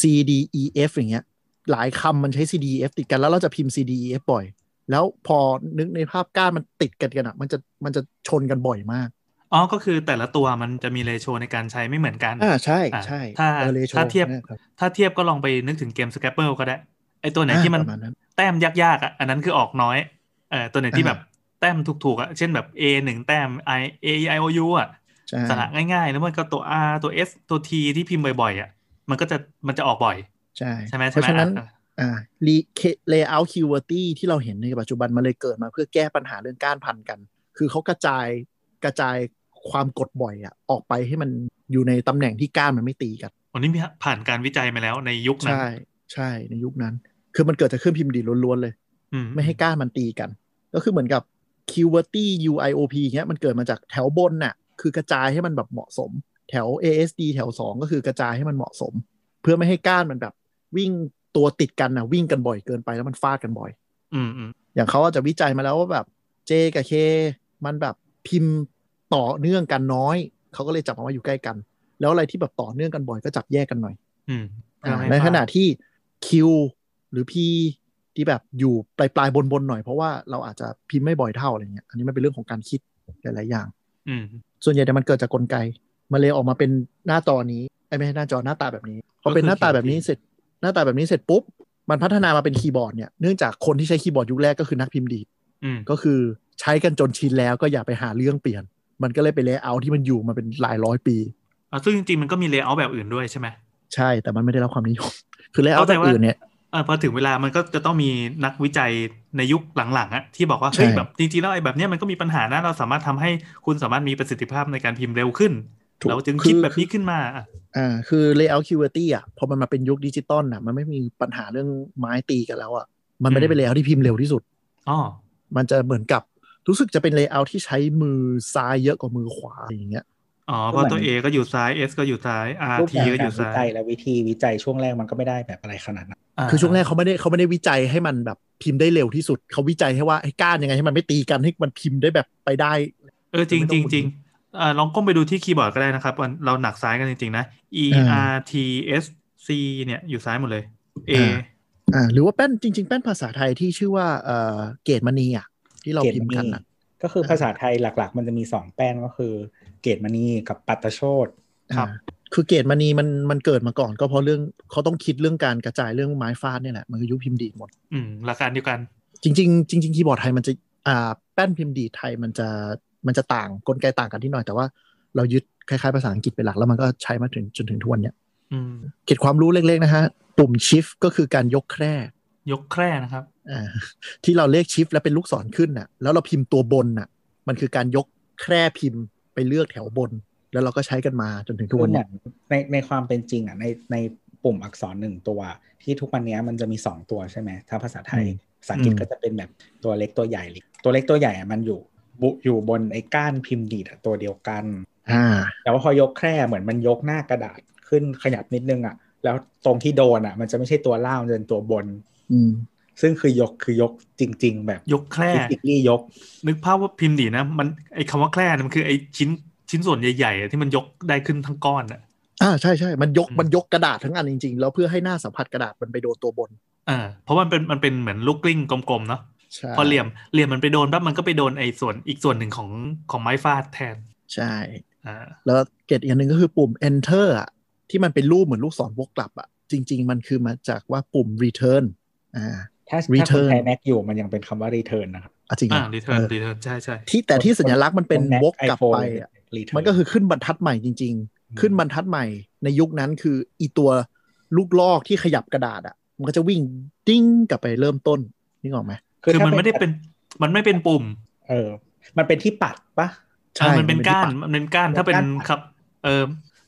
C D E F อย่างเงี้ย หลายคำมันใช้ C D E F ติดกันแล้วเราจะพิมพ์ C D E F บ่อย แล้วพอนึกในภาพก้านมันติดกันกันอ่ะ มันจะมันจะชนกันบ่อยมาก
อ๋อก็คือแต่ละตัวมันจะมีเรโชในการใช้ไม่เหมือนกัน
อ่าใช่
อ่ะ
ใช่
ถ้า
ออ ratio
ถ้าเทียบ
นะครับ
ถ้าเทียบก็ลองไปนึกถึงเกมสแครปเปิลก็ได้ ไอตัวไหน
อ่า
ที่มัน
ประาณ
แต้มยากๆอ่ะอันนั้นคือออกน้อยเออตัวไหนที่
อ่า
แบบแต้มถูกๆอ่ะเช่นแบบ A หนึ่งแต้ม I A E I O U อ่ะ
ใช่
สระง่ายๆ แล้วมันก็ตัว R ตัว S ตัว T ที่พิมพ์บ่อยๆอ่ะมันก็จะมันจะออกบ่อย
ใช่
ใช่ไหม
เพ
ใช่ไห
ราะฉะ
ม
นั้น
อ่ะ
อ่ารีเคเลเยอร์คิวเวอร์ตี้ที่เราเห็นในปัจจุบันมันเลยเกิดมาเพื่อแก้ปัญหาเรื่องก้านพันกัน คือเขากระจายกระจายความกดบ่อยอะออกไปให้มันอยู่ในตำแหน่งที่ก้านมันไม่ตีกัน
วันนี้มีผ่านการวิจัยมาแล้วในยุคนั้น
ใช่ใช่ในยุคนั้น คือมันเกิดจากเครื่องพิมพ์ดีดล้วนๆเลย
อื
ไม่ให้ก้านมันตีกัน ก็คือเหมือนกับ q u t UIOP เงี้ยมันเกิดมาจากแถวบนน่ะ คือกระจายให้มันแบบเหมาะสม แถว ASD แถว 2 ก็คือกระจายให้มันเหมาะสม เพื่อไม่ให้ก้านมันแบบวิ่งตัวติดกันนะวิ่งกันบ่อยเกินไปแล้วมันฟาดกันบ่อย
อืมอืม
อย่างเขาอาจจะวิจัยมาแล้วว่าแบบ J กับ K มันแบบพิมพ์ต่อเนื่องกันน้อย เขาก็เลยจับออกมาอยู่ใกล้กัน แล้วอะไรที่แบบต่อเนื่องกันบ่อยก็จับแยกกันหน่อย
อืม
อ่าในขณะที่ Q หรือ P ที่แบบอยู่ปลายปลายบนบนๆหน่อยเพราะว่าเราอาจจะพิมพ์ไม่บ่อยเท่าอะไรเงี้ยอันนี้มันเป็นเรื่องของการคิดหลายๆอย่าง
อืม
ส่วนใหญ่แต่ยมันเกิดจากกลไก มันเลยออกมาเป็นหน้าจอนี้เอ้ยไม่ใช่หน้าจอหน้าตาแบบนี้พอเป็นหน้าตาแบบนี้เสร็จหน้าตาแบบนี้เสร็จปุ๊บ มันพัฒนามาเป็นคีย์บอร์ดเนี่ยเนื่องจากคนที่ใช้คีย์บอร์ดยุคแรกก็คือนักพิมพ์ดีด
อืม
ก็คือใช้กันจนชินแล้วก็อย่าไปหาเรื่องเปลี่ยน มันก็เลยไปเลเยอร์ที่มันอยู่มาเป็นหลายร้อยปี
อ่าซึ่งจริงๆมันก็มีเลเยอร์แบบอื่นด้วยใช่ไหม
ใช่แต่มันไม่ได้รับความนิยม คือเลเยอร์แบบอื่นเนี่ย
เออพอถึงเวลามันก็จะต้องมีนักวิจัยในยุคหลังๆอะที่บอกว่า
ใช่
เฮ้ยแบบจริงๆแล้วไอ้แบบเนี้ยมันก็มีปัญหานะเราสามารถทำให้คุณสามารถมีประสิทธิภาพในการพิมพ์เร็วขึ้น
ถูก
เราจึงคิดแบบนี้ขึ้นมาอะ
อ่าคือ layout QWERTY อ่ะพอมันมาเป็นยุคดิจิตอลน่ะมันไม่มีปัญหาเรื่องไม้ตีกันแล้วอ่ะมันไม่ได้เป็น layout ที่พิมพ์เร็วที่สุด
อ๋อ
มันจะเหมือนกับรู้สึกจะเป็น layout ที่ใช้มือซ้ายเยอะกว่ามือขวาอย่างเงี้ย
อ๋อเพราะตัว A ก็อยู่ซ้าย S ก็อยู่ซ้าย R
รูป
T
แบบา
ก็อกยู่
รวิ
ซ้า
จั
ย
ยและวิธีวิจัยช่วงแรกมันก็ไม่ได้แบบอะไรขนาดนั้น
า
คือช่วงแรกเขาไม่ได้เขาไม่ได้วิจัยให้มันแบบพิมพ์ได้เร็วที่สุด เขาวิจัยให้ว่าไอ้ก้านยังไงให้มันไม่ตีกันให้มันพิมพ์ได้แบบไปได้
เออจริง
ไม่
จ
ต้
ริ
องห
ง
มุน
จริงเออลองก้มไปดูที่คีย์บอร์ดก็ได้นะครับวันเราหนักซ้ายกันจริงๆนะ E
อ่า
R T S C เนี่ยอยู่ซ้ายหมดเลย A
อ่า อ่าหรือว่าแป้นจริง ๆ แป้นภาษาไทยที่ชื่อว่าเอ่อเกตมณีอ่ะที่เรา
เกรด
พิมพ์กัน
ม
อ่ะ
ณีก็คือภาษาไทยหลักๆ มันจะมีสองแป้นก็คือ เกรดมณีกับปัตตโชต
ครับ
อ่าคือเกตมณีมันมันเกิดมาก่อน ก็เพราะเรื่องเขาต้องคิดเรื่องการกระจายเรื่องไม้ฟาดเนี่ยแหละมันคือยุคพิมพ์ดีดหมด
อืมหลักการเดียวกัน
จริง ๆ จริงๆคีย์บอร์ดไทยมันจะอ่าแป้นพิมพ์ดีดไทยมันจะมันจะต่างกลไกต่างกันที่หน่อยแต่ว่าเรายึดคล้ายๆภาษาอังกฤษเป็นหลักแล้วมันก็ใช้มาถึงจนถึงทุกวันเนี่ย
อืม
เกตความรู้เล็กๆนะฮะปุ่มชิฟก็คือการยกแคร่
ยกแคร่นะครับ
อ่าที่เราเลขชิฟแล้วเป็นลูกศรขึ้นน่ะแล้วเราพิมพ์ตัวบนน่ะมันคือการยกแคร่พิมพ์ไปเลือกแถวบน แล้วเราก็ใช้กันมาจนถึงทุ
คื
ก
อ
วั
นเหมื
เนี่
อย นในในความเป็นจริงอ่ะในในปุ่มอักษรหนึ่งตัว ที่ทุกวันนี้มันจะมีสองตัวใช่ไหมถ้าภาษาไทยภาษาอังกฤษก็จะเป็นแบบตัวเล็กตัวใหญ่เลยตัวเล็กตัวใหญ่อะมันอยู่บุอยู่บนไอ้ก้านพิมพ์ดีดอะตัวเดียวกัน
อ่า
แต่ว่าพอยกแคร่เหมือนมันยกหน้ากระดาษขึ้นขยับนิดนึงอ่ะแล้วตรงที่โดนอ่ะมันจะไม่ใช่ตัวล่างมันจะเป็นตัวบน
อืม
ซึ่งคือยกคือยกจริง ๆ แบบ
ยกแคร่
ฟิสิกลี่ยก
นึกภาพว่าพิมพ์ดีนะ มันไอคำว่าแคร่เนี่ยมันคือไอชิ้นชิ้นส่วนใหญ่ๆอะที่มันยกได้ขึ้นทั้งก้อนอ่ะ
อ่าใช่ใช่มันยก
อืม
มันยกกระดาษทั้งอันจริงๆ แล้วเพื่อให้หน้าสัมผัสกระดาษมันไปโดนตัวบน
เออเพราะมันเป็นมันเป็นเหมือนลูกกลิ้งกลมๆเนาะ
ใช่
พอเหลี่ยมเหลี่ยมมันไปโดนปั๊บมันก็ไปโดนไอส่วนอีกส่วนหนึ่งของของไม้ฟาดแทน
ใช่
อ่า
แล้วเกตอีกอันหนึ่งก็คือปุ่ม enter อ่ะที่มันเป็นรูปเหมือนลูกศรวกกลับอ่ะจริง ๆ มันคือมาจากว่าปุ่ม return อ่า
ถ้าถ้าคน
Return
ไทยแม็กอยู่มันยังเป็นคำว่า return นะครับ
อ่ะจริงเหร
อ่า
อ
รีเทิร์น
เอ
รี
อ
เทิร์นใช่ใช่
ที่แต่ที่สัญลักษณ์มันเป็น
ค Mac
วกกลับไป
iPhone
อ่ะ
return
มันก็คือขึ้นบรรทัดใหม่จริง ๆ ขึ้นบรรทัดใหม่ในยุคนั้นคืออีตัวลูกลอกที่ขยับกระดาษอ่ะมันก็จะวิ่งดิ้งกลับไปเริ่มต้นนึกออกไหม
คือมันไม่ได้เป็นมันไม่เป็นปุ่ม
เออ มันเป็นที่ปัดปะ
เออมันเป็นก้าน
ที่ปัด
มันเป็นก้านถ้าเป็น
ก้านปัด
ครับเออ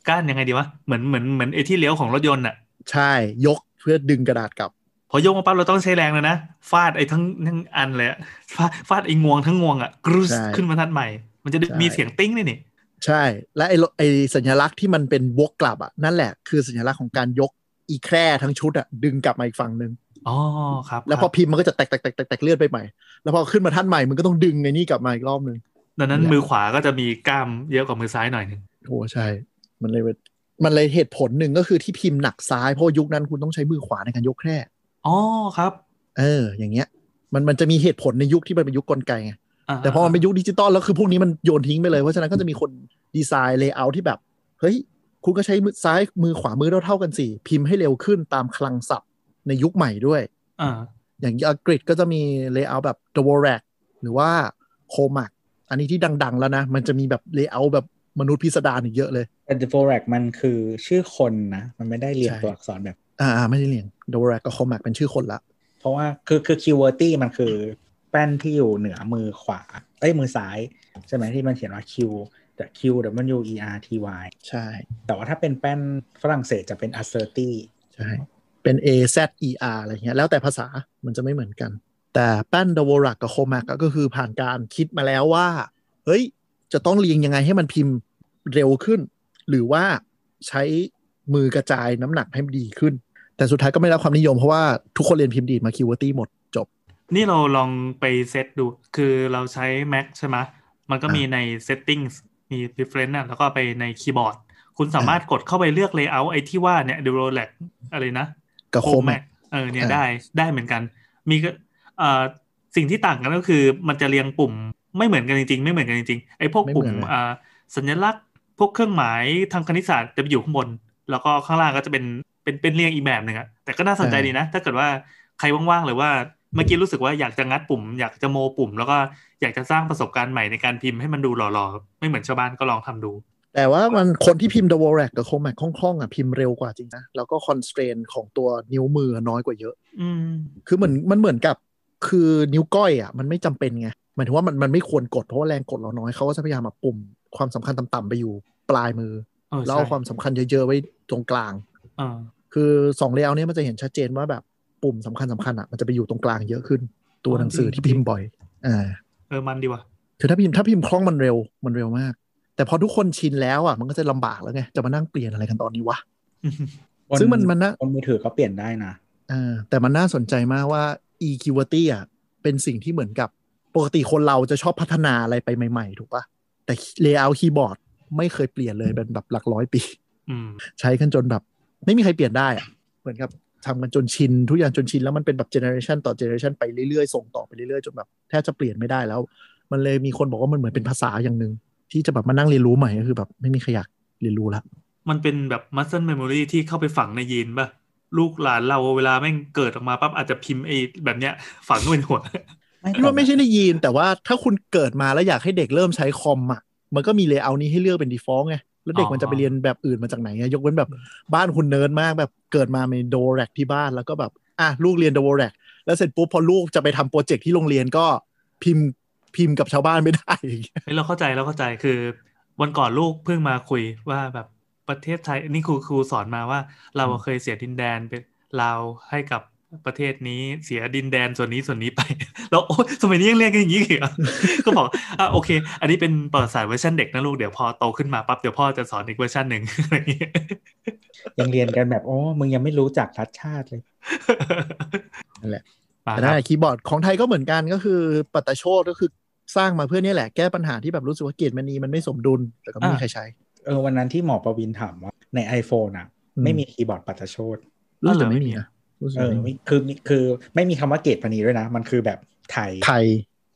ก้านยังไงดีวะเหมือนเหมือนเหมือนไอที่เลี้ยวของรถยนต์อ่ะ
ใช่ยกเพื่อดึงกระดาษกลับ
พอยกมาปั๊บเราต้องใช้แรงเลยนะฟาดไอทั้งทั้งอันเลยอะ *laughs* ฟาดฟาดไองวงทั้งงวงอ่ะกรุส
ใช่
ขึ้นบรรทัดใหม่ มันจะได้
ใช่
มีเสียงติ้งด้วยนี่
ใช่ และไอ้โลไอ้สัญลักษณ์ที่มันเป็นวกกลับอ่ะนั่นแหละคือสัญลักษณ์ของการยกอีแคร่ทั้งชุดอ่ะดึงกลับมาอีกฝั่งหนึ่ง
อ๋อครับ
แล้วพอ
ครับ
พิมพ์มันก็จะแตกแตกแตกแตกแตกเลื่อนไปใหม่ แล้วพอขึ้นมาท่านใหม่มันก็ต้องดึงในนี่กลับมาอีกรอบหนึ่ง
ดัง
นั่
นั้น
นแหละ
มือขวาก็จะมีกล้ามเยอะกว่ามือซ้ายหน่อยหนึง
โอ้ใช่ มันเลยเป็นมันเลยเหตุผลหนึ่งก็คือที่พิมพ์หนักซ้ายเพราะยุคนั้นคุณต้องใช้มือขวาในการยกแคร่
อ๋อครับ
เออ อย่างเงี้ยมันมันจะมีเหตุผลในยุคที่มันเป็นยุคกลไกไง
า
แต่พอมันเป็นยุคดิจิตอลแล้วคือพวกนี้มันโยนทิ้งไปเลยเพราะฉะนั้นก็จะมีคนดีไซน์เลเยอร์ที่แบบ เฮ้ย คุณก็ใช้มือซ้ายมือขวามือเท่าๆกันสิ พิมพ์ให้เร็วขึ้นตามคลังศัพท์ในยุคใหม่ด้วย
อ่า
อย่างอังกฤษก็จะมีเลเยอร์แบบ d w o r a c หรือว่าโคมักอันนี้ที่ดังๆแล้วนะ มันจะมีแบบเลเยอร์แบบมนุษย์พิสดารอีกเยอะเลย
แต่ d e v o r a c มันคือชื่อคนนะ มันไม่ได้เรียง
ใช่
ตัวอักษรแบบ
อ่าๆไม่ได้เรียง d w o r a c กับโคมักเป็นชื่อคนละ
เพราะว่าคือคือ keywordty มันคือแป้นที่อยู่เหนือมือขวาเอ้ยมือซ้าย ใช่ไหมที่มันเขียนว่า Q แต่ Q W E R T Y
ใช่
แต่ว่าถ้าเป็นแป้นฝรั่งเศสจะเป็น asserty
ใช่เป็น A Z E R อะไรเงี้ยแล้วแต่ภาษามันจะไม่เหมือนกัน แต่ แต่แป้นดวรักกับโคมักก็คือผ่านการคิดมาแล้วว่า เฮ้ย จะต้องเรียงยังไงให้มันพิมพ์เร็วขึ้น หรือว่าใช้มือกระจายน้ำหนักให้มันดีขึ้น แต่สุดท้ายก็ไม่ได้รับความนิยมเพราะว่าทุกคนเรียนพิมพ์ดีดมาคิวเวอร์ตี้หมดจบ
นี่เราลองไปเซตดู คือเราใช้ Mac ใช่ไหมมันก็มีใน Settings มี Preference น่ะแล้วก็ไปในคีย์บอร์ด คุณสามารถกดเข้าไปเลือก Layout ไอ้ที่ว่าเนี่ยดูโรแลกอะไรนะ
กับโคมัก
Mac เออเนี่ย
อ่า
ได้ได้เหมือนกัน มีก็เอ่อสิ่งที่ต่างกันก็คือมันจะเรียงปุ่มไม่เหมือนกันจริงๆ ไม่เหมือนกันจริงๆไอ้พวกปุ่ม
ไม่เหมือนเลย
อ่าสัญลักษณ์ พวกเครื่องหมายทางคณิตศาสตร์จะไปอยู่ข้างบน แล้วก็ข้างล่างก็จะเป็นเป็นเป็นเรียงอีกแบบหนึ่งอะแต่ก็น่าสนใจดีนะ ถ้าเกิดว่าใครว่างๆหรือว่าเมื่อกี้รู้สึกว่าอยากจะงัดปุ่ม อยากจะโมปุ่ม แล้วก็อยากจะสร้างประสบการณ์ใหม่ในการพิมพ์ให้มันดูหล่อๆ ไม่เหมือนชาวบ้านก็ลองทำดู
แต่ว่ามันคนที่พิมพ์ The w a r a c กับ Comac คล่องๆอ่ะพิมพ์เร็วกว่าจริงนะ แล้วก็ constraint ของตัวนิ้วมือน้อยกว่าเยอะ
อืม
คือเหมือนมันเหมือนกับคือนิ้วก้อยอ่ะมันไม่จำเป็นไงหมายถึงว่ามันมันไม่ควรกดเพราะว่าแรงกดเราน้อยเขาก็จะพยายามมาปุ่มความสำคัญต่ำๆไปอยู่ปลายมือ
เออ
แล้ว
ใช่
เอาความสำคัญเยอะๆไว้ตรงกลาง
เออ
คือสองเลเยอร์เนี้ยมันจะเห็นชัดเจนว่าแบบปุ่มสำคัญสำคัญๆอ่ะมันจะไปอยู่ตรงกลางเยอะขึ้น ตัวหนังสือที่พิมพ์บ่อยอ่า
เออมันดีว่ะ *laughs*
คือถ้าพิมพ์ถ้าพิมพ์คล่องมันเร็วมันเร็วมาก แต่พอทุกคนชินแล้วอ่ะมันก็จะลำบากแล้วไงจะมานั่งเปลี่ยนอะไรกันตอนนี้วะ ซึ่งมันมันนะ
บนมือถือก็เปลี่ยนได้นะ
อ่าแต่มันน่าสนใจมากว่า e q u i t y อ่ะเป็นสิ่งที่เหมือนกับปกติคนเราจะชอบพัฒนาอะไรไปใหม่ ๆ ถูกปะแต่ layout คีย์บอร์ดไม่เคยเปลี่ยนเลยเป็นแบบหลักร้อยปี
อืม
ใช้กันจนแบบ ไม่มีใครเปลี่ยนได้อะเหมือนกับทำกันจนชิน ทุกอย่างจนชิน แล้วมันเป็นแบบเจเนอเรชันต่อเจเนอเรชันไปเรื่อยๆ ส่งต่อไปเรื่อยๆ จนแบบแทบจะเปลี่ยนไม่ได้แล้ว มันเลยมีคนบอกว่ามันเหมือนเป็นภาษาอย่างหนึ่งที่จะแบบมานั่งเรียนรู้ใหม่ก็คือแบบไม่มีใครอยากเรียนรู้ละ
มันเป็นแบบ muscle memory ที่เข้าไปฝังในยีนป่ะ ลูกหลานเราเวลาแม่งเกิดออกมาปั๊บอาจจะพิมพ์ไอ้แบบเนี้ย ฝังไว้ในหัว *laughs*
พี่ว่าไม่ใช่ในยีน แต่ว่าถ้าคุณเกิดมาแล้วอยากให้เด็กเริ่มใช้คอมอ่ะมันก็มีเลเยอร์นี้ให้เลือกเป็นดีฟอลต์ไงแล้วเด็ก
อ๋อ
มันจะไปเรียนแบบอื่นมาจากไหนไงยกเว้นแบบบ้านคุณเนิร์ดมากแบบเกิดมาในโดแรกที่บ้านแล้วก็แบบอ่ะลูกเรียนโดแรกแล้วเสร็จปุ๊บพอลูกจะไปทำโปรเจกต์ที่โรงเรียนก็พิมพ์พิมพ์กับชาวบ้านไม่ได้อย่างเงี้ย
เฮ้ยเราเข้าใจเราเข้าใจคือ วันก่อนลูกเพิ่งมาคุยว่าแบบประเทศไทยนี่ครูครูสอนมาว่า เราเคยเสียดินแดนเป็นลาวให้กับประเทศนี้เสียดินแดนส่วนนี้ส่วนนี้ไป *laughs* แล้วโอ๊ยสมัยนี้ยังเรียกกันอย่างนี้อีกเหร *laughs* อ ก็บอกอ่ะโอเค อันนี้เป็นประวัติศาสตร์เวอร์ชันเด็กนะลูกเดี๋ยวพอโตขึ้นมาปั๊บเดี๋ยวพ่อจะสอนอีกเวอร์ชันหนึ่งอะไรอย่างเงี้ย
ยังเรียนกันแบบโอ้มึงยังไม่รู้จักรัฐชาติเลย
*laughs* มา
แต่
ค
นั่น
รับ
แหละคีย์บอร์ดของไทยก็เหมือนกันก็คือปัตตโชดก็คือสร้างมาเพื่อเนี่ยแหละแก้ปัญหาที่แบบรู้สึกว่าเกียรติมณีมันไม่สมดุลแต่ก็ไม่มีใครใช้
เออวันนั้นที่หมอประวินถามว่าใน iPhone อ่ะ
อืม
ไม่มีคีย์บอร์ดปัตตโชด
รู้สึกไม่มีนะรู้สึก
เออ
ไม่มี
ไม่คือคือไม่มีคำว่าเกตปณีด้วยนะ มันคือแบบไทย
ไทย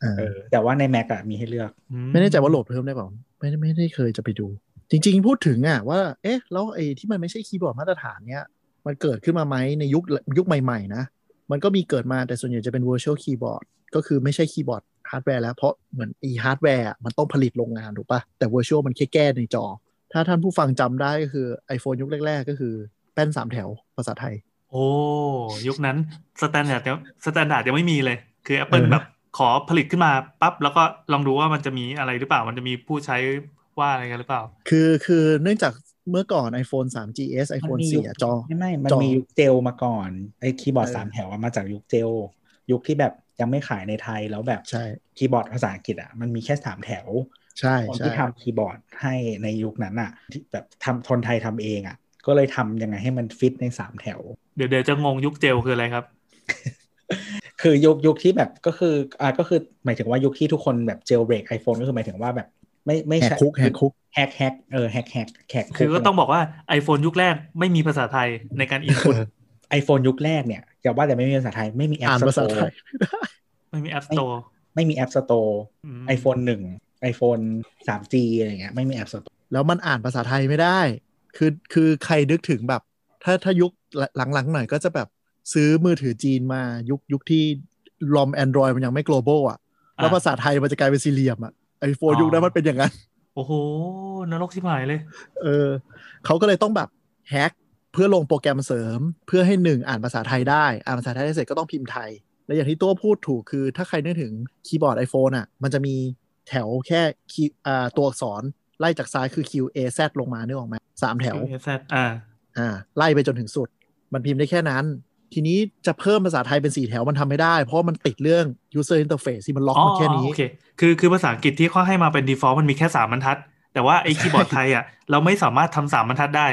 อ่า
เออแต่ว่าใน Mac อะมีให้เลือก
อื
ไม่แน่ใจว่าโหลดเพิ่มได้เปล่าไม่ได้ไม่ได้เคยจะไปดู จริง ๆ พูดถึงอ่ะว่า เอ๊ะ แล้วไอ้ที่มันไม่ใช่คีย์บอร์ดมาตรฐานเนี้ยมันเกิดขึ้นมาไหมในยุคยุคใหม่ ๆ นะ มันก็มีเกิดมาแต่ส่วนใหญ่จะเป็น virtual keyboard ก็คือไม่ใช่คีย์บอร์ดฮาร์ดแวร์แล้ว เพราะเหมือนอีฮาร์ดแวร์มันต้องผลิตโรงงานถูกปะแต่ virtual มันแค่แก้ในจอ ถ้าท่านผู้ฟังจำได้ก็คือ iPhone ยุคแรก ๆ ก็คือแป้นสามแถวภาษาไทย
โอ้ ยุคนั้นสแตนดาร์ดยังสแตนดาร์ดยังไม่มีเลย คือ
เอ
Apple
อ
แบบขอผลิตขึ้นมาปั๊บ แล้วก็ลองดูว่ามันจะมีอะไรหรือเปล่า มันจะมีผู้ใช้ว่าอะไรกันหรือเปล่า
คือคือเนื่องจากเมื่อก่อน iPhone 3GS
มั
iPhone
นมี
4อ่ะจอ
ไม่ไม่มัน
จอ
มียุคเจลมาก่อนไอ้คีย์บอร์ด
เออ
สามแถวอะมาจากยุคเจลยุคที่แบบยังไม่ขายในไทยแล้วแบบ
ใช่
คีย์บอร์ดภาษาอังกฤษอ่ะมันมีแค่สามแถว
ใช่
คน
ใช่
ที่ทำคีย์บอร์ดให้ในยุคนั้นอ่ะที่แบบทำคนไทยทำเองอ่ะ ก็เลยทำยังไงให้มันฟิตในสามแถว
เดี๋ยวเดี๋ยวจะงงยุคเจลคืออะไรครับ
คือยุคยุคที่แบบก็คืออ่าก็คือหมายถึงว่ายุคที่ทุกคนแบบเจลเบรก iPhone ก็คือหมายถึงว่าแบบไม่ไม่ใช่
แหกคุกแหกคุก
แฮกแฮกเออแฮกแฮกแฮก
คือก็ต้องบอกว่า iPhone ยุคแรกไม่มีภาษาไทยในการอินพุต
ไอโฟนยุคแรกเนี่ยอย่าว่าแต่ไม่มีภาษาไทยไม่มีแอป
อ่าน
ส
ภา
โต
ษาไท
ร์
ย
ไม่มี App Store
ไม่มีแอปสโตร์
ม
ไอโฟนหนึ่งไอโฟนสามจีอะไรเงี้ยไม่มีแอปสโตร์
แล้วมันอ่านภาษาไทยไม่ได้ คือ คือใครนึกถึงแบบ ถ้า ถ้ายุคหลังๆ หน่อยก็จะแบบซื้อมือถือจีนมา ยุค ยุคที่ลอม Android มันยังไม่ global อ่ะ แล้วภาษาไทยมันจะกลายเป็นสี่เหลี่ยมอ่ะ ไอโฟนยุคนั้นมันเป็นอย่างนั้น
โอ้โห นรกชิบหายเลย
เออ เขาก็เลยต้องแบบแฮกเพื่อลงโปรแกรมเสริม เพื่อให้หนึ่งอ่านภาษาไทยได้ อ่านภาษาไทยได้เสร็จก็ต้องพิมพ์ไทย และอย่างที่ตัวพูดถูกคือ ถ้าใครนึกถึงคีย์บอร์ด iPhone อ่ะ มันจะมีแถวแค่คีย์อ่าตัวอักษรไล่จากซ้ายคือ Q A Z ลงมานึกออกไหมสามแถว
Z อ่า
อ่าไล่ไปจนถึงสุด มันพิมพ์ได้แค่นั้น ทีนี้จะเพิ่มภาษาไทยเป็นสี่แถวมันทำไม่ได้ เพราะมันติดเรื่อง user interface ที่มันล็อกมาแค่นี้
โอเค คือคือภาษาอังกฤษที่เขาให้มาเป็น default มันมีแค่สามบรรทัด แต่ว่าไอ้คีย์บอร์ดไทยอ่ะเราไม่สามารถทำสามบรรทัดได้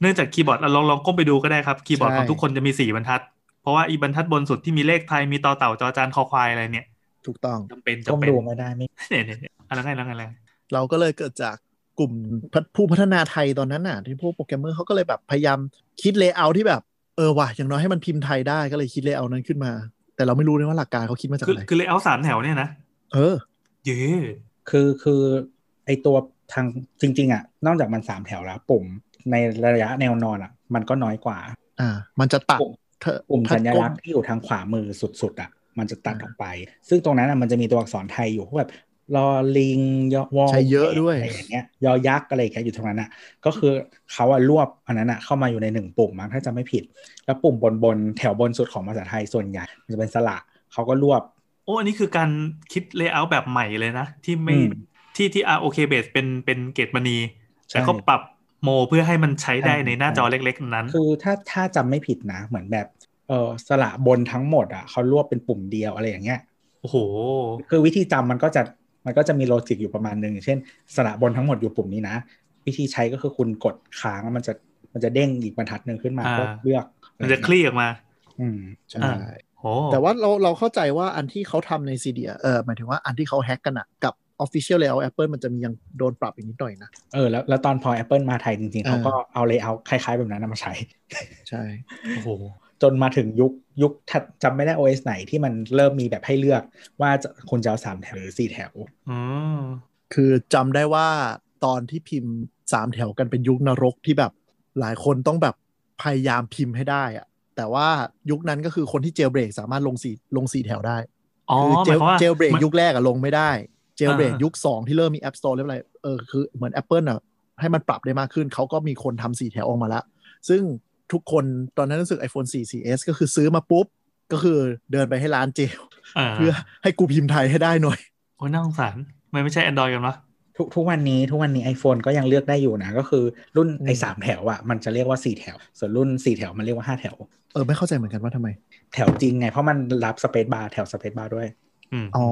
เนื่องจากคีย์บอร์ดอ่ะลองลองก้มไปดูก็ได้ครับ คีย์บอร์ด
ใช่
ของทุกคนจะมีสี่บรรทัด เพราะว่าอีบรรทัดบนสุดที่มีเลขไทยมีต่อเต่าจอจานคอควายอะไรเนี่ย
ถูกต้อง
จำเป็นจำ
ก้ม
เป็น
ดูไม่ได้ไม่
เนี่ยเนี่ยเนี่ยอะไรไงแล้วไงแล้วไง
เราก็เลยเกิดจากกลุ่มพัฒผู้พัฒนาไทยตอนนั้นน่ะ ที่พวกโปรแกรมเมอร์เขาก็เลยแบบพยายามคิดเลเยอร์ที่แบบ เออว่ะอย่างน้อยให้มันพิมพ์ไทยได้ก็เลยคิดเลเยอร์นั้นขึ้นมา แต่เราไม่รู้เลยว่าหลักการเขาคิดมาจาก
คือ
อะไร
คือเลเยอร์สามแถวเนี่ยนะ
เออ
เย้
คือคือไอตัวทางจริง ๆ อ่ะ นอกจากมันสามแถวแล้วปุ่มในระยะแนวนอนอ่ะ มันก็น้อยกว่า
อ่า มันจะตัด
ปุ่ม
เธอ
ปุ่ม
ถ้า
สัญ
ก้
ลักษณ์ที่อยู่ทางขวามือสุดๆอ่ะมันจะตัด
อ่า
ออกไป ซึ่งตรงนั้นอ่ะมันจะมีตัวอักษรไทยอยู่พวกแบบลอลิงยอวอ
ใช้เยอะด้วย
อะไรอย่างเงี้ยยอยักษ์อะไรอย่างเงี้ยอยู่ตรงนั้นอ่ะ ก็คือเขาอ่ะรวบอันนั้นอ่ะเข้ามาอยู่ในหนึ่งปุ่มมั้งถ้าจะไม่ผิด แล้วปุ่มบนบนๆแถวบนสุดของภาษาไทยส่วนใหญ่ มันจะเป็นสระเขาก็รวบ
โอ้อันนี้คือการคิดเลเยอร์แบบใหม่เลยนะ ที่ไม่
อืม
ที่ที่อ่ะโอเคเบสเป็นเป็นเกตมณี
ใช่
แต่ก็ปรับโมเพื่อให้มันใช้ได้
ใช่
ในหน้าจอเล็ก ๆ นั้น
คือถ้าถ้าจำไม่ผิดนะ เหมือนแบบเออสระบนทั้งหมดอ่ะเขารวบเป็นปุ่มเดียวอะไรอย่างเงี้ย
โอ้โห
คือวิธีจำมันก็จะมันก็จะมีโลจิกอยู่ประมาณหนึ่งอย่างเช่น สระบนทั้งหมดอยู่ปุ่มนี้นะ วิธีใช้ก็คือคุณกดค้างแล้วมันจะมันจะเด้งอีกบรรทัดหนึ่งขึ้นมา
อ่า
เพื่อเลือก
มันจะคลี่ออกมา
อืม
ใช่
อ่า โอ้
แต่ว่าเราเราเข้าใจว่าอันที่เขาทำในซีเดียเออหมายถึงว่าอันที่เขาแฮ็กกันอะกับ Official Layout Apple มันจะมียังโดนปรับอีกนิดหน่อยนะ
เออแล้วแล้วตอนพอ Apple มาไทยจริงๆ
อ่า
เขาก็เอาเลเยอร์คล้ายๆ แบบนั้นนะมาใช้
ใช่
โอ้โห
จนมาถึงยุคยุคถัดจำไม่ได้ OS ไหนที่มันเริ่มมีแบบให้เลือกว่าจะคุณจะเอาสามแถวหรือสี่แถว
อืม
คือจำได้ว่าตอนที่พิมพ์สามแถวกันเป็นยุคนรกที่แบบหลายคนต้องแบบพยายามพิมพ์ให้ได้อะแต่ว่ายุคนั้นก็คือคนที่เจลเบรกสามารถลงสีลงสีแถวได้
อ๋อ
คือเจล
หมายความว่า
เจลเบรกยุคแรกอะลงไม่ได้ เจลเบรก
อ่า
ยุ
ยุ
ค 2 ที่เริ่มมี App Store เรียบร้อยเออคือเหมือน Apple อะให้มันปรับได้มากขึ้น เขาก็มีคนทำสีแถวออกมาละ ซึ่งทุกคนตอนนั้นรู้สึก iPhone 4 4S ก็คือซื้อมาปุ๊บ ก็คือเดินไปให้ร้านเจล
อ่า
เพื่อให้กูพิมพ์ไทยให้ได้หน่อย
โอ้ยน่าสงสารมันไม่ใช่ Android กันวะ
ทุกทุกวันนี้ทุกวันนี้ iPhone ก็ยังเลือกได้อยู่นะ ก็คือรุ่น
อืม
ไอ้สามแถวอ่ะมันจะเรียกว่าสี่แถว ส่วนรุ่นสี่แถวมันเรียกว่าห้าแถว
เออไม่เข้าใจเหมือนกันว่าทำไม
แถวจริงไง เพราะมันรับสเปซบาร์แถวสเปซบาร์ด้วย
อืม
อ๋อ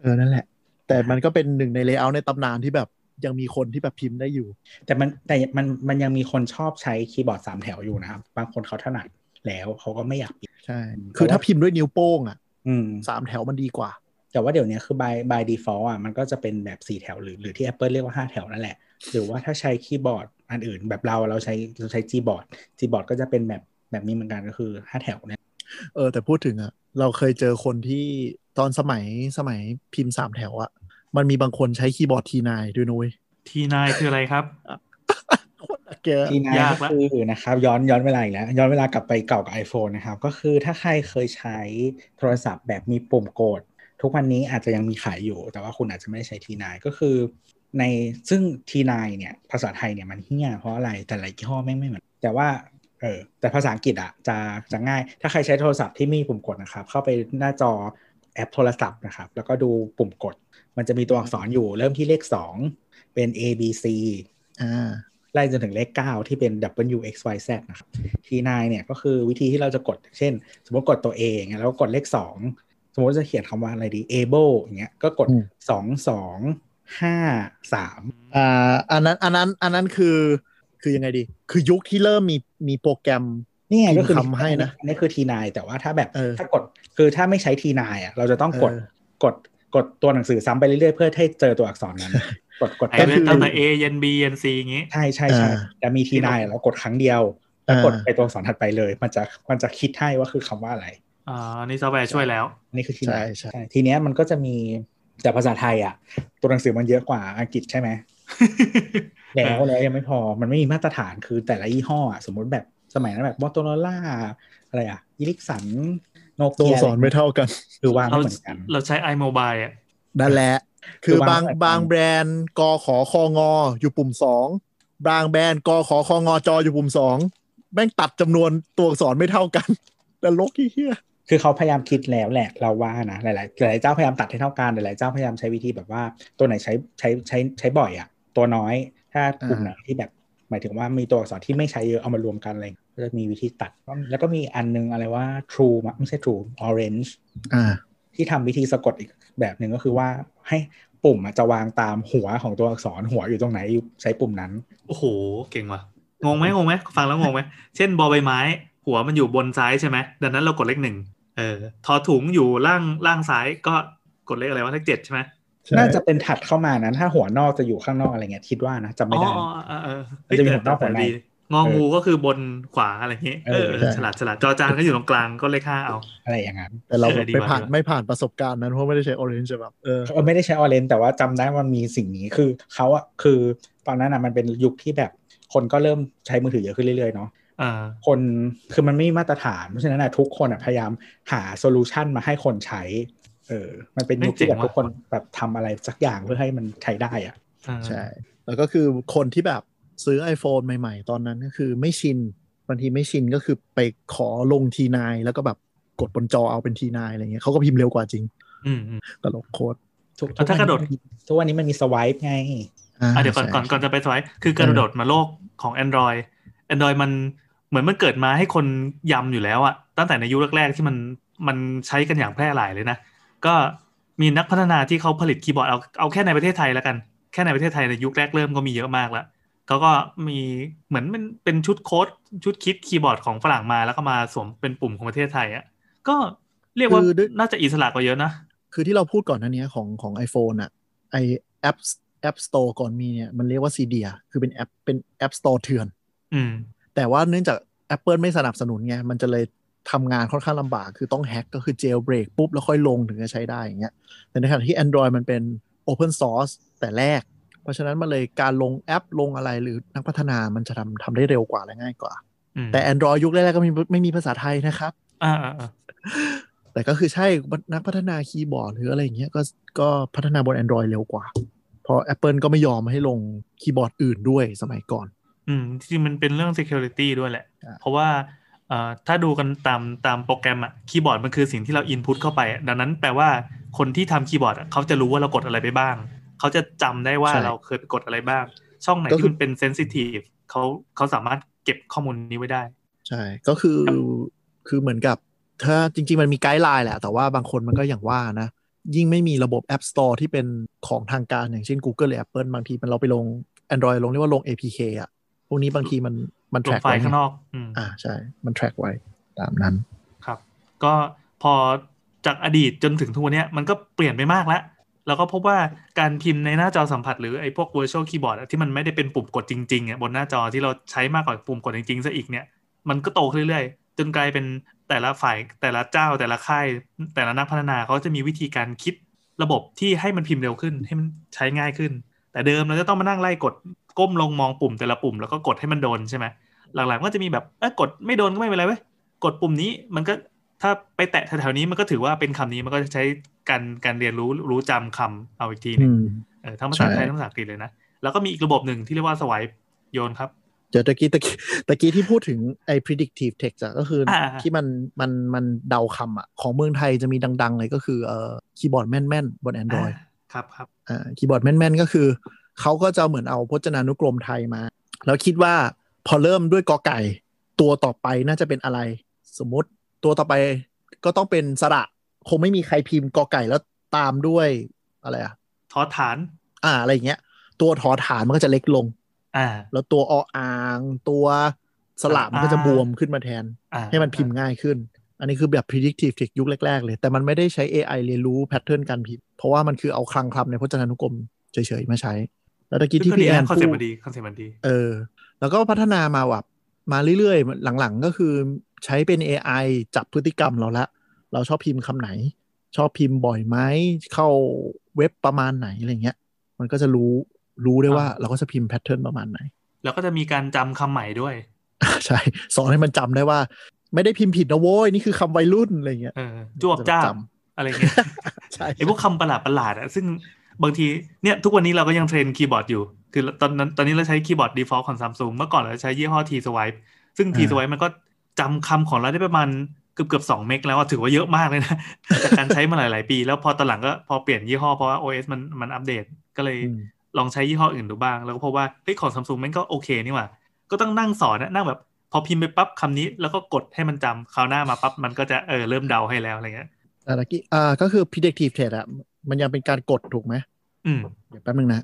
เออ นั่นแหละ แต่มันก็เป็นหนึ่งในเลเยอร์ในตำนานที่แบบยังมีคนที่แบบพิมพ์ได้อยู่
แต่มันแต่มันมันยังมีคนชอบใช้คีย์บอร์ดสามแถวอยู่นะครับ บางคนเขาถนัดแล้วเขาก็ไม่อยากเปลี่ยน
ใช่
อืม
คือถ้าพิมพ์ด้วยนิ้วโป้งอ่ะ
อืม
สามแถวมันดีกว่า
แต่ว่าเดี๋ยวนี้คือ by by default อ่ะมันก็จะเป็นแบบสี่แถวหรือหรือที่ Apple เรียกว่าห้าแถวนั่นแหละ หรือว่าถ้าใช้คีย์บอร์ดอันอื่นแบบเราเราใช้เราใช้ Gboard Gboard ก็จะเป็นแบบแบบนี้เหมือนกันก็คือห้าแถวเนี่ย
เออแต่พูดถึงอะเราเคยเจอคนที่ตอนสมัยสมัยพิมพ์สามแถวอะมันมีบางคนใช้คีย์บอร์ดทีนายด้วยนุ้ย
ทีนายคืออะไรครับ
โคตรน่าเกลียด
ทีนาย
าก
ก็
ละ
คือนะครับย้อนย้อนเวลาอีกแล้ว ย้อนเวลากลับไปเก่ากับ iPhone นะครับก็คือถ้าใครเคยใช้โทรศัพท์แบบมีปุ่มกด ทุกวันนี้อาจจะยังมีขายอยู่ แต่ว่าคุณอาจจะไม่ได้ใช้ T9 ก็คือ ในซึ่ง T9 เนี่ยภาษาไทยเนี่ยมันเฮี้ยเพราะอะไรแต่ละยี่ห้อแม่งไม่เหมือน แต่ว่าเออแต่ภาษาอังกฤษอะจะจะง่าย ถ้าใครใช้โทรศัพท์ที่มีปุ่มกดนะครับ เข้าไปหน้าจอแอปโทรศัพท์นะครับแล้วก็ดูปุ่มกด มันจะมีตัวอักษรอยู่เริ่มที่เลข 2 เป็น A B C
อ่า
ไล่จนถึงเลข 9 ที่เป็น W X Y Z นะครับ T9 เนี่ยก็คือวิธีที่เราจะกด เช่น สมมติกดตัว A อย่างเงี้ยแล้วก็กดเลข 2 สมมติจะเขียนคำว่าอะไรดี able อย่างเงี้ยก็กด 2 2 5 3
อ่าอันนั้นอันนั้นอันนั้นคือคือยังไงดี คือยุคที่เริ่มมีมีโปรแกรม
นี่ไงก็คือ
ทำให้นะ
อันนี่คือ T9 แต่ว่าถ้าแบบ
เออ
ถ้ากดคือถ้าไม่ใช้ T9 อ่ะเราจะต้องกด
เออ
กดกดตัวหนังสือซ้ำไปเรื่อยๆ เพื่อให้เจอตัวอักษรนั้น กดกด
ไอ้
ก็
เรื่
คือ อง
ตั้งแต่ A ยัน B ยัน C อย่างงี้
ใช่ใช่ใช่
อ่า
แต่มี T9 เรากดครั้งเดียวแล้วกดไปตัวอักษรถัดไปเลย มันจะมันจะคิดให้ว่าคือคำว่าอะไร
อ่าอันนี่ซอฟต์แวร์ช่วย *laughs* แล้ว
อันนี้คือที่ไหน
ใช่ใช่
ทีเนี้ยมันก็จะมีแต่ภาษาไทยอ่ะ ตัวหนังสือมันเยอะกว่าอังกฤษใช่ไหมแล้วแล้วยังไม่พอมันไม่มีมาตรฐานคือแต่ละยี่ห้ออ่ะสมมติแบบสมัยนั้นแบบมอเตอร์ล่าอะไรอ่ะยิลิกสันโน
ตั
เกี
วย สอนไม่เท่ากัน
คือวาง
เรา
ไม่เหมือนกัน
เราใช้ iMobile อ่ะ
นั่นแหละ
คื
คือ อ
วาง
บาง
ไว้ก่อน
บางแบรนด์กอขอคองออยู่ปุ่มสองบางแบรนด์กอขอคองอจออยู่ปุ่มสองแม่งตัดจำนวนตัวอักษรไม่เท่ากัน *laughs* แต่ลกที่เฮีย
คือเขาพยายามคิดแล้วแหละเราว่านะหลายๆหลายๆเจ้าพยายามตัดให้เท่ากันหลายๆเจ้าพยายามใช้วิธีแบบว่าตัวไหนใช้ใช้ใช้ใช้บ่อยอ่ะตัวน้อยถ้ากลุ่มไหนที่แบบหมายถึงว่ามีตัวอักษรที่ไม่ใช้เยอะเอามารวมกันอะไรอย่างเงี้ย ก็จะมีวิธีตัด แล้วก็มีอันนึงอะไรว่า true มั้งไม่ใช่ true orange
อ่า
ที่ทำวิธีสะกดอีกแบบหนึ่งก็คือว่าให้ปุ่มอะจะวางตามหัวของตัวอักษรหัวอยู่ตรงไหนใช้ปุ่มนั้น
โอ้โห เก่งว่ะ งงไหมงงไหมฟังแล้วงงไหม เช่นบอใบไม้ หัวมันอยู่บนซ้ายใช่ไหม ดังนั้นเรากดเลขหนึ่ง เออ ทอถุงอยู่ล่างล่างซ้ายก็กดเลขอะไรวะเลขเจ็ดใช่ไหม
น่าจะเป็นถัดเข้ามานั้น ถ้าหัวนอกจะอยู่ข้างนอกอะไรเงี้ยคิดว่านะจำ
อ๋
ไม่
อ
ได้
อ๋อเออเออ
มันจะมีหัวนอกหัว
แต่
ใน
ดีงองูก็คือบนขวาอะไรอย่างเงี้ยเออ
เออ
เออฉลาดฉลาดจอจานก็อยู่ตรงกลางก็เลขห้าเอา
อะไรอย่างนั้น
แต่เรา
เออดี
ไป
ว่ะ
ผ่าน
ดีว่ะ
ไม่ผ่านประสบการณ์นั้นเพราะไม่ได้ใช้ Orange แบบเออ
เออไม่ได้ใช้ออเรนแต่ว่าจำได้ว่ามีสิ่งนี้คือเขาอะคือตอนนั้นอะมันเป็นยุคที่แบบคนก็เริ่มใช้มือถือเยอะขึ้นเรื่อยๆเนาะ
เออ
คนคือมันไม่มีมาตรฐานเพราะฉะนั้นนะทุกคนอะพยายามหาโซลูชันมาให้คนใช้ เออ มันเป็นยุคที่แบบ
เฮ้ยเจ๋งว่ะ
ทุกคนแบบทำอะไรสักอย่างเพื่อให้มันใช้ได้อะ
เออ
ใช่ แล้วก็คือคนที่แบบซื้อ iPhone ใหม่ๆ ตอนนั้นก็คือไม่ชินบางทีไม่ชินก็คือไปขอลงทีนายแล้วก็แบบกดบนจอเอาเป็นทีนายอะไรเงี้ยเขาก็พิมพ์เร็วกว่าจริง
อืมอืม
ตลกโคตร
ทุก
อ่ะถ้ากระโดด
ทุกวันนี้มันมีสวายไง
า
อ่ะเดี๋ยวก่อนก่อนก่อนจะไปสไว้คือกระโดดมาโลกของ Android Android มันเหมือนมันเกิดมาให้คนยำอยู่แล้วอะตั้งแต่ในยุคแรกๆ ที่มันมันใช้กันอย่างแพร่หลายเลยนะ ก็มีนักพัฒนาที่เขาผลิตคีย์บอร์ดเอาเอาแค่ในประเทศไทยแล้วกัน แค่ในประเทศไทยในยุคแรกเริ่มก็มีเยอะมากละเขาก็มีเหมือนมันเป็นชุดโค้ดชุดคิดคีย์บอร์ดของฝรั่งมาแล้วก็มาสวมเป็นปุ่มของประเทศไทยอะก็เรียกว่าน่าจะอิสระกว่าเยอะนะ
คือที่เราพูดก่อนหนั้นเนี้ยของของ iPhone อ่ะไอแอปแอป Store ก่อนมีเนี่ยมันเรียกว่า c d เดียคือเป็นแอปเป็นแอป Store เถื่อน
อืม
แต่ว่าเนื่องจาก Apple ไม่สนับสนุนไง มันจะเลยทำงานค่อนข้างลำบาก คือต้องแฮ็กก็คือเจลเบรกปุ๊บ แล้วค่อยลงถึงจะใช้ได้อย่างเงี้ย แต่ในขณะที่ Android มันเป็น Open Source แต่แรก เพราะฉะนั้นมันเลยการลงแอปลงอะไรหรือนักพัฒนามันจะทำทำได้เร็วกว่าและง่ายกว่า
อืม
แต่ Android ยุคแรกๆก็ไม่ไม่มีภาษาไทยนะครับ
อ่าอ่าอ่า
แต่ก็คือใช่นักพัฒนาคีย์บอร์ดหรืออะไรอย่างเงี้ยก็ก็พัฒนาบน Android เร็วกว่า เพราะ Apple ก็ไม่ยอมให้ลงคีย์บอร์ดอื่นด้วยสมัยก่อน
อืมจริงๆมันเป็นเรื่อง security ด้วยแหละ
อ่ะ
เพราะว่าเอ่อถ้าดูกันตามตามโปรแกรมอะคีย์บอร์ดมันคือสิ่งที่เราอินพุตเข้าไปอะดังนั้นแปลว่าคนที่ทำคีย์บอร์ดอะเขาจะรู้ว่าเรากดอะไรไปบ้าง เขาจะจำได้ว่า
ใช่
เราเคยไปกดอะไรบ้าง ช่องไหน
ก็คื
ที่
อ
มันเป็น sensitive เขาเขาสามารถเก็บข้อมูลนี้ไว้ได้
ใช่ ก็คือ
ครับ
คือเหมือนกับ ถ้าจริง ๆ มันมีไกด์ไลน์แหละ แต่ว่าบางคนมันก็อย่างว่านะ ยิ่งไม่มีระบบ App Store ที่เป็นของทางการอย่างเช่น Google หรือ Apple บางทีมันเราไปลง Android ลงเรียกว่าลง APK อะพวกนี้บางทีมันมัน
ล
แทร็
ง
ก
ไฟล์ข้างนอกอืม
อ่าใช่ มันแทร็กไว้ตามนั้น
ครับก็พอจากอดีตจนถึงทุกวันเนี้ยมันก็เปลี่ยนไปมากแล้ว แล้วก็พบว่าการพิมพ์ในหน้าจอสัมผัสหรือไอ้พวก virtual keyboard อะที่มันไม่ได้เป็นปุ่มกดจริงๆอะบนหน้าจอที่เราใช้มากกว่าปุ่มกดจริงๆซะอีกเนี่ยมันก็โตขึ้นเรื่อยๆ จนกลายเป็นแต่ละฝ่ายแต่ละเจ้าแต่ละค่าย แต่ละนักพัฒนาเขาจะมีวิธีการคิดระบบที่ให้มันพิมพ์เร็วขึ้นให้มันใช้ง่ายขึ้น แต่เดิมเราจะต้องมานั่งไล่กดก้มลงมองปุ่มแต่ละปุ่มแล้วก็กดให้มันโดนใช่ไหมหลังๆก็จะมีแบบเอยกดไม่โดนก็ไม่เป็นไรเว้ย กดปุ่มนี้มันก็ถ้าไปแตะแถวๆนี้มันก็ถือว่าเป็นคำนี้มันก็จะใช้การการเรียนรู้รู้จำคำเอาอีกทีหนึ
อื
ง
ม
เออทั้งภาษา
ใช่
ไทยทั้งภาษาอังกฤษเลยนะ แล้วก็มีอีกระบบหนึ่งที่เรียกว่าสวายโยนครับ
เดี๋ยวตะกี้ตะกี้ตะกี้ที่พูดถึงไอ้ predictive text อะก็คืออา
อ่า
ที่มันมันมันเดาคำอะของเมืองไทยจะมีดัง ๆ เลยก็คือเอ่อคีย์บอร์ดแม่นๆบน Android
อ่าครับครับ
อ่าคีย์บอร์ดแม่นๆ ก็คือเขาก็จะเหมือนเอาพจนานุกรมไทยมา แล้วคิดว่าพอเริ่มด้วยกอไก่ ตัวต่อไปน่าจะเป็นอะไร สมมติตัวต่อไปก็ต้องเป็นสระ คงไม่มีใครพิมพ์กอไก่แล้วตามด้วยอะไรอะ
ทอฐาน
อ่าอะไรอย่างเงี้ย ตัวถอฐานมันก็จะเล็กลง
อ่า
แล้วตัวออ่างตัวสระมันก็จะบวมขึ้นมาแทน
อ่า
ให้มันพิมพ์ง่ายขึ้น อันนี้คือแบบ predictive text ยุคแรก ๆ เลย แต่มันไม่ได้ใช้ AI เรียนรู้แพทเทิร์นการพิมพ์ เพราะว่ามันคือเอาคลังคำในพจนานุกรมเฉย ๆ มาใช้ แล้วตะกี้ที่
ก็ดี
พี่แอน
นะคอน
พู
เซ็ป
ด
ต์มันดีคอนเซ็ปต์มันดี
เออ แล้วก็พัฒนามาแบบมาเรื่อย ๆ หลัง ๆ ก็คือใช้เป็น AI จับพฤติกรรมเราละ เราชอบพิมพ์คำไหน ชอบพิมพ์บ่อยไหมเข้าเว็บประมาณไหนอะไรเงี้ย มันก็จะรู้รู้ได้ว่า
อ่า
เราก็จะพิมพ์แพทเทิร์นประมาณไหน *laughs*
แล้วก็จะมีการจำคำใหม่ด้วย
ใช่สอนให้มันจำได้ว่า ไม่ได้พิมพ์ผิดนะโว้ยนี่คือคำวัยรุ่นอะไรเงี้ย
เออจวบจ้าบ
จำ
อะไรเงี้ย
ใช่
ไอ้พวกคำประหลาดประหลาดๆอะซึ่งบางทีเนี่ยทุกวันนี้เราก็ยังเทรนคีย์บอร์ดอยู่ คือตอนนั้นตอนนี้เราใช้คีย์บอร์ด default ของ Samsung เมื่อก่อนเราใช้ยี่ห้อ T Swipe ซึ่ง T
อ่า
Swipe มันก็จำคำของเราได้ประมาณเกือบเกือบสองเมกแล้วอะถือว่าเยอะมากเลยนะ *laughs* จากการใช้มาหลาย ๆ ปี แล้วพอตอนหลังก็พอเปลี่ยนยี่ห้อเพราะว่า OS มันมันอัปเดตก็เลย
อืม
ลองใช้ยี่ห้ออื่นดูบ้าง แล้วก็พบว่าเฮ้ยของซัมซุงมันก็โอเคนี่หว่า ก็ต้องนั่งสอนนะนั่งแบบ พอพิมพ์ไปปั๊บคำนี้แล้วก็กดให้มันจำคราวหน้ามาปั๊บมันก็จะเออเริ่มเดาให้แล้วอะไรเงี้ย
แต่ละกี้อ่าก็คือ predictive trade อะมันยังเป็นการกดถูกไหม
อืม
เดี๋ยวแป๊บนึงนะ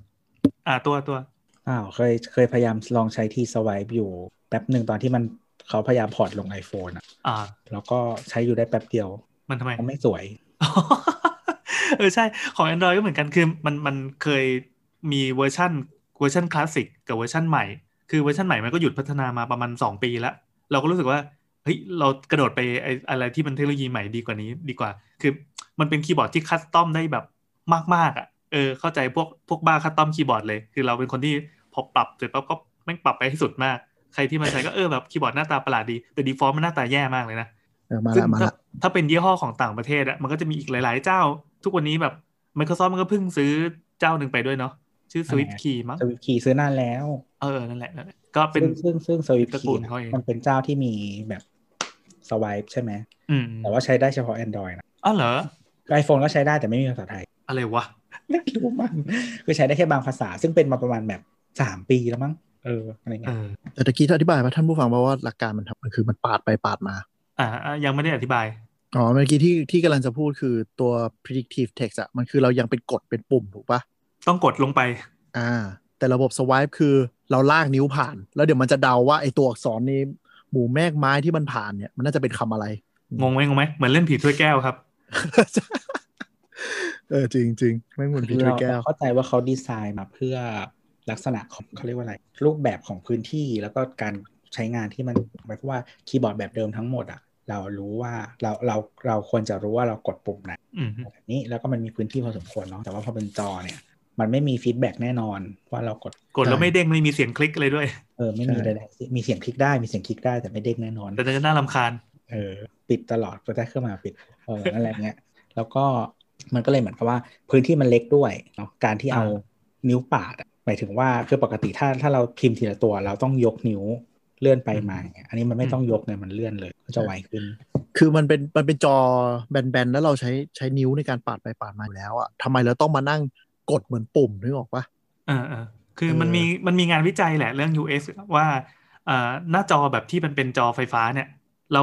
อ่าตัวตัว
อ้าวเคยเคยพยายามลองใช้ที่สวายอยู่แป๊บหนึ่งตอนที่มันเขาพยายามพอร์ตลง iPhone อะ
อ่า
แล้วก็ใช้อยู่ได้แป๊บเดียว
มันทำไม
เขาไม่สวย
อ๋อ *laughs* เออใช่ของ Android ก็เหมือนกันคือมันมันเคยมีเวอร์ชันเวอร์ชันคลาสสิกกับเวอร์ชันใหม่ คือเวอร์ชันใหม่มันก็หยุดพัฒนามาประมาณ 2 ปีแล้วเราก็รู้สึกว่าเฮ้ยเรากระโดดไปไอ้อะไรที่มันเทคโนโลยีใหม่ดีกว่านี้ดีกว่า คือมันเป็นคีย์บอร์ดที่คัสตอมได้แบบมาก ๆอ่ะเออเข้าใจพวกพวกบ้าคัสตอมคีย์บอร์ดเลย คือเราเป็นคนที่พอปรับเสร็จปั๊บก็แม่งปรับไปให้สุดมาก ใครที่มาใช้ก็เออแบบคีย์บอร์ดหน้าตาประหลาดดีแต่ดีฟอลต์มันหน้าตาแย่มากเลยนะ
เออมา
ซึ่
ละ
ง
มา
ถ้า
ละ
ถ้าเป็นยี่ห้อของต่างประเทศอะมันก็จะมีอีกหลาย ๆ เจ้า ทุกวันนี้แบบ Microsoft มันก็เพิ่งซื้อเจ้าหนึ่งไปด้วยเนาะชื่อ Swift
อ่า
Key มั้ง
สวิฟคีซื้อนานแล้ว
เออนั่นแหละนั่นแหละ ก็เป็น
ซึ่งซึ่งซึ่งสวิฟ
ตระกู
คี
ลเขาเอง
มันเป็นเจ้าที่มีแบบสวายใช่ไหม
อืม
แต่ว่าใช้ได้เฉพาะ Android นะ
อ๋อเหรอ
ไอโฟนก็ใช้ได้แต่ไม่มีภาษาไทย *laughs*
อะไรวะ
ไม่รู้มัน คือใช้ได้แค่บางภาษา ซึ่งเป็นมาประมาณแบบสามปีแล้วมั้งเอออะไร
เอ
เงี้ย
อ
แต่ตะกี้ที่อธิบายว่าท่านผู้ฟังว่าว่าหลักการมันทำมันคือมันปาดไปปาดมา
อ่าอ่ายังไม่ได้อธิบาย
อ๋อเมื่อกี้ที่ที่กำลังจะพูดคือตัว predictive text อะมันคือเรายังเป็นกดเป็นปุ่มถูกปะ
ต้องกดลงไป
อ่า แต่ระบบ swipe คือเราลากนิ้วผ่าน แล้วเดี๋ยวมันจะเดาว่าไอตัวอักษรนี้หมู่แมกไม้ที่มันผ่านเนี่ย มันน่าจะเป็นคำอะไร *laughs*
งงไหมงงไหมเหมือนเล่นผีถ้วยแก้วครับ
เออจริงจริงไม่เหมือน
*laughs*
พี
คือ
ท
เรา
แก้ว
เราเข้าใจว่าเขาดีไซน์มาเพื่อลักษณะของเขาเรียกว่าอะไร รูปแบบของพื้นที่แล้วก็การใช้งานที่มันหมายความว่าคีย์บอร์ดแบบเดิมทั้งหมดอะเรารู้ว่าเราเราเราควรจะรู้ว่าเรากดปุ่มไหน
อืม
แบบนี้แล้วก็มันมีพื้นที่พอสมควรเนาะแต่ว่าพอเป็นจอเนี่ย มันไม่มีฟีดแบ็กแน่นอนว่าเรากด
กดแล้วไม่เด้งไม่มีเสียงคลิกเลยด้วย
เออไม่มี
ใช่
ใดๆมีเสียงคลิกได้มีเสียงคลิกได้แต่ไม่เด้งแน่นอน
แต่จะน่ารำคาญ
เออปิดตลอดก็ได้เครื่องมาปิดเออนั่นแหละเงี้ยแล้วก็มันก็เลยเหมือนกับว่าพื้นที่มันเล็กด้วยเนาะการที่เอา
อ่า
นิ้วปาดอะหมายถึงว่าคือปกติถ้าถ้าเราพิมพ์ทีละตัว เราต้องยกนิ้วเลื่อนไปมาอย่างเงี้ยอันนี้มันไม่ต้องยกเลยมันเลื่อนเลยก็จะไวขึ้น
คือมันเป็นมันเป็นจอแบนๆ แล้วเราใช้ใช้นิ้วในการปาดไปปาดมาอยู่แล้วอะทำไมเราต้องมานั่งกดเหมือนปุ่มนึกออกปะ
เออเออคือ
เออ
มันมีมันมีงานวิจัยแหละเรื่อง US ว่าเอ่อหน้าจอแบบที่มันเป็นจอไฟฟ้าเนี่ย เรา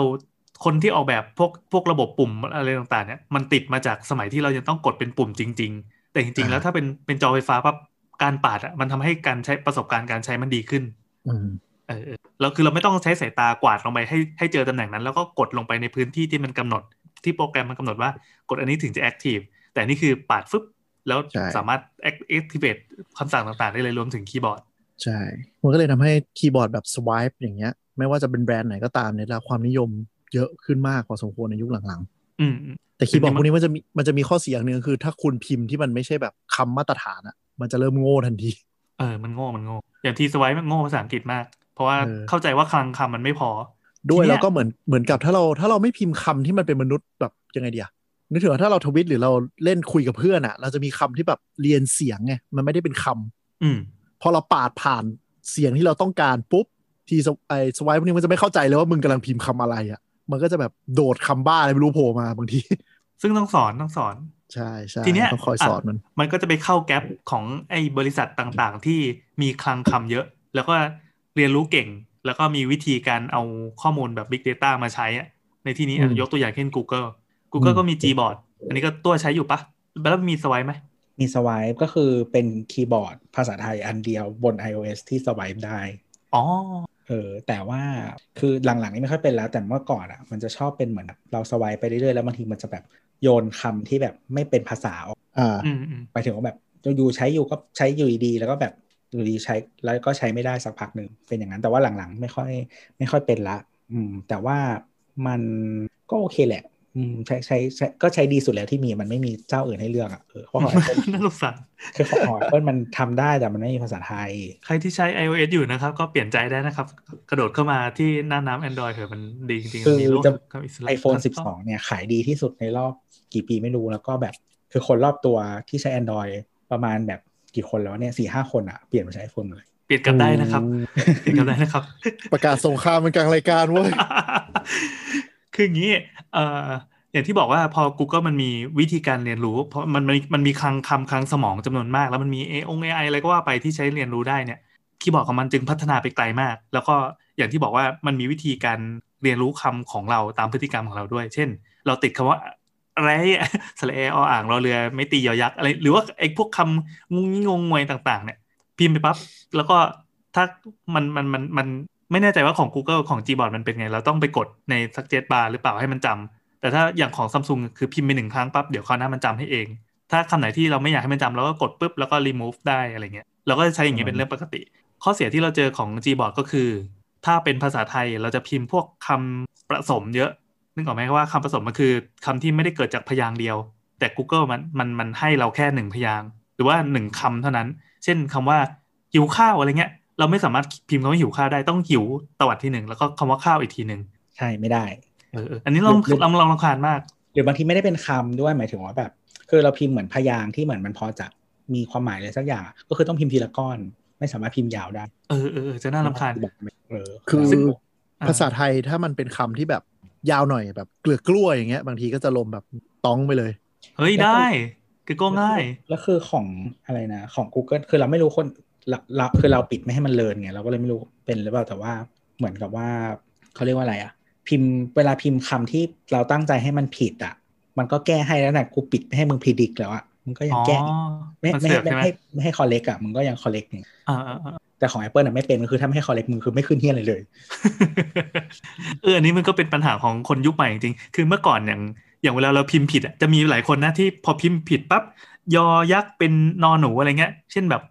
คนที่ออกแบบพวกพวกระบบปุ่มอะไรต่างๆเนี่ยมันติดมาจากสมัยที่เรายังต้องกดเป็นปุ่มจริง ๆ แต่จริงๆ แล้วถ้าเป็นเป็นจอไฟฟ้าปั๊บการปาดอะมันทำให้การใช้ประสบการณ์การใช้มันดีขึ้น
อืม
เออเออแล้วคือเราไม่ต้องใช้สายตากวาดลงไปให้ให้เจอตำแหน่งนั้น แล้วก็กดลงไปในพื้นที่ที่มันกำหนดที่โปรแกรมมันกำหนดว่ากดอันนี้ถึงจะแอคทีฟแต่อันนี่คือปาดฟึบแล้วสามารถแอคทีเวตคำสั่งต่างๆ ได้เลยรวมถึงคีย์บอร์ด
ใช่ มันก็เลยทำให้คีย์บอร์ดแบบ swipe อย่างเงี้ย ไม่ว่าจะเป็นแบรนด์ไหนก็ตามเนี่ยได้รับความนิยมเยอะขึ้นมากพอสมควรในยุคหลัง
อืมอืม
ๆ แต่คีย์บอร์ด
จริงๆ
พวกนี้มันจะมีมันจะมีข้อเสียอย่างหนึ่งคือ ถ้าคุณพิมพ์ที่มันไม่ใช่แบบคำมาตรฐานอะมันจะเริ่มโง่ทันที
เออ มันโง่ มันโง่ อย่างทีสไวมันโง่ภาษาอังกฤษมาก เพราะว่า
เออ
เข้าใจว่าคลังคำมันไม่พอ
ด้วย
ทีเนี้ย
แล้วก็เหมือนเหมือนกับถ้าเราถ้าเราไม่พิมพ์คำที่มันเป็นมนุษย์แบบยังไงเดียวนึกถึงว่าถ้าเราทวิตหรือเราเล่นคุยกับเพื่อนอะ่ะ เราจะมีคำที่แบบเรียนเสียงไงมันไม่ได้เป็นคำ
อืม
พอเราปาดผ่านเสียงที่เราต้องการปุ๊บทีสวไอสวายพวกนี้มันจะไม่เข้าใจเลยว่ามึงกำลังพิมพ์คำอะไรอะ่ะ มันก็จะแบบโดดคำบ้าอะไรไม่รู้โผล่มาบางที *laughs*
ซึ่งต้องสอน ต้องสอน
ใช่ใช่
ทีเนี้ย
ต้องคอยสอนมัน
มันก็จะไปเข้าแกลบของไอ้บริษัทต่างๆ ที่มีคลังคำเยอะ แล้วก็เรียนรู้เก่ง แล้วก็มีวิธีการเอาข้อมูลแบบ Big Data มาใช้อะในที่นี้อ่ะ
อืม
ยกตัวอย่างเช่น Google Google
อืม
ก็มี Gboard อันนี้ก็ตัวใช้อยู่ปะ แล้วมีสไวไหม
มีสวายก็คือเป็นคีย์บอร์ดภาษาไทยอันเดียวบน iOS ที่สวายได้
อ๋อ
เออแต่ว่าคือหลังๆนี่ไม่ค่อยเป็นแล้ว แต่เมื่อก่อนอ่ะ มันจะชอบเป็นเหมือนแบบเราสวายไปเรื่อยๆแล้วบางทีมันจะแบบโยนคำที่แบบไม่เป็นภาษาออก
อ่า
อืมอืม
ไปถึงว่าแบบอยู่ๆใช้อยู่ก็ใช้อยู่ดีๆแล้วก็แบบอยู่ดีใช้แล้วก็ใช้ไม่ได้สักพักหนึ่งเป็นอย่างนั้นแต่ว่าหลังๆ ไม่ค่อยไม่ค่อยเป็นละ อืม แต่ว่ามันก็โอเคแหละ อืมใช้ใช้ใช้ก็ใช้ดีสุดแล้วที่มีมันไม่มีเจ้าอื่นให้เลือกอ่ะเออเพราะ *laughs* ของ Apple
น่าสงสาร
คือของของ Apple มันทำได้แต่มันไม่มีภาษาไทย
ใครที่ใช้ iOS อยู่นะครับ ก็เปลี่ยนใจได้นะครับ กระโดดเข้ามาที่หน้าน้ำ Android เถอะมันดีจริงๆ
คือ
มีโลก
จะ
กับอิสระ
iPhone 12 เนี่ย ขายดีที่สุดในรอบกี่ปีไม่รู้ แล้วก็แบบคือคนรอบตัวที่ใช้ Android ประมาณแบบกี่คนแล้วเนี่ยสี่ห้าคนอะเปลี่ยนมาใช้ iPhone หมดเลย
เปลี่ยนกลับได้นะครับ เปลี่ยนกลับได้นะครับ
ประกาศสงครามเป็นกลางรายการเว้ย
*laughs* คืออย่างนี้เอ่ออย่างที่บอกว่าพอ Google มันมีวิธีการเรียนรู้ เพราะมันมันมันมีคลังคำคลังสมองจำนวนมาก แล้วมันมี AI อง AI อะไรก็ว่าไปที่ใช้เรียนรู้ได้เนี่ย คีย์บอร์ดของมันจึงพัฒนาไปไกลมาก แล้วก็อย่างที่บอกว่ามันมีวิธีการเรียนรู้คำของเราตามพฤติกรรมของเราด้วย เช่น เราติดคำว่าอะไร *laughs* สระแอออ่างรอเรือไม่ตียอยักษ์อะไร หรือว่าไอ้พวกคำงงงี้งงงวยต่างๆ เนี่ย พิมพ์ไปปั๊บแล้วก็ถ้ามันมันมันมันไม่แน่ใจว่าของ Google ของ Gboard มันเป็นไง เราต้องไปกดใน suggest bar หรือเปล่าให้มันจำแต่ถ้าอย่างของ Samsung คือพิมพ์ไปหนึ่งครั้งปั๊บเดี๋ยวคราวหน้ามันจำให้เอง ถ้าคำไหนที่เราไม่อยากให้มันจำเราก็กดปุ๊บแล้วก็ remove ได้อะไรเงี้ยเราก็จะใช้อย่างเงี้ยเป็นเรื่องปกติ ข้อเสียที่เราเจอของ Gboard ก็คือ ถ้าเป็นภาษาไทยเราจะพิมพ์พวกคำประสมเยอะ นึกออกไหมว่าคำผสมมันคือคำที่ไม่ได้เกิดจากพยางค์เดียว แต่ Google มันมันมันให้เราแค่หนึ่งพยางค์หรือว่าหนึ่งคำเท่านั้น เช่นคำว่าหิวข้าวอะไรเงี้ย เราไม่สามารถพิมพ์คำว่าหิวข้าวได้ต้องหิวตวัดทีหนึ่งแล้วก็คำว่าข้าวอีกทีหนึ่ง
ใช่ไม่ได้
เออเอออันนี้เรา
หรือ
เราเราลำคาญมาก
หรือบางทีไม่ได้เป็นคำด้วยหมายถึงว่าแบบ คือเราพิมพ์เหมือนพยางค์ที่เหมือนมันพอจะมีความหมายอะไรสักอย่าง ก็คือต้องพิมพ์ทีละก้อน ไม่สามารถพิมพ์ยาวได้
เออเออเออจะน่ารำคาญ
แบบเออ
คือ
ซึ่ง
อ่า
ภาษาไทยถ้ามันเป็นคำที่แบบยาวหน่อยแบบเกลือกล้วยอย่างเงี้ย บางทีก็จะลมแบบต้องไปเลย
เฮ้ยได้คือก็ง่าย
แล้วคือของอะไรนะของ Google คือเราไม่รู้คนเราเราคือเราปิดไม่ให้มันเลินไงเราก็เลยไม่รู้เป็นหรือเปล่าแต่ว่าเหมือนกับว่าเขาเรียกว่าอะไรอะพิมพ์เวลาพิมพ์คำที่เราตั้งใจให้มันผิดอะมันก็แก้ให้แล้วนะกูปิดไม่ให้มึงพิดิกแล้วอะมันก็ยั
อ๋
ง
อ
แก้ไม่
มัน
ไม่
เสือก
ให้
ใช่ไหม
ไม่ให้ไม่ให้คอเล็กอะมึงก็ยังคอเล็กอยู่
อ่าอ่าอ่า
แต่ของ Apple น่ะไม่เป็นก็คือถ้าไม่ให้ collect มึงคือไม่ขึ้นเฮียอะไรเลย
*laughs* เอออันนี้มันก็เป็นปัญหาของคนยุคใหม่จริงๆ คือเมื่อก่อนอย่างอย่างเวลาเราพิมพ์ผิดอะจะมีหลายคนนะที่พอพิมพ์ผิดปั๊บยอยักษ์เป็นนอนหนูอะไรเงี้ย เช่นแบบ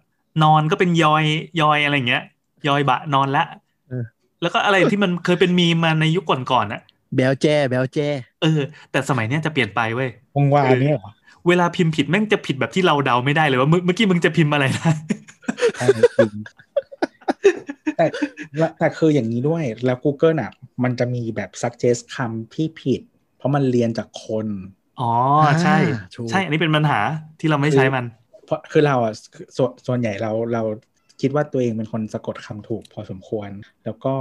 นอนก็เป็นยอยยอยอะไรเงี้ย ยอยบะนอนละ
เออ
แล้วก็อะไรที่มันเคยเป็นมีมมาในยุคก่อนๆอะ
แบลแจ้แบลแจ้
เออ แต่สมัยเนี้ยจะเปลี่ยนไปเว้ย
วงวานเนี่ยเหรอ
เวลาพิมพ์ผิดแม่งจะผิดแบบที่เราเดาไม่ได้เลยว่ามึงเมื่อกี้มึงจะพิมพ์อะไรนะ
ใช่จริงแต่ละแต่คืออย่างนี้ด้วยแล้ว Google น่ะ มันจะมีแบบ suggest คำที่ผิด เพราะมันเรียนจากคน
อ๋อใช่
อ่าถูก
ใช่ อันนี้เป็นปัญหาที่เราไม่ใช้มัน
เพราะคือเราอ่ะส่วนส่วนใหญ่เราเราคิดว่าตัวเองเป็นคนสะกดคำถูกพอสมควร แล้วก็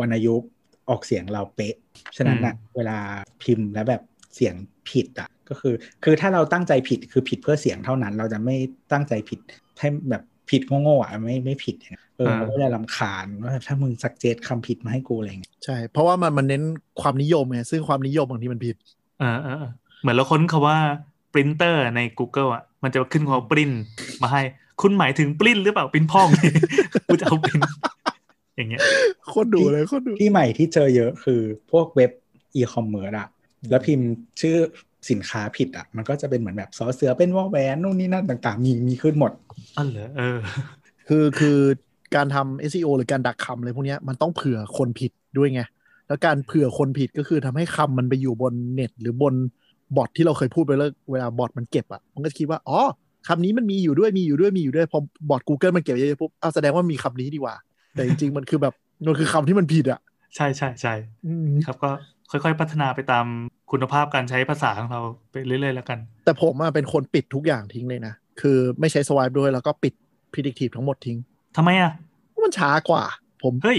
วรรณยุกต์ออกเสียงเราเป๊ะ ฉะนั้นน่ะเวลาพิมพ์แล้วแบบเสียงผิดอ่ะก็คือ คือถ้าเราตั้งใจผิดคือผิดเพื่อเสียงเท่านั้น เราจะไม่ตั้งใจผิดให้แบบผิดโง่ๆอ่ะไม่ไม่ผิดอย่างเงี้ยเออ
อ่า
เราก็จะรำคาญว่าถ้ามึงสักเจตคำผิดมาให้กูอะไรอย่างเงี้ย
ใช่ เพราะว่ามันมันเน้นความนิยมไงซึ่งความนิยมบางทีมันผิด
เออเออเออเหมือนเราค้นคาว่าปรินเตอร์ใน Google อ่ะ มันจะขึ้นคำว่าปรินมาให้ คุณหมายถึงปรินหรือเปล่าปรินพ่อง *laughs* กูจะเอาปรินอย่างเงี้ย
โคตรดูเลยโคตรดู
ที่ใหม่ที่เจอเยอะคือพวกเว็บอีคอมเมิร์ซอ่ะ แล้วพิมพ์ชื่อสินค้าผิดอ่ะ มันก็จะเป็นเหมือนแบบซอเสือเป็นวอกแวนนู่นนี่นั่นต่างๆ มีมีขึ้นหมด
อ๋อเหรอเออ
คือคือการทำ SEO หรือการดักคำอะไรพวกเนี้ยมันต้องเผื่อคนผิดด้วยไง แล้วการเผื่อคนผิดก็คือทำให้คำมันไปอยู่บนเน็ต หรือบนบอทที่เราเคยพูดไปแล้วเวลาบอทมันเก็บอะมันก็จะคิดว่าอ๋อคำนี้มันมีอยู่ด้วยมีอยู่ด้วยมีอยู่ด้วยพอบอท Google มันเก็บเยอะๆปุ๊บเอาวแสดงว่ามีคำนี้ดีกว่า แต่จริงๆ มันคือแบบมันคือคำที่มันผิดอะ
ใช่ใช่ใช่
อืม
ครับก็ค่อยๆพัฒนาไปตามคุณภาพการใช้ภาษาของเราไปเรื่อยๆแล้วกัน
แต่ผมอะเป็นคนปิดทุกอย่างทิ้งเลยนะคือไม่ใช้ swipe ด้วยแล้วก็ปิด predictive ทั้งหมดทิ้ง
ทำไมอ่ะ
เพราะมันช้ากว่า ผม
เฮ้ย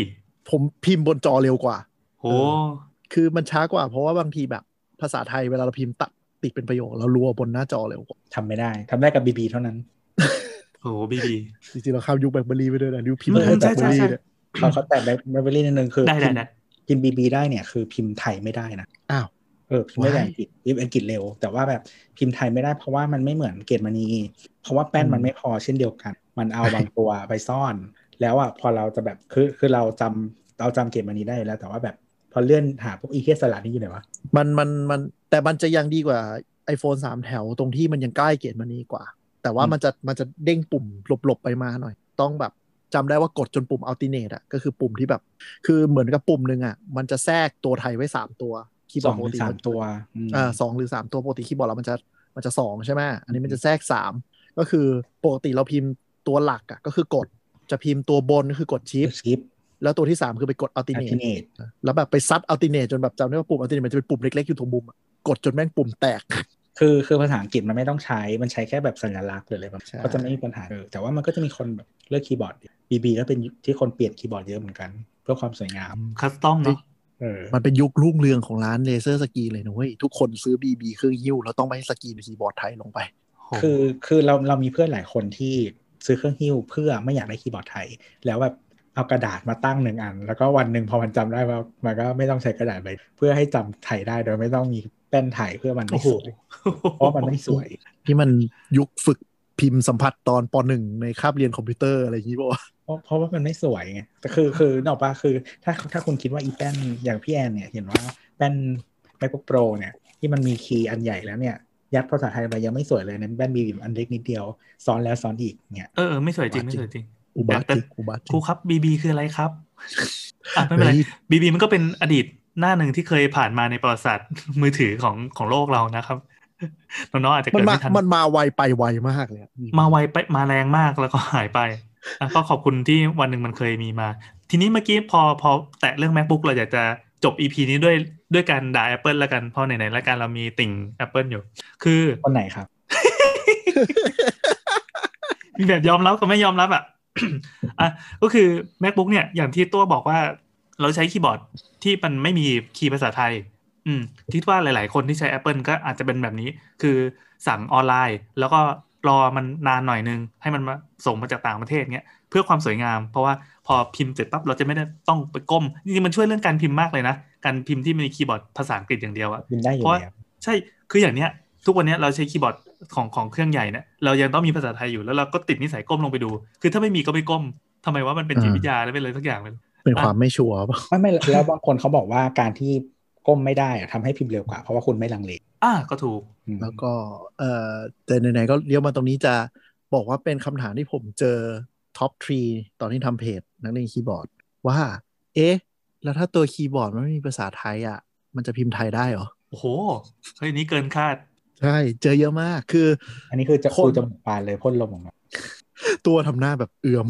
ผมพิมพ์บนจอเร็วกว่า
โห
คือมันช้ากว่าเพราะว่าบางทีแบบภาษาไทยเวลาเราพิมพ์ตัดติดเป็นประโยค เรารัวบนหน้าจอเลย
ทำไม่ได้ ทำได้กับบีบีเท่านั้น
โหบีบี
จริงๆเราข้ามยุคแบล็คเบอรี่ไปด้วยนะยุคพิมพ์
อืม
แบล็คเบอ
ใช่ใช่
รี่
ใช่
เนี่ย
เขาเขาแต่แบล็คเบอรี่นิดนึงคือ
ได้ได้
พิมพ์พิม
ได้
พ์บีบีได้เนี่ยคือพิมพ์ไทยไม่ได้นะ
อ้าว
เออพิมพ์ไม่ได้
Why?
อังกฤษพิมพ์อังกฤษเร็ว แต่ว่าแบบพิมพ์ไทยไม่ได้เพราะว่ามันไม่เหมือนเกรดมณี เพราะว่าแป้นมันไม่พอเช่นเดียวกัน มันเอาบางตัวไปซ่อน แล้วอ่ะพอเราจะแบบคือคือเราจำเราจำเกรดมณีได้อยู่แล้ว แต่ว่าแบบพอเลื่อนหาพวกอีเทสลัดนี่อยู่ไหนวะ
มันมันมันแต่มันจะยังดีกว่า iPhone 3 แถวตรงที่มันยังใกล้เกณฑ์มันนี้กว่า แต่ว่ามันจะมันจะเด้งปุ่มหลบๆไปมาหน่อย ต้องแบบจำได้ว่ากดจนปุ่ม Alternate อะก็คือปุ่มที่แบบ คือเหมือนกับปุ่มหนึ่งอะมันจะแทรกตัวไทยไว้สามตัวคีย์บ
ส
อ
อ
ร์
งหรื
ดปก
อ
ติ
สาม
มัน
ตัวอืม
อ่าสองหรือสามตัวปกติคีย์บอร์ดเรามันจะมันจะสองใช่ไหมอันนี้มันจะแทรกสามก็คือปกติเราพิมพ์ตัวหลักอ่ะก็คือกดจะพิมพ์ตัวบนก็คือกดชิป
ชิป
แล้วตัวที่สามคือไปกดอัลติ
อั
เน
ลติเนต
แล้วแบบไปซัดอัลติเนตจนแบบจำได้ว่าปุ่มอัลติเนตมันจะเป็นปุ่มเล็กๆ อยู่ตรงมุมอะกดจนแม่งปุ่มแตก *laughs*
คือคือภาษาอังกฤษมันไม่ต้องใช้ มันใช้แค่แบบสัญลักษณ์หรืออะไรแบบ
ใช่
ก็จะไม่มีปัญหาเออแต่ว่ามันก็จะมีคนแบบเลือกคีย์บอร์ดบีบีก็เป็นที่คนเปลี่ยนคีย์บอร์ดเยอะเหมือนกัน เพื่อความสวยงาม
คัสตอมเนาะ
เออ
มันเป็นยุครุ่งเรืองของร้านเลเซอร์สกรีนเลยนะเว้ยทุกคนซื้อบีบีเครื่องยิ้วแล้วต้องไปสกรีนคีย์บอร์ดไทยลงไป
โห
คือคือเราเรามีเพื่อนหลายคนที่ ซื้อเครื่องหิ้วเพื่อไม่อยากได้คีย์บอร์ดไทย แล้วแบบเอากระดาษมาตั้งหนึ่งอัน แล้วก็วันหนึ่งพอมันจำได้ว่ามันก็ไม่ต้องใช้กระดาษไปเพื่อให้จำไทยได้โดยไม่ต้องมีแป้นไทยเพื่อมันไม่สวยเพราะมันไม่สวย
ที่มันยุคฝึกพิมพ์สัมผัสตอนปหนึ่งในคาบเรียนคอมพิวเตอร์อะไรอย่างนี้
*laughs*
ป่าวะ
เพราะเพราะว่ามันไม่สวยไงแต่คือคือนกออกปะคือ ถ้าถ้าคุณคิดว่าอีแป้นอย่างพี่แอนเนี่ยเห็นว่าแป้น MacBook Pro เนี่ยที่มันมีคีย์อันใหญ่แล้วเนี่ย ยัดภาษาไทยไปยังไม่สวยเลยในะแป้นบีบีมอันเล็กนิดเดียวซ้อนแล้วซ้อนอีกเนี่ย
เออเออไม่สวยจริงไม่สวยจริง
อุบาทจริงอุบาทจ
ครู
ริง
ครับบีบีคืออะไรครับอ่ะไม่เป็นไร
ฮ้ย
บีบีมันก็เป็นอดีตหน้าหนึ่งที่เคยผ่านมาในประวัติศาสตร์ *laughs* มือถือของของโลกเรานะครับ *laughs* น้องๆอาจจะ
มัน
เกิด
มา
ไม่ทัน
มันมาไวไปไวมากเลยอะ
มาไวไปมาแรงมากแล้วก็หายไป *laughs* อ่ะก็ขอบคุณที่วันหนึ่งมันเคยมีมา ทีนี้เมื่อกี้พอพอแตะเรื่อง macbook เราอยากจะจบ ep นี้ด้วยด้วยการด่า apple ละกันเพราะไหนๆละกันเรามีติ่ง apple อยู่ คือ
คนไหนครับ
มีแบบยอมรับกับไม่ยอมรับอ่ะ *coughs* อ่ะก็คือ macbook เนี่ยอย่างที่ตัวบอกว่าเราใช้คีย์บอร์ดที่มันไม่มีคีย์ภาษาไทย อืมคิดว่าหลาย ๆ คนที่ใช้ Apple ก็อาจจะเป็นแบบนี้ คือสั่งออนไลน์ แล้วก็รอมันนานหน่อยนึง ให้มันมาส่งมาจากต่างประเทศเงี้ยเพื่อความสวยงาม เพราะว่าพอพิมพ์เสร็จปั๊บเราจะไม่ได้ต้องไปก้มจริงๆมันช่วยเรื่องการพิมพ์มากเลยนะ การพิมพ์ที่มีคีย์บอร์ดภาษาอังกฤษอย่างเดียวอะ
บินได้อยู่
เพราะ
แล้ว
ใช่คืออย่างเนี้ย ทุกวันเนี้ยเราใช้คีย์บอร์ดของของเครื่องใหญ่เนี่ยเรายังต้องมีภาษาไทยอยู่แล้วเราก็ติดนิสัยก้มลงไปดู คือถ้าไม่มีก็ไม่ก้มทำไมว่ามันเป็นจิตวิทยาแล้วเป็นอะไรสักอย่างเลย
เป็นความไม่ชัวร์ป่ะ
ไม่ไม่แล้วบางคนเขาบอกว่าการที่ก้มไม่ได้อะทำให้พิมพ์เร็วกว่า เพราะว่าคุณไม่ลังเล
อ่ะก็ถูก
อืม
แล้วก็เอ่อแต่ไหนๆก็เลี้ยวมาตรงนี้จะบอกว่าเป็นคำถามที่ผมเจอท็อปทรีตอนที่ทำเพจนักเรียนคีย์บอร์ด ว่า เอ๊ะ แล้วถ้าตัวคีย์บอร์ดมันไม่มีภาษาไทยอ่ะ มันจะพิมพ์ไทยได้เหรอ
โอ้โหเฮ้ยนี่เกินคาด
ใช่เจอเยอะมากคือ
อันนี้คือจะ
คน
คูจะหมดปานเลยพ่นลมออกมา
ตัวทำหน้าแบบเอือม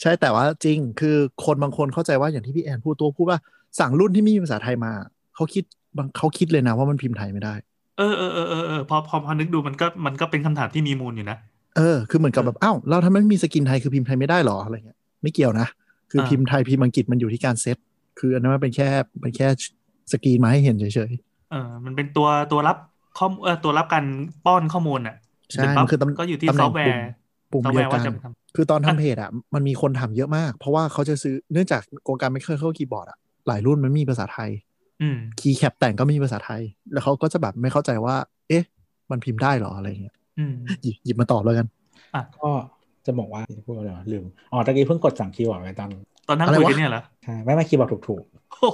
ใช่แต่ว่าจริงคือคนบางคนเข้าใจว่าอย่างที่พี่แอนพูดตัวพูดว่าสั่งรุ่นที่ไม่มีภาษาไทยมาเขาคิดบางเขาคิดเลยนะว่ามันพิมพ์ไทยไม่ได้
เออเออเออเออเออพอพอพอนึกดูมันก็มันก็เป็นคำถามที่มีมูลอยู่นะ
เออคือเหมือนกับแบบอ้าวเราทำไมไม่มีสกินไทยคือพิมพ์ไทยไม่ได้หรออะไรเงี้ยไม่เกี่ยวนะ คืออา พิมพ์ไทยพิมพ์อังกฤษมันอยู่ที่การเซตคืออันนั้นมันเป็นแค่เป็นแค่สกรีนมาให้เห็นเฉย
เออมันเป็นตัวตัวรับข้อมเออตัวรับการป้อนข้อมูลอ่ะ
ๆใช่
เสร็จปั๊บ
มันคือตำ
ก็อยู่ที่
ตำแห
ซ
น่
อง ฟต์แว
ปุ่ม
ร์
ปุ่ม
ซอฟต์
เดี
แว
ยว
ร์
กั
ว่าน จะทำ
คือตอนทำ
อ่ะ
เพจอ่ะมันมีคนถามเยอะมาก เพราะว่าเขาจะซื้อเนื่องจากโครงการไม่เคยเข้าคีย์บอร์ดอ่ะหลายรุ่นมันมีภาษาไทย
อืม
คีย์แคปแต่งก็ไม่มีภาษาไทย แล้วเขาก็จะแบบไม่เข้าใจว่า เอ๊ะ มันพิมพ์ได้เหรออะไรเงี้ย
อืม
หยิบหยิบมาตอบแล้วกัน
ก็จะบอกว่าพูดอะไรวะลืมอ๋อตะกี้เพิ่งกดสั่งคีย์บอร์ดไปตอน
ตอนนั่ง
อะ
คุยว
ไระ
กันเนี่ยเหรอ
ใช่ไม่ไม่คีย์บอร์ดถูก
โอ้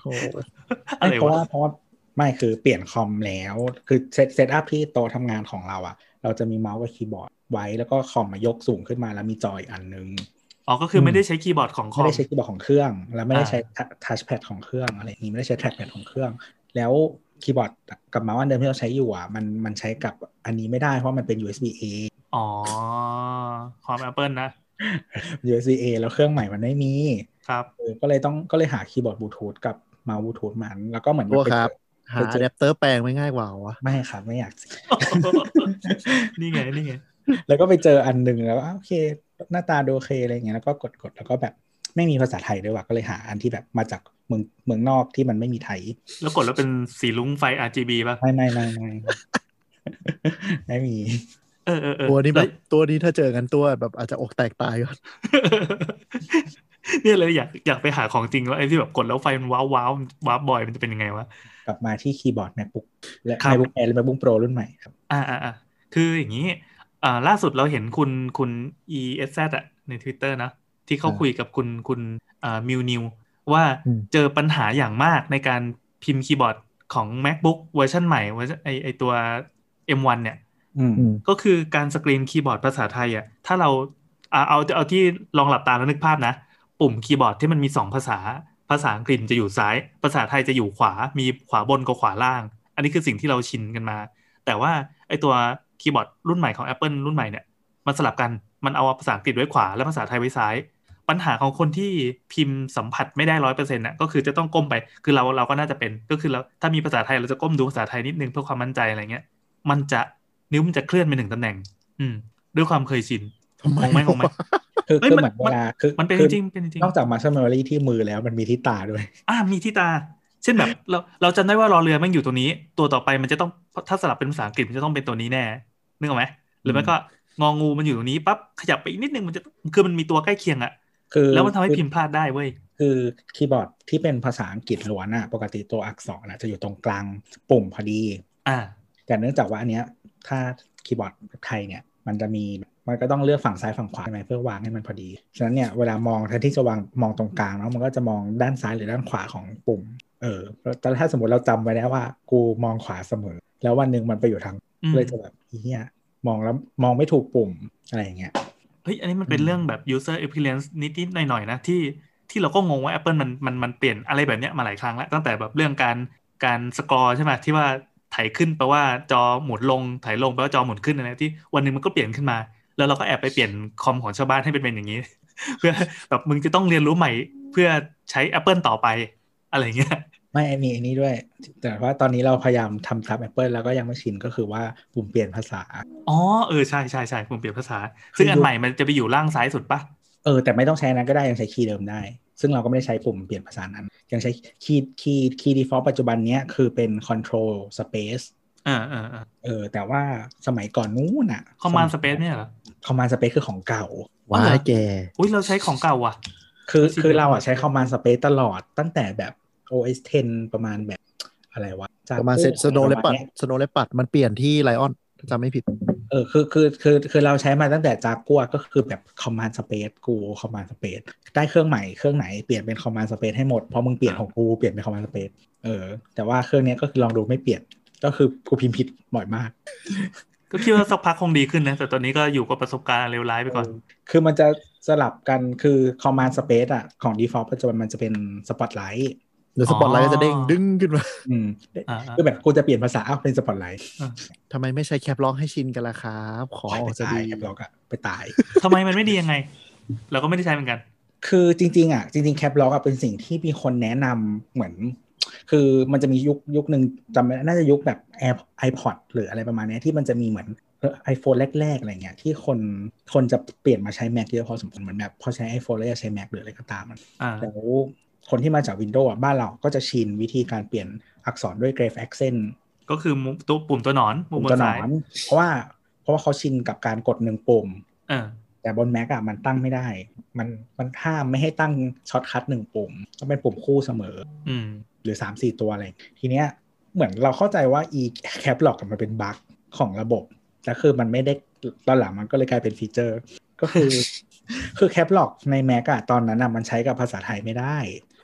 โห
ๆ
อะไร
ไม่เพราะ
วะ
ว่าเพราะว่าไม่คือเปลี่ยนคอมแล้ว คือเซตเซตอัพที่โต๊ะทำงานของเราอะเราจะมีเมาส์กับคีย์บอร์ดไว้แล้วก็คอมมายกสูงขึ้นมาแล้วมีจออีกอันนึง
อ๋อ ก็คือไม่ได้ใช้คีย์บอร์ดของค
ไม่
อม
ได้ใช้คีย์บอร์ดของเครื่อง แล้วไม่ได้
อ่า
ใช้ทัชแพดของเครื่องอะไรอย่างนี้ไม่ได้ใช้แท็กแพดของเครื่อง แล้วคีย์บอร์ดกับเมาส์อันเดิมที่เราใช้อยู่อะมันมันใช้กับอันนี้ไม่ได้เพราะมันเป็น USB A
อ๋อ ความ Apple นะ
USB A แล้วเครื่องใหม่มันไม่มี
ครับ *laughs*
เออก็เลยต้องก็เลยหาคีย์บอร์ดบลูทูธกับเมาส์บลูทูธมันแล้วก็เหมือน
โอ้ครับ
ไปเจอ
หาอะแดปเตอร์แปลงไม่ง่ายกว่าวะ
ไม่ครับไม่อยากสิ *laughs*
นี่ไง นี่ไง
แล้วก็ไปเจออันหนึ่งแล้วก็อ้าวโอเค หน้าตาดูโอเคอะไรเงี้ยแล้วก็กดกดแล้วก็แบบไม่มีภาษาไทยด้วยว่ะก็เลยหาอันที่แบบมาจากเมืองเมืองนอกที่มันไม่มีไทย
แล้วกดแล้วเป็นสีลุ้งไฟ RGB ป่ะ
ไม่ไม่ไม่ไม่ ไม่มี
เออเออเออ
ตัวนี้แบ
ล้ว
บตัวนี้ถ้าเจอกันตัวแบบอาจจะอกแตกตายก่อน
*laughs* เนี่ยเลยอยากอยากไปหาของจริงแล้วไอ้ที่แบบกดแล้วไฟมันว้าวว้าวว้าวบ่อยมันจะเป็นยังไงวะ
กลับมาที่คีย์บอร์ด MacBook และ
ครับ
MacBook Air และ MacBook Pro รุ่นใหม่ครับ
อ่าอ่าอ่าคืออย่างนี้อ่าล่าสุดเราเห็นคุณคุณ ESZ อะใน Twitter นะ ที่เขา
อ่า
คุยกับคุณคุณอ่ามิวนิวว่า
อืม
เจอปัญหาอย่างมากในการพิมพ์คีย์บอร์ดของ MacBook เวอร์ชันใหม่เวอร์ชันไอไอตัว M1 เนี่ย
อืม
อืม
ก็คือการสกรีนคีย์บอร์ดภาษาไทยอ่ะถ้าเราเอาเอาเอาที่ลองหลับตาแล้วนึกภาพนะ ปุ่มคีย์บอร์ดที่มันมี 2 ภาษา ภาษาอังกฤษจะอยู่ซ้าย ภาษาไทยจะอยู่ขวา มีขวาบนกับขวาล่าง อันนี้คือสิ่งที่เราชินกันมา แต่ว่าไอตัวคีย์บอร์ดรุ่นใหม่ของ Apple รุ่นใหม่เนี่ยมันสลับกันมันเอาภาษาอังกฤษไว้ขวาและภาษาไทยไว้ซ้าย ปัญหาของคนที่พิมพ์สัมผัสไม่ได้ร้อยเปอร์เซ็นต์น่ะก็คือจะต้องก้มไปคือเราเราก็น่าจะเป็นก็คือเราถ้ามีภาษาไทยเราจะก้มดูภาษาไทยนิดนึงเพื่อความมั่นใจอะไรเงี้ย มันจะนิ้วมันจะเคลื่อนไปหนึ่งตำแหน่ง อืม ด้วยความเคยชิน
ทำไม
งงไหมงงไหม
วะ
คือ
เอ้ย
คือ
มัน
เหมือนเวลาคือ
มันเป็น
คือ
จริงเป็นจริง
นอกจากมาสเมอรี่ที่มือแล้วมันมีที่ตาด้วย
อ่ามีที่ตา เช่นแบบเราเราจำได้ว่ารอเรือแมันอยู่ตัวนี้ ตัวต่อไปมันจะต้องถ้าสลับเป็นภาษาอังกฤษมันจะต้องเป็นตัวนี้แน่นึกออกไหมหรือไม่ก็ งองูมันอยู่ตรงนี้ปั๊บขยับไปอีกนิดนึงมันจะคือมันมีตัวใกล้เคียงอะ
คือ
แล้วมันทำให้พิมพ์พลาดได้เว้ย
คือคีย์บอร์ดที่เป็นภาษาอังกฤษล้วนอะปกติตัวอักษรอะจะอยู่ตรงกลางปุ่มพอดี
อ่า
แต่เนื่องจากว่าอันเนี้ยถ้าคีย์บอร์ดไทยเนี่ย มันจะมีมันก็ต้องเลือกฝั่งซ้ายฝั่งขวาใช่ไหมเพื่อวางให้มันพอดี ฉะนั้นเนี่ยเวลามองแทนที่จะวางมองตรงกลางเนาะมันก็จะมองด้านซ้ายหรือด้านขวาของปุ่ม เออแต่ถ้าสมมติเราจำไว้แล้วว่า กูมองขวาเสมอ แล้ววันหนึ่งมันไปอยู่ทาง
อืม
เลยจะแบบเฮียมองแล้วมองไม่ถูกปุ่มอะไรอย่างเงี้ย
เฮ้ย อันนี้มันเป็น
อืม
เรื่องแบบ user experience นิดๆหน่อยๆนะที่ที่เราก็งงว่า Apple มันมันมันเปลี่ยนอะไรแบบเนี้ยมาหลายครั้งแล้ว ตั้งแต่แบบเรื่องการการสกรอใช่ไหมที่ว่าไถ่ายขึ้นแปลว่าจอหมุนลงไถ่ายลงแปลว่าจอหมุนขึ้นอะไรที่วันหนึ่งมันก็เปลี่ยนขึ้นมา แล้วเราก็แอบไปเปลี่ยนคอมของชาวบ้านให้เป็นเป็นอย่างนี้ *laughs* เพื่อแบบมึงจะต้องเรียนรู้ใหม่เพื่อใช้ Apple ต่อไปอะไรอย่างเงี้ย
ไม่มีอันนี้ด้วย แต่ว่าตอนนี้เราพยายามทำทับ Apple แล้วก็ยังไม่ชินก็คือว่าปุ่มเปลี่ยนภาษา
อ๋อเออใช่ใช่ใช่ผมเปลี่ยนภาษา ซึ่งอันใหม่มันจะไปอยู่ล่างซ้ายสุดปะ
เออแต่ไม่ต้องใช้อันนั้นก็ได้ยังใช้คีย์เดิมได้ ซึ่งเราก็ไม่ได้ใช้ปุ่มเปลี่ยนภาษานั้น ยังใช้คีย์คีย์คีย์ default ปัจจุบันเนี้ยคือเป็น control space
อ่าอ่าอ่า
เออแต่ว่าสมัยก่อนนู้นอะ
คอมมานด์สเปซเนี่ยเหรอ
command space คือของเก่า
ว้ายแก
อุ้ยเราใช้ของเก่าว่ะ
คือ
จริงๆ
คือเราอะใช้ command space ตลอดตั้งแต่แบบ OS 10 ประมาณแบบอะไรวะจ
ประมาณเซสโนเล
ประมา
ปัด
ณเนี้ย
สโนเลปัดมันเปลี่ยนที่ไลออนจำไม่ผิด
เออคือคือคือคือเราใช้มาตั้งแต่จากัวก็คือแบบ command space กู command space ได้เครื่องใหม่เครื่องไหนเปลี่ยนเป็น command space ให้หมดเพราะมึงเปลี่ยนของกูเปลี่ยนเป็น command space เออแต่ว่าเครื่องเนี้ยก็คือลองดูไม่เปลี่ยนก็คือกูพิมพ์ผิดบ่อยมาก
ก็คิดว่าสักพักคงดีขึ้นนะ แต่ตอนนี้ก็อยู่กับประสบการณ์อันเลวร้ายไปก่อน
คือมันจะสลับกันคือ command space อ่ะของ default ปัจจุบันมันจะเป็น spotlight
เดี๋ยวสปอตไลท์ก็จะเด้งดึงขึ้นมา
อืม
อ่าๆ
คือแบบกูจะเปลี่ยนภาษาอ้าวเป็น spotlight
ทำไมไม่ใช้แคปล็อกให้ชินกันล่ะครับ ขออ
ไป
อกจะ
ตาย
ดี
แคปล็อกอะไปตาย
ทำไมมันไม่ดียังไง เราก็ไม่ได้ใช้เหมือนกัน
คือจริงๆอ่ะจริงๆแคปล็อกอ่ะเป็นสิ่งที่มีคนแนะนำเหมือน คือมันจะมียุคยุคหนึ่งจำไม่ได้น่าจะยุคแบบ Air iPod หรืออะไรประมาณเนี้ยที่มันจะมีเหมือนไอโฟนแรกๆอะไรเงี้ยที่คนคนจะเปลี่ยนมาใช้ Mac เยอะพอสมควรเหมือนแบบพอใช้ iPhone แล้วจะใช้ Mac หรืออะไรก็ตาม
อ่า
แล้วคนที่มาจาก Windows อ่ะบ้านเราก็จะชินวิธีการเปลี่ยนอักษรด้วย Grave Accent
ก็คือมุมตัวปุ่มตัวหนอนมุ
ปุ่
ม
ม
บ
ตัวน หนอ
ซ้าย
นเพราะว่าเพราะว่าเขาชินกับการกดหนึ่งปุ่ม
เออ
แต่บน Mac อ่ะมันตั้งไม่ได้ มันมันห้ามไม่ให้ตั้งช็อตคัทหนึ่งปุ่มต้องเป็นปุ่มคู่เสมอ
อืม
หรือ 3 4 ตัวอะไร ทีเนี้ยเหมือนเราเข้าใจว่า e cap lock อะมันเป็นบั๊กของระบบแต่คือมันไม่ได้ตอนหลังมันก็เลยกลายเป็นฟีเจอร์ ก็คือ
*laughs*
คือ cap lock ใน Mac อะตอนนั้นอะมันใช้กับภาษาไทยไม่ได้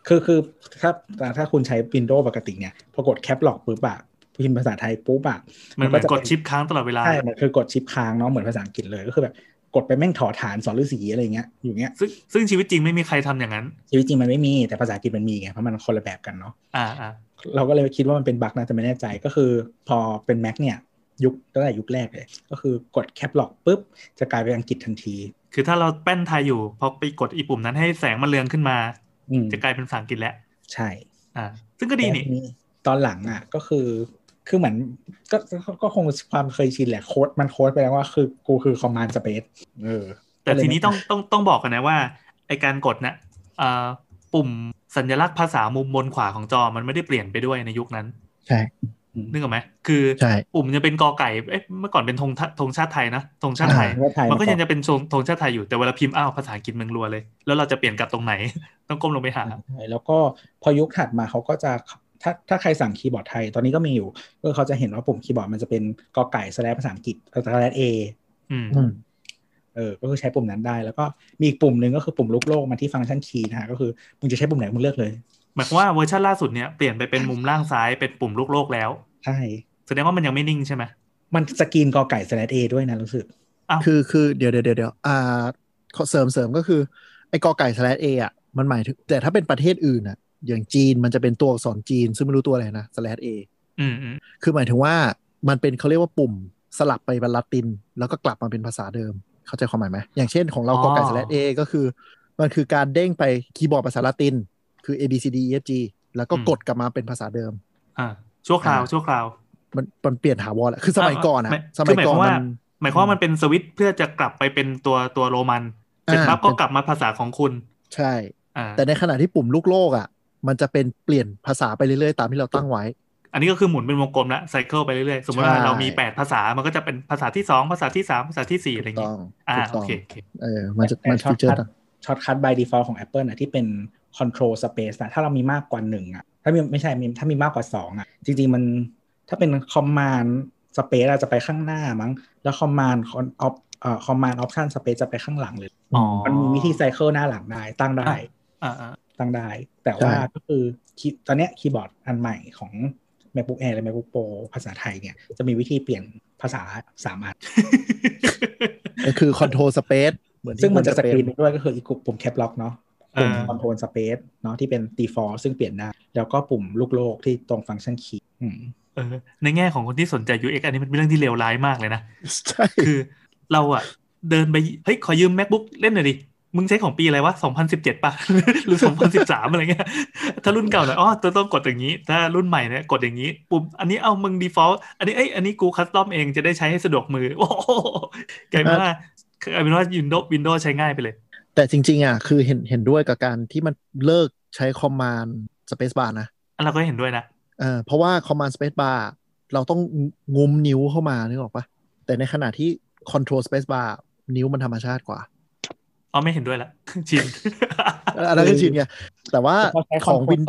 คือคือถ้าถ้าคุณใช้ Windows ปกติเนี่ยพอกด cap lock ปุ๊บอะพิมพ์ภาษาไทยปุ๊บอะ
มันเหมือนกดชิปค้างตลอดเวลา
ใช่ มันคือกดชิปค้างเนาะ เหมือนภาษาอังกฤษเลย ก็คือแบบกดไปแม่งถอฐานสอนฤาษีอะไรอย่างเงี้ย อยู่เงี้ย
ซึ่งซึ่งชีวิตจริงไม่มีใครทำอย่างนั้น
ชีวิตจริงมันไม่มี แต่ภาษาอังกฤษมันมีไง เพราะมันคนละแบบกันเนาะ
อ่าอ่า
เราก็เลยคิดว่ามันเป็นบั๊กนะ แต่ไม่แน่ใจ ก็คือพอเป็น Mac เนี่ย ยุคตั้งแต่ยุคแรกเลย ก็คือกดแคปล็อกปุ๊บ จะกลายเป็นอังกฤษทันที
คือถ้าเราแป้นไทยอยู่พอไปกดอีปุ่มนั้นให้แสงมันเรืองขึ้นมา
อืม
จะกลายเป็นภาษาอังกฤษแล้ว
ใช่
อ่า ซึ่งก็ดีนี่
แล้วทีตอนหลังอ่ะ ก็คือ คือเหมือนก็ก็ก็คงความเคยชินแหละ โค้ด มันโค้ดไปแล้วว่า คือ กูคือ command space เออ
แต่ทีนี้ต้องต้องต้องบอกกันนะว่าไอการกดนะเอ่อปุ่มสัญลักษณ์ภาษามุมบนขวาของจอมันไม่ได้เปลี่ยนไปด้วยในยุคนั้น
ใช่
นึกออกไหมคือ
ใช่
ปุ่มจะเป็นกอไก่ เอ๊ะ เมื่อก่อนเป็นธงทะธงชาติไทยนะ ธงชาติไทย
อ่าธงชาติไทย
มันก็ยังจะเป็นธงธงชาติไทยอยู่ แต่เวลาพิมพ์อ้าวภาษาอังกฤษมึงรัวเลย แล้วเราจะเปลี่ยนกลับตรงไหน ต้องก้มลงไปหา
ใช่แล้วก็พอยุคถัดมาเขาก็จะถ้าถ้าใครสั่งคีย์บอร์ดไทยตอนนี้ก็มีอยู่ก็เขาจะเห็นว่าปุ่มคีย์บอร์ดมันจะเป็นกอไก่สแลภาษาอังกฤษสแลเอ
อืม
อืม
เออก็คือใช้ปุ่มนั้นได้ แล้วก็มีอีกปุ่มหนึ่งก็คือปุ่มลูกโลกมาที่ฟังก์ชันคีย์นะฮะก็คือมึงจะใช้ปุ่มไหนมึงเลือกเลย
หมายความว่าเวอร์ชันล่าสุดเนี่ยเปลี่ยนไปเป็นมุมล่างซ้ายเป็นปุ่มลูกโลกแล้ว
ใช่
แสดงว่ามันยังไม่นิ่งใช่ไหม
มันสกรีนกอไก่สแลเอด้วยนะรู้สึก
คือคือเดี๋ยวเดี๋ยวเดี๋ยวเดี๋ยวอ่าขอเสริมเสริมก็คือ ไอ้กอไก่สแลเออ่ะมันหมายถึง แต่ถ้าเป็นประเทศอื่นอ่ะ อย่างจีนมันจะเป็นตัวอักษรจีน ซึ่งไม่รู้ตัวอะไรนะสแลเอ
อืมอืม
คือหมายถึงว่ามันเป็นเขาเรียกว่าปุ่มสลับไปเป็นลาติน แล้วก็กลับมาเป็นภาษาเดิม เข้าใจความหมายไหมอย่างเช่นของเรากอไก่สแลเอก็คือ มันคือการเด้งไปคีย์บอร์ดภาษาลาติน คือ A B C D E F G แล้วก็กดกลับมาเป็นภาษาเดิม
อ่าชั่วคราวชั่วคราว
มันมันเปลี่ยนถาวรแหละคือสมัยก่อนอะ
อ่ะ
สมัยก่อน
คือหมายความว่า
มัน
หมายความว่ามันเป็นสวิตช์เพื่อจะกลับไปเป็นตัวตัวโรมันเสร็จ
อ่า
ปั๊บก็กลับมาภาษาของคุณ
ใช่
อ่า
แต่ในขณะที่ปุ่มลูกโลกอ่ะ มันจะเป็นเปลี่ยนภาษาไปเรื่อยๆ ตามที่เราตั้งไว้
อันนี้ก็คือหมุนเป็นวงกลมละไซเคิลไปเรื่อยๆ สมมติว่า
ใช่
เรามีแปดภาษามันก็จะเป็นภาษาที่สองภาษาที่สามภาษาที่สี่อะไรอย่าง
ต้
เงี้
อย ง
อ่า
ถูก
โอ
ต้อง
เคโอเค
เออมันจะมัน
แต่
ฟีเจอร์
shortcut ช็อตคัท by default ของ Apple นะที่เป็น control space นะถ้าเรามีมากกว่าหนึ่งอะถ้ามีไม่ใช่มีถ้ามีมากกว่าสองอะจริง ๆ มันถ้าเป็น command space อาจจะไปข้างหน้ามั้ง แล้ว command con- op เอ่อ command option space จะไปข้างหลังเลย
อ๋อ
มันมีวิธีไซเคิลหน้าหลังได้ตั้งได้
อ่าอ่า
ตั้งได้ แต่ว่า
ใช่
ก็คือคีย์ตอนเนี้ยคีย์บอร์ดอันใหม่ของ MacBook Air และ MacBook Pro ภาษาไทยเนี่ยจะมีวิธีเปลี่ยนภาษาสามอัน
ก็คือคอนโทร l สเปซเหมือนที่
ซึ่งมันจะ
คว
ส
รเป็
กรีนไปด้วยก็คืออีกปุ่มแคปล็อกเนาะ
เอ
ปุ่ม
อ
คอนโทรลสเปซเนาะที่เป็น default ซึ่งเปลี่ยนได้แล้วก็ปุ่มลูกโลกที่ตรงฟังก์ชันคีย์อืม
*laughs* เออในแง่ของคนที่สนใจ UX อันนี้มันเป็นเรื่องที่เลวร้ายมากเลยนะ
ใช่
*laughs* คือเราอะเดินไปเฮ้ยขอยืม macbook เล่นหน่อยดิ มึงใช้ของปีอะไรวะ 2017ป่ะ *laughs* หรือ 2013 อะไรเงี้ย *laughs* ถ้ารุ่นเก่าหน่อยอ๋อต้องต้องกดอย่างนี้ ถ้ารุ่นใหม่เนี่ยกดอย่างนี้ ปุ่มอันนี้เอามึง default อันนี้เอ้ยอันนี้กูคัสตอมเองจะได้ใช้ให้สะดวกมือ *laughs* โอ้โหกลายเป็นว่ากลายเป็นว่า Windows Windows ใช้ง่ายไปเลย
แต่จริง ๆ อ่ะ คือเห็นเห็นด้วยกับการที่มันเลิกใช้คอมมานด์สเปซบาร์นะ
อันเราก็เห็นด้วยนะ
เออเพราะว่า Command Space Bar เราต้องงุมนิ้วเข้ามานึกออกปะแต่ในขณะที่ Control Space Bar นิ้วมันธรรมชาติกว่า
อ๋อไม่เห็นด้วยละ *laughs* ชิน
เอออันนั้นก็จริงไงแต่ว่า
พอใช้
ของวิน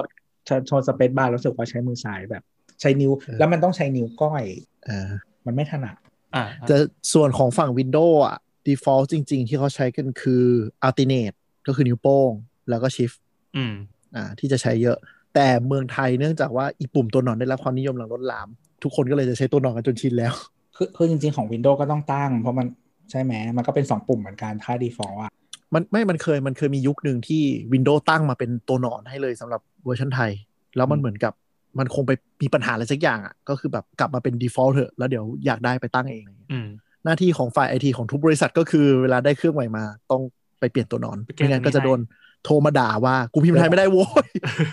โทรสเปซบาร์รู้สึกว่าใช้มือซ้ายแบบ ใช้นิ้ว
เออ
แล้วมันต้องใช้นิ้วก้อย
เออ
มันไม่ถนัด
อ่า
แต่ส่วนของฝั่ง Windows อ่ะ default จริง ๆ ที่เขาใช้กันคือ alternate ก็คือนิ้วโป้ง แล้วก็ shift
อืม
อ่าที่จะใช้เยอะ แต่เมืองไทยเนื่องจากว่าอีปุ่มตัวหนอนได้รับความนิยมหลังล้นหลาม ทุกคนก็เลยจะใช้ตัวหนอนกันจนชินแล้ว
คือคือจริง ๆ ของ Windows ก็ต้องตั้ง เพราะมันใช่ไหมมันก็เป็น 2 ปุ่มเหมือนกันถ้า default อ่ะ
มันไม่ มันเคย มันเคยมียุคหนึ่งที่ Windows ตั้งมาเป็นตัวหนอนให้เลยสำหรับเวอร์ชันไทย แล้วมันเหมือนกับ มันคงไปมีปัญหาอะไรสักอย่างอะ่ะ ก็คือแบบกลับมาเป็น default เถอะ แล้วเดี๋ยวอยากได้ไปตั้งเอง
อืม *laughs*
หน้าที่ของฝ่ายไอทีของทุกบริษัทก็คือเวลาได้เครื่องใหม่มา ต้องไปเปลี่ยนตัวหนอน
ไปแก้
ไม่งั้นก็
ตรงนี้
จะโดนโทรมาด่าว่า กูพิมพ์ไทยไม่ได้โว้ย *laughs*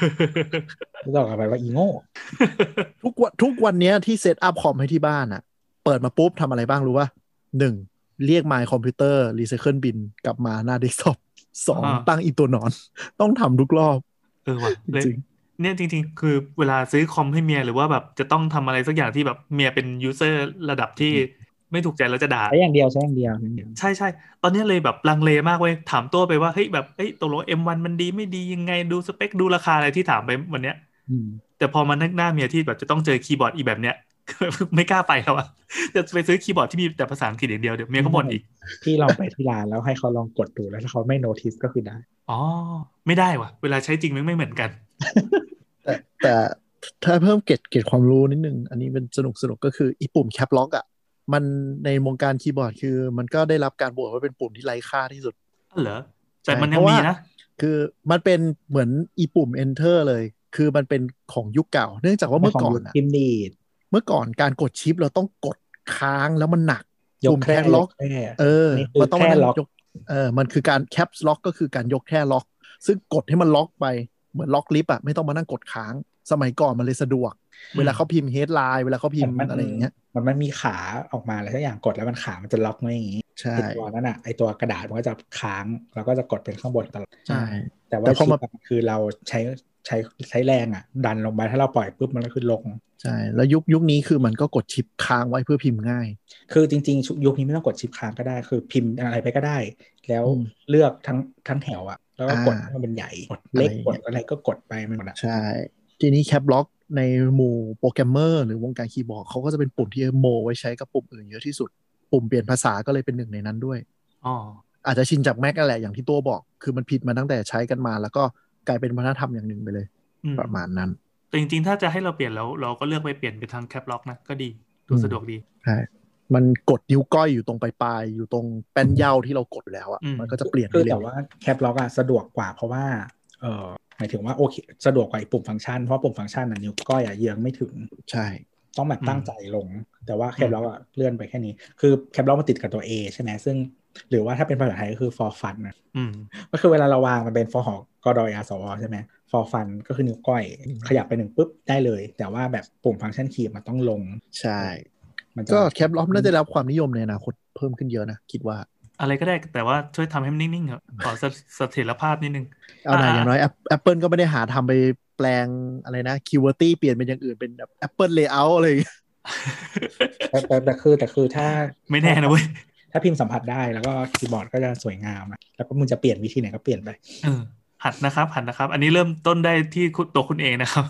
ก็ต่อกลับไปว่าอีโง่
ทุกวันทุกวันเนี้ยที่เซตอัพคอมให้ที่บ้านอะเปิดมาปุ๊บทำอะไรบ้างรู้ป่ะหนึ่งเรียก My คอมพิวเตอร์รีไซเคิลบินกลับมาหน้าเดสก์ท็อปสอง
อ่า
ตั้งอีตัวหนอน ต้องทำทุกรอบ
เออว่ะ
จ
เลย
ริง
เนี่ยจริงๆ คือเวลาซื้อคอมให้เมียหรือว่าแบบจะต้องทำอะไรสักอย่างที่แบบเมียเป็นยูเซอร์ระดับที่ไม่ถูกใจแล้วจะด่า
ใช้อย่างเดียวใช้อย่างเดียวใช้อย่างเดียว
ใช่ใช่ตอนเนี้ยเลยแบบลังเลมากเว้ยถามตัวไปว่าเฮ้ยแบบเอ้ยตกลง M1 มันดีไม่ดียังไงดูสเปคดูราคาอะไรที่ถามไปวันเนี้ย
อืม
แต่พอมานึกหน้าเมียที่แบบจะต้องเจอคีย์บอร์ดอีแบบเนี้ย *laughs* ไม่กล้าไปแล้วอะจะไปซื้อคีย์บอร์ดที่มีแต่ภาษาอังกฤษอย่างเดียวเดี๋ยวเมียก็บ่นอีก
พี่ลองไปที่ร้านแล้วให้เขาลองกดดูแล้วถ้าเขาไม่ notice ก็คือได้
อ๋อไม่ได้ว่ะ เวลาใช้จริงมันไม่เหมือนกัน
แต่แต่ถ้าเพิ่มเกร็ดเกร็ดความรู้นิดนึง อันนี้เป็นสนุกสนุกก็คืออีปุ่มแคปล็อกอ่ะ มันในวงการคีย์บอร์ดคือมันก็ได้รับการโหวตว่าเป็นปุ่มที่ไร้ค่าที่สุด
เหรอแต่
ใช่
มันยั
เพ
ง
ราะ
มี
ว่า
นะ
คือมันเป็นเหมือนอีปุ่ม enter เลย คือมันเป็นของยุคเก่า เนื่องจากว่าเมื่อก่อนอะ
พิมพ์ดีด
เมื่อก่อนการกดชิปเราต้องกดค้างแล้วมันหนัก
ยก
ปุ่ม
แค่
แค่ล็อก
ยแค่
เออ
นี่คือ
มันต้องมานั่ง
แค่ล็อก
ยกเออมันคือการแคปล็อกก็คือการยกแค่ล็อก ซึ่งกดให้มันล็อกไปเหมือนล็อกลิฟต์อ่ะไม่ต้องมานั่งกดค้าง สมัยก่อนมันเลยสะดวก เวลาเขาพิมพ์เฮดไลน์เวลาเขาพิมพ์อะไรอย่างเงี้ย
มันมันมีขาออกมาอะไรสักอย่างกดแล้วมันขามันจะล็อกไว้อย่างงี้
ใช่
ไอตัวนั้นอ่ะไอตัวกระดาษมันก็จะค้างแล้วก็จะกดเป็นข้างบนตลอด
ใช่
แต่
แต่
ว่า
พอมา
คือคือเราใช้ใช้ใช้แรงอ่ะ ดันลงไปถ้าเราปล่อยปุ๊บมันก็คือลง
ใช่ แล้วยุคยุคนี้คือมันก็กดชิปค้างไว้เพื่อพิมพ์ง่าย
คือจริงๆ ยุคนี้ไม่ต้องกดชิปค้างก็ได้คือพิมพ์อะไรไปก็ได้ แล้ว
อืม
เลือกทั้งทั้งแถวอ่ะ แล้วก็กด
อ่า
ให้มันเป็นใหญ่กดเล็ก
อะไรอย่า
ก
งเงี้
ด
ย
อะไรก็กดไปมันหมดอ่ะ
ใช่ ทีนี้แคปล็อกในหมู่โปรแกรมเมอร์หรือวงการคีย์บอร์ดเขาก็จะเป็นปุ่มที่โมไว้ใช้กับปุ่มอื่นเยอะที่สุด ปุ่มเปลี่ยนภาษาก็เลยเป็นหนึ่งในนั้นด้วย
อ๋อ
อาจจะชินจากแม็กนั่นแหละอย่างที่ตัวบอก คือมันผิดมาตั้งแต่ใช้กันมา แล้วก็กลายเป็นวัฒนธรรมอย่างหนึ่งไปเลย
อืม
ประมาณนั้น
แต่จริงๆ ถ้าจะให้เราเปลี่ยนแล้วเราก็เลือกไปเปลี่ยนเป็นทางแคปล็อกนะ ก็ดี ดู
อืม
สะดวกดี
มันกดนิ้วก้อยอยู่ตรงปลายๆอยู่ตรงแป้นเหย้าที่เรากดอยู่แล้วอ่ะ
อืม
มันก็จะเปลี่ยน
คือ
เร็
แต่
ว
ว่าแคปล็อกอ่ะสะดวกกว่าเพราะว่าเออหมายถึงว่าโอเคสะดวกกว่าไอ้ปุ่มฟังก์ชันเพราะปุ่มฟังก์ชันน่ะนิ้วก้อยอ่ะเยื้องไม่ถึง
ใช่
ต้องแบบ
อืม
ตั้งใจลง แต่ว่าแคปล็อกอะเลื่อนไปแค่นี้ คือแคปล็อกมันติดกับตัว A ใช่ไหมซึ่ง หรือว่าถ้าเป็นภาษาไทยก็คือ for fun นะ
อืม
ก็คือเวลาเราวางมันเป็น for หอกดอยอาสวใช่ไหม for fun ก็คือนิ้วก้อย ขยับไปหนึ่งปุ๊บได้เลย แต่ว่าแบบปุ่มฟังก์ชันคีย์มันต้องลง
ใช่
มันจะ
ก็แคปล็อกน่าจะได้รับความนิยมในอนาคตเพิ่มขึ้นเยอะนะ คิดว่า
อะไรก็ได้แต่ว่าช่วยทำให้มันนิ่งๆครับขอเสเสถียรภาพนิดนึง *laughs*
เอาหน่อย
อ่า
อย่างน้อย App- Apple ก็ไม่ได้หาทำไป แปลงอะไรนะคิวเวอร์ตี้เปลี่ยนเป็นอย่างอื่นเป็นแบบ Apple Layout อะไรอย่างเงี้ย
แต่แต่แต่คือแต่คือถ้า
ไม่แน่นะเว้ย
ถ้าพิมพ์สัมผัสได้แล้วก็คีย์บอร์ดก็จะสวยงามอะแล้วก็มึงจะเปลี่ยนวิธีไหนก็เปลี่ยนไป
เออหัดนะครับ หัดนะครับ อันนี้เริ่มต้นได้ที่คุณตัวคุณเองนะครับ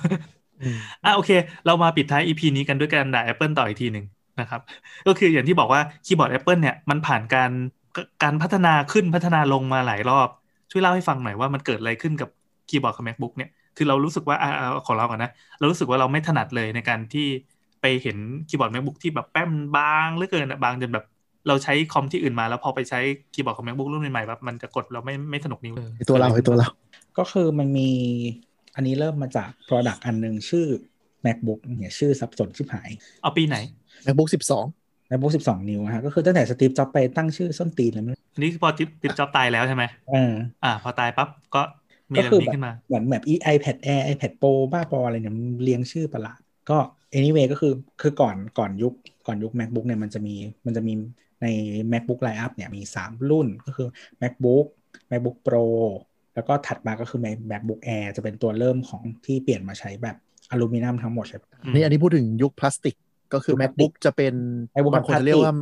อ่ะโอเค เรามาปิดท้าย EP นี้กันด้วยการด่า Apple ต่ออีกทีหนึ่งนะครับ ก็คืออย่างที่บอกว่าคีย์บอร์ด Apple เนี่ยมันผ่านการการพัฒนาขึ้นพัฒนาลงมาหลายรอบ ช่วยเล่าให้ฟังหน่อยว่ามันเกิดอะไรขึ้นกับคีย์บอร์ดของ MacBook เนี่ยคือเรารู้สึกว่าอ่าอ่าของเราก่อนนะ เรารู้สึกว่าเราไม่ถนัดเลยในการที่ไปเห็นคีย์บอร์ด MacBook ที่แบบแป้นบางเหลือเกินอะบางจนแบบ เราใช้คอมที่อื่นมาแล้วพอไปใช้คีย์บอร์ดของ MacBook รุ่นใหม่ๆแบบมันจะกดเราไม่ไม่สนุกนิ้ว
ไอตัวเราไอตัวเรา
ก็คือมันมีอันนี้เริ่มมาจาก Product อันหนึ่งชื่อ MacBook เนี่ยชื่อสับสนชิบหาย
เอาปีไหน
MacBook 12
MacBook 12 นิ้วฮะก็คือตั้งแต่สตีฟจ็อบไปตั้งชื่อส้นตีนเลยมั้ย
อันนี้พอติดติดจอบตายแล้วใช่ไหม
เออ
อ่าพอตายปั๊บก็มี
ก็
เรื่อ
คือง
นี้
แบบ
ขึ้นมา
เหมือนแบบ i iPad Air iPad Pro บ้าบออะไรเนี่ยมันเรียงชื่อประหลาด ก็ anyway ก็คือคือก่อนก่อนยุคก่อนยุค MacBook เนี่ยมันจะมีมันจะมีใน MacBook lineup เนี่ยมี 3 รุ่นก็คือ MacBook MacBook Pro แล้วก็ถัดมาก็คือ Mac- MacBook Air จะเป็นตัวเริ่มของที่เปลี่ยนมาใช้แบบอลูมิเนียมทั้งหมดใช่ปะ
อืม
นี่อันนี้พูดถึงยุคพลาสติก ก็คือ
ยุคพลาสติก
MacBook จะเป็น
MacBook
บางค
พ
น
ลาสติก
จะเรียกว่า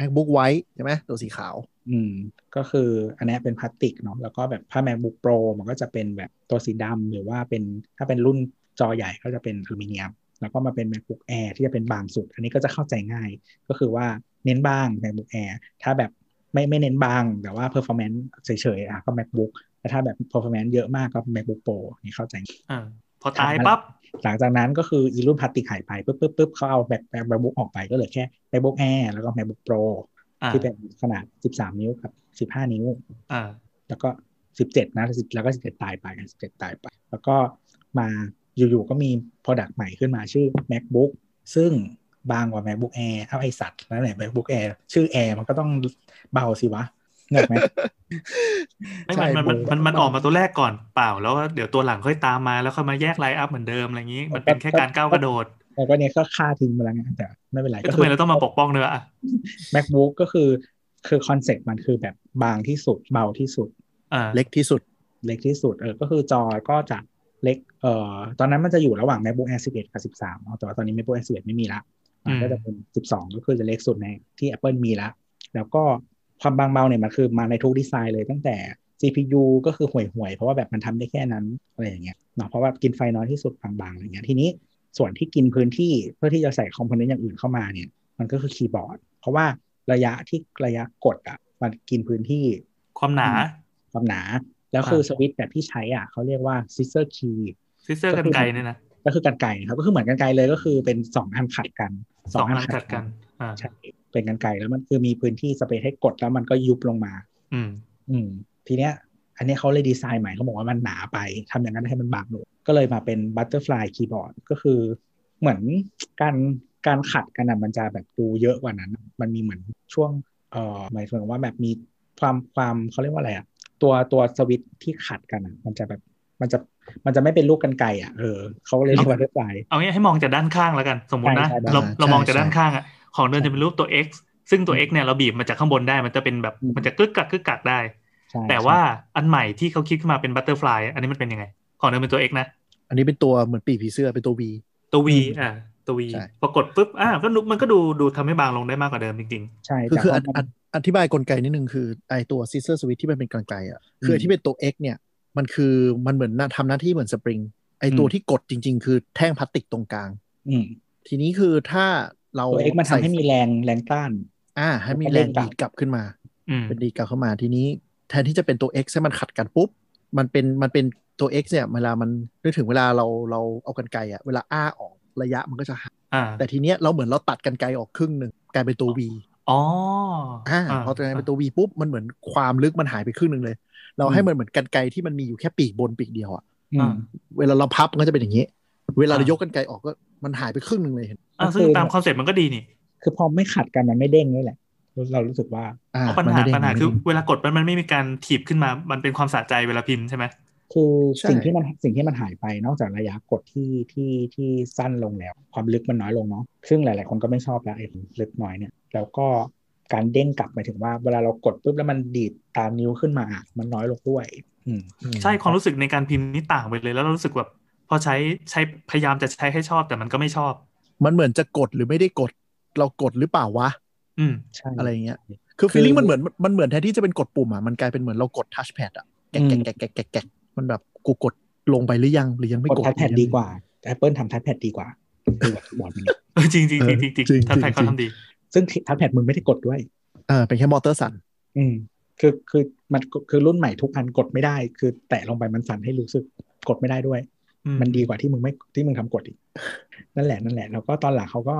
MacBook White ใช่ไหมตัวสีขาว
อืมก็คืออันเนี้ยเป็นพลาสติกเนาะแล้วก็แบบถ้า MacBook Pro มันก็จะเป็นแบบตัวสีดำหรือว่าเป็นถ้าเป็นรุ่นจอใหญ่ก็จะเป็นอลูมิเนียม แล้วก็มาเป็น MacBook Air ที่จะเป็นบางสุด อันนี้ก็จะเข้าใจง่าย ก็คือว่าเน้นบาง MacBook Air ถ้าแบบไม่ไม่เน้นบาง แต่ว่า performance เฉยๆอ่ะก็ MacBook แต่ถ้าแบบ performance เยอะมากก็ MacBook Pro นี่เข้าใจ
อ่าพอตายปั๊บ
หลังจากนั้นก็คืออีรุ่นพลาสติกหายไปปุ๊บปุ๊บปุ๊บเขาเอาแบบ MacBook ออกไปก็เหลือแค่ MacBook Air แล้วก็ MacBook Pro
อ่า
ที่เป็นขนาด 13 นิ้วกับ 15 นิ้ว
อ่า
แล้วก็สิบเจ็ดนะแล้วก็สิบเจ็ดตายไปสิบเจ็ดตายไป แล้วก็มาอยู่ๆก็มี Product ใหม่ขึ้นมาชื่อ MacBook ซึ่งบางกว่า MacBook Air เท่าไอสัตว์นั่นแหละ MacBook Air ชื่อ Air มันก็ต้องเบาสิวะเงกไหม *laughs*
ไม่
ใช่
มันมันมัน
ผม
มันมันออกมาตัวแรกก่อนเปล่า แล้วเดี๋ยวตัวหลังค่อยตามมาแล้วค่อยมาแยกไลน์อัพเหมือนเดิมอะไรอย่างนี้ มันเป็นแค่
ครับ
การก้าวกระโดด
แล้วก็เนี่ยก็ฆ่าทิ้งไปแล้วไงแต่ไม่เป็นไร
เอ้ยทำไมเราต้องมาปกป้องเนื้อะ
MacBook ก็คือคือคอนเซ็ปต์มันคือแบบบางที่สุดเบาที่สุด
อ่า
เล็กที่สุด
เล็กที่สุดเออก็คือจอก็จะเล็กเอ่อตอนนั้นมันจะอยู่ระหว่าง MacBook Air 11 กับ 13เนอะแต่ว่าตอนนี้ MacBook Air 11 ไม่มีละอ่ะก็จะเป็น 12 ก็คือจะเล็กสุดในที่ Apple มีละแล้วก็ความบางเบาเนี่ยมันคือมาในทุกดีไซน์เลยตั้งแต่ CPU ก็คือห่วยๆ เพราะว่าแบบมันทำได้แค่นั้นอะไรอย่างเงี้ยเนาะเพราะว่ากินไฟน้อยที่สุดบางๆอะไรเงี้ยทีนี้ส่วนที่กินพื้นที่เพื่อที่จะใส่คอมโพเนนต์อย่างอื่นเข้ามาเนี่ยมันก็คือคีย์บอร์ด เพราะว่าระยะที่ระยะกดอ่ะมันกินพื้นที่
ความหนา
ความหนา แล้วคือ
ครับ
สวิตช์แบบที่ใช้อ่ะเขาเรียกว่าซิสเ e อร์คี
ซิสเตอร์กันไกลเนี่ยนะ
ก็คือกันไก่ครับก็คือเหมือนกันไก่เลยก็คือเป็นสองอันขัดกัน
สองอันขัดกันอ่า
ใช่เป็นกันไก่แล้วมันคือมีพื้นที่สเปซให้กดแล้วมันก็ยุบลงมา
อืม
อืมทีเนี้ย อันเนี้ยเขาเลยดีไซน์ใหม่เขาบอกว่ามันหนาไปทำอย่างนั้นให้มันบางลงก็เลยมาเป็นบัตเตอร์ฟลายคีย์บอร์ดก็คือเหมือนการการขัดกันอะมันจะแบบดูเยอะกว่านั้น มันมีเหมือนช่วงเอ่อหมายถึงว่าแบบมีความความเขาเรียกว่าอะไรอะตัวตัวสวิตช์ที่ขัดกันอะมันจะแบบมันจะมันจะไม่เป็นลูกกันไก่อะเออเขาเลยเรียกว่าบัตเตอร์ฟลาย
เอางี้ให้มองจากด้านข้างแล้วกัน สมมตินะ
ใช่ใช่
เรา
ใช่
เรามองจาก
ใช่
ด้านข้างอ่ะของเดิมจะเป็นรูปตัว x ซึ่งตัว x เนี่ยเราบีบมาจากข้างบนได้มันจะเป็นแบบ
อืม
มันจะกึกกักกึกกักได้
ใช่
แต่ว่าอันใหม่ที่เขาคิดขึ้นมาเป็นบัตเตอร์ฟลายอันนี้มันเป็นยังไง ของเดิมเป็นตัว X นะ
อันนี้เป็นตัวเหมือนปีกผีเสื้อเป็นตัว V
ตัว V
อืม
อ่าตัว V
ใช่
ปรากฏปุ๊บอ่าก็ดูมันก็ดูดูทำให้บางลงได้มากกว่าเดิมจริง
ใช่
คือ
จาก
คืออัน
นั้น
อันอธิบายกลไกนิดนึงคือไอตัว scissor switch ที่มันเป็นกลไกอ่ะคือ
ม
ไอที่เป็นตัว X เนี่ยมันคือมันเหมือนหน้าทำหน้าที่เหมือนสปริงไอตัว
อืม
ที่กดจริง ๆ คือแท่งพลาสติกตรงกลาง
อืม
ทีนี้คือถ้าเรา
ตัวเอ็กมันทำให้มีแรงแรงต้าน
อ่าให้มี
มัน
แร
เล่
ง
นกลั
ดี
บ
ดกลับขึ้นมา
ๆ อืม
เป็นดีดกลับเข้ามาทีนี้ แทนที่จะเป็นตัว X ให้มันขัดกันปุ๊บ มันเป็นมันเป็นตัว X เนี่ยเวลามันนึกถึงเวลาเราเราเอากันไกลอ่ะเวลาอ้าออกระยะมันก็จะหัก
อ่า
แต่ทีเนี้ยเราเหมือนเราตัดกันไกลออกครึ่งหนึ่งกลายเป็นตัว V
อ๋อ
อ่าพอตัวนั้นเป็นตัว V ปุ๊บมันเหมือนความลึกมันหายไปครึ่งหนึ่งเลย เราให้มันเหมือนกันไกลที่มันมีอยู่แค่ปีกบนปีกเดียวอ่ะ
อืม
เวลาเราพับมันก็จะเป็นอย่างนี้ เวลาเรายกกันไกลออกก็มันหายไปครึ่งหนึ่งเลยเห็น
อ่าซึ่ง
ก็คือ
ตามคอนเซ็ปต์มันก็ดีนี่
คือพอไม่ขัดกันมันไม่เด้งนี่แหละเรารู้สึกว่า
อ่า
เพราะปัญ
มัน
หา
ไม่เด้ง
ปัญหา
มันไม่
คือ
เด้ง
เวลากดมันมันไม่มีการถีบขึ้นมา มันเป็นความสะใจเวลาพิมพ์ใช่ไหม
คือ
ใช่
สิ่งที่มันสิ่งที่มันหายไปนอกจากระยะกดที่ที่ที่สั้นลงแล้ว ความลึกมันน้อยลงเนาะซึ่งหลาย ๆ คนก็ไม่ชอบแล้วไอ้ลึกน้อยเนี่ย แล้วก็การเด้งกลับหมายถึงว่าเวลาเรากดปุ๊บแล้วมันดีดตามนิ้วขึ้นมา มันน้อยลงด้วย อืม
ใช่ความรู้สึกในการพิมพ์นี่ต่างไปเลยแล้วเรารู้สึกแบบ พอใช้ใช้พยายามจะใช้ให้ชอบแต่มันก็ไม่ชอบ
มันเหมือนจะกดหรือไม่ได้กด เรากดหรือเปล่าวะ
อืม
ใช่
อะไรอย่างเงี้ย คือ
คือ
ฟีลลิ่งมันเหมือนมันเหมือนแทนที่จะเป็นกดปุ่มอ่ะ มันกลายเป็นเหมือนเรากดทัชแพดอ่ะ แกะแกะแกะแกะแกะแกะมันแบบกูกดลงไปหรือยังหรือยังไม่
กด
กด
ทัชแพด
หรือยัง
ดีกว่า Apple ทำทัชแพดดีกว่าดูแบบบอร์ดมัน
เออจริงจริงจริงจริงจริง
จริง
ทันแพท
จริ
เขา
ง
ทำดี
ซึ่งทัชแพดมึงไม่ได้กดด้วย
เออเป็นแค่มอเตอร์สัน
อืมคือคือมันคือรุ่นใหม่ทุกอันกดไม่ได้ คือแตะลงไปมันสั่นให้รู้สึกกดไม่ได้ด้วย
อืม
มันดีกว่าที่มึงไม่ที่มึงทำกดอีก นั่นแหละนั่นแหละแล้วก็ตอนหลังเขาก็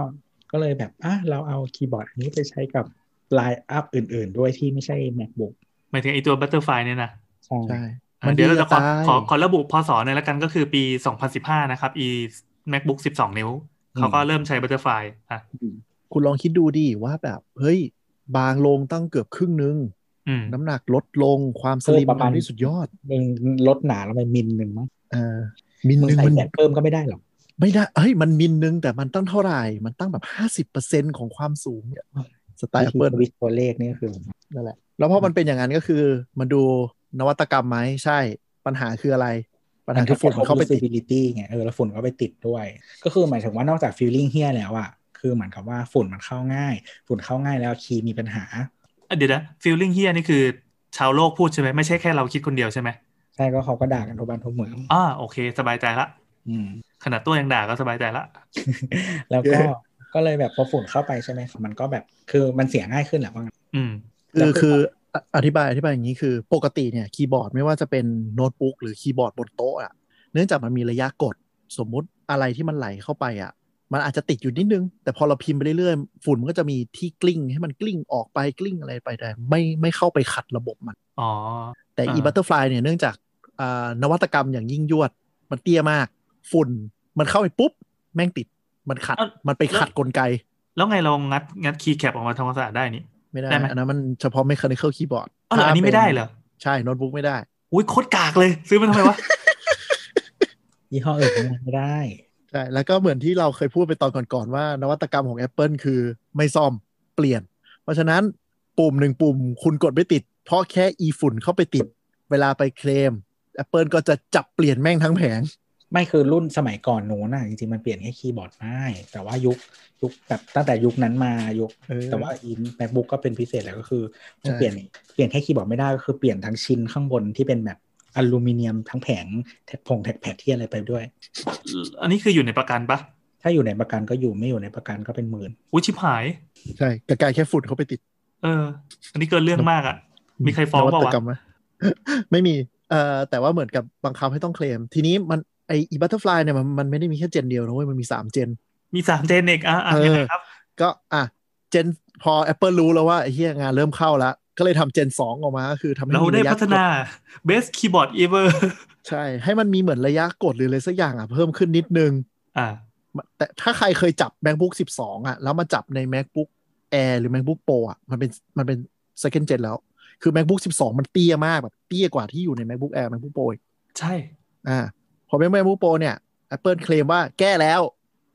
ก็เลยแบบอ่ะเราเอาคีย์บอร์ดอันนี้ไปใช้กับไลน์อัพอื่น ๆ ด้วยที่ไม่ใช่ macbook
หมายถึงไอตัวบัตเตอร์ไฟเนี่ยนะ
ใช่
ใช่
อ่ะ
มัน
เดี๋ยวเราจะขอ
ตาย
ขอขอระบุพศในอยละกันก็คือปี 2015 นะครับ e macbook 12 นิ้ว เขาก็เริ่มใช้บัตเตอร์ไฟอ่ะ
คุณลองคิดดูดิว่าแบบ เฮ้ย บางลงตั้งเกือบครึ่งนึง
อืม
น้ำหนักลดลงความส
เออ
ลิม
ประมาณ
ทำได้สุดยอด
มึงลดหนาลงไปมิลหนึ่งมั้ง
เออมิล
มึง
นึง
ใส่
มัน
แบตเพิ่มก็ไม่ได้หรอก
ไม่ได้เฮ้ย มันมิลนึงแต่มันตั้งเท่าไหร่ มันตั้งแบบห้าสิบเปอร์เซ็นของความสูงเนี่ยสไตล์
วิธี
Apple
วิธีตัวเลขนี่ก็คือ
นั่นแหละ แล้วพอมันเป็นอย่างนั้นก็คือมันดูนวัตกรรมไหมใช่ ปัญหาคืออะไร ปัญหาคือฝุ่นมันเข้าไปติด
visibility ไงเออแล้วฝุ่นก็ไปติดด้วย ก็คือหมายถึงว่านอกจาก feeling เฮี้ยแล้วอะคือเหมือนกับว่าฝุ่นมันเข้าง่าย ฝุ่นเข้าง่ายแล้วคีย์มีปัญหา
อ่ะเดี๋ยวนะฟีลลิ่งเฮียนี่คือชาวโลกพูดใช่ไหมไม่ใช่แค่เราคิดคนเดียวใช่ไหม
ใช่ก็เขาก็ด่ากันทั่วบ้านทั่วเมือง
อ่าโอเค สบายใจละ
อืม
ขนาดตัวยังด่าก็สบายใจละ
แล้วก็
เย้
ก็เลยแบบพอฝุ่นเข้าไปใช่ไหมมันก็แบบคือมันเสียง่ายขึ้นแหละว่างั้น
อืม
คือคืออ่ะอธิบายอธิบายอย่างนี้คือปกติเนี่ยคีย์บอร์ดไม่ว่าจะเป็นโน้ตบุ๊กหรือคีย์บอร์ดบนโต๊ะอะเนื่องจากมันมีระยะกดสมมุติอะไรที่มันไหลเข้าไปอ่ะ มันอาจจะติดอยู่นิดนึง แต่พอเราพิมพ์ไปเรื่อยๆ ฝุ่นมันก็จะมีที่กลิ้ง ให้มันกลิ้งออกไปกลิ้งอะไรไปแต่ไม่ไม่เข้าไปขัดระบบมัน
อ๋อ
แต่
อ่า
อีบัตเตอร์ฟลายเนี่ยเนื่องจากอ่านวัตกรรมอย่างยิ่งยวด มันเตี้ยมาก ฝุ่นมันเข้าไปปุ๊บ แม่งติดมันขัด
เอ้า
มันไป
แล้ว
ขัดกลไก
แล้วไงเรางัดงัดคีย์แคปออกมาทำความสะอาดได้นี่
ไม่ได้
ได้ไหม
อันนั้นมันเฉพาะ mechanical keyboard
อ๋อเหรออันนี้ไม่ได้เหรอ
ใช่โน้ตบุ๊กไม่ได้
อุ้ยโคตรกากเลย ซื้อมาทำไมวะ *laughs*
ยี่ห้ออื่นมันไม่ได้
ใช่แล้วก็เหมือนที่เราเคยพูดไปตอนก่อนๆว่านวัตกรรมของ Apple คือไม่ซ่อมเปลี่ยน เพราะฉะนั้นปุ่มหนึ่งปุ่มคุณกดไม่ติด เพราะแค่อีฝุ่นเข้าไปติด เวลาไปเคลม Apple ก็จะจับเปลี่ยนแม่งทั้งแผง
ไม่คือรุ่นสมัยก่อนโน้นน่ะจริงๆมันเปลี่ยนแค่คีย์บอร์ดได้แต่ว่ายุคยุคแบบตั้งแต่ยุคนั้นมายุค
เออ
แต่ว่าอี macbook ก็เป็นพิเศษแล้วก็คือมัน
ใช่
เปลี่ยนเปลี่ยนแค่คีย์บอร์ดไม่ได้ก็คือเปลี่ยนทั้งชิ้นข้างบนที่เป็นแบบอลูมิเนียมทั้งแผงแท็กพงแท็กแพดที่อะไรไปด้วย
อันนี้คืออยู่ในประกันปะ
ถ้าอยู่ในประกันก็อยู่ไม่อยู่ในประกันก็เป็นหมื่น
อุ้ยชิบหาย
ใช่กระจายแค่ฝุ่นเข้าไปติด
เออ อันนี้เกินเรื่องมากอ่ะ มีใครฟ้อง
นวั
เป
ต
ล่าวะ
กรรมไหม ไม่มีเอ่อแต่ว่าเหมือนกับบังคับให้ต้องเคลม ทีนี้มันไออีบัตเตอร์ฟลายเนี่ยมันมันไม่ได้มีแค่เจนเดียวนะเว้ยมันมีสามเจน
มีสามเจนเอกอ่ะอ่ะ
เออ
ยังไงครับ
ก็อ่ะเจนพอ Apple รู้แล้วว่าไอ้เฮียงานเริ่มเข้าแล้ว ก็เลยทำเจน 2 ออกมาก็คือทำให้
เรา
มี
ได้
ระยะ
พัฒนา
กด
best keyboard ever
ใช่ ให้มันมีเหมือนระยะกดหรืออะไรสักอย่างอ่ะ เพิ่มขึ้นนิดนึง
อ่า
แต่ถ้าใครเคยจับ MacBook 12 อ่ะ แล้วมาจับใน MacBook Air หรือ MacBook Pro อ่ะ มันเป็นมันเป็น second gen แล้ว คือ MacBook 12 มันเตี้ยมากแบบเตี้ยกว่าที่อยู่ใน MacBook Air MacBook Pro อีก
ใช่
อ่าพอเป็น MacBook Pro เนี่ย Apple เคลมว่าแก้แล้ว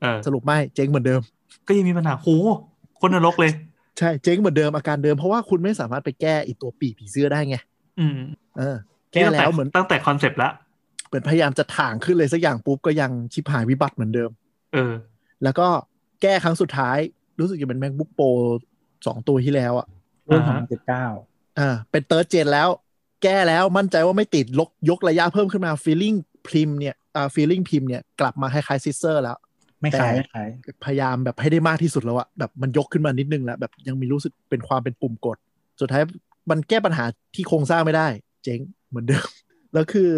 เออ
สรุปไม่เจ๊งเหมือนเดิม
ก็ยังมีปัญหาโหคนนรกเลย
ใช่เจ๊งเหมือนเดิมอาการเดิมเพราะว่าคุณไม่สามารถไปแก้อีตัวปีกผีเสื้อได้ไง
อืม
เออแก้แล้วเหมือน
ตั้งแต่คอนเซปต์ละ
เหมือนพยายามจะถ่างขึ้นเลยสักอย่างปุ๊บก็ยังชิบหายวิบัติเหมือนเดิม
เออ
แล้วก็แก้ครั้งสุดท้ายรู้สึกจะเป็น macbook pro สองตัวที่แล้วอ่ะ
รุ่น
อ่า
สอง
ฮะ
พันสิบเก้า
อ่าเป็น third gen แล้ว แก้แล้วมั่นใจว่าไม่ติดลกยกระยะเพิ่มขึ้นมา feeling พิมพ์เนี่ยอ่า feeling พิมพ์เนี่ยกลับมาคล้ายๆ sister แล้ว
ไม่ขาย
แต่
ไม่ขาย
พยายามแบบให้ได้มากที่สุดแล้วอะแบบมันยกขึ้นมานิดนึงแล้ว แบบยังมีรู้สึกเป็นความเป็นปุ่มกด สุดท้ายมันแก้ปัญหาที่โครงสร้างไม่ได้ เจ๊งเหมือนเดิม *laughs* แล้วคือ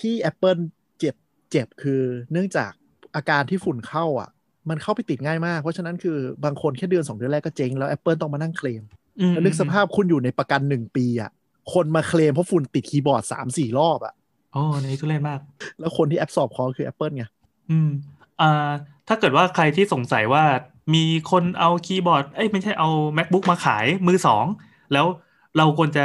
ที่ Apple เจ็บเจ็บคือเนื่องจากอาการที่ฝุ่นเข้าอะมันเข้าไปติดง่ายมาก เพราะฉะนั้นคือบางคนแค่เดือน 2 เดือนแรกก็เจ๊งแล้ว Apple ต้องมานั่งเคลม
อืม
แล้วนึกสภาพคุณอยู่ในประกัน 1 ปีอะคนมาเคลมเพราะฝุ่นติดคีย์บอร์ด3 4 รอบอะ
โอ้ในนี้ทุเรศมาก
แล้วคนที่แอบสอบคอคือ Apple ไง
อืม อ่า ถ้าเกิดว่าใครที่สงสัยว่ามีคนเอาคีย์บอร์ด เอ้ยไม่ใช่เอา macbook มาขายมือสอง แล้วเราควรจะ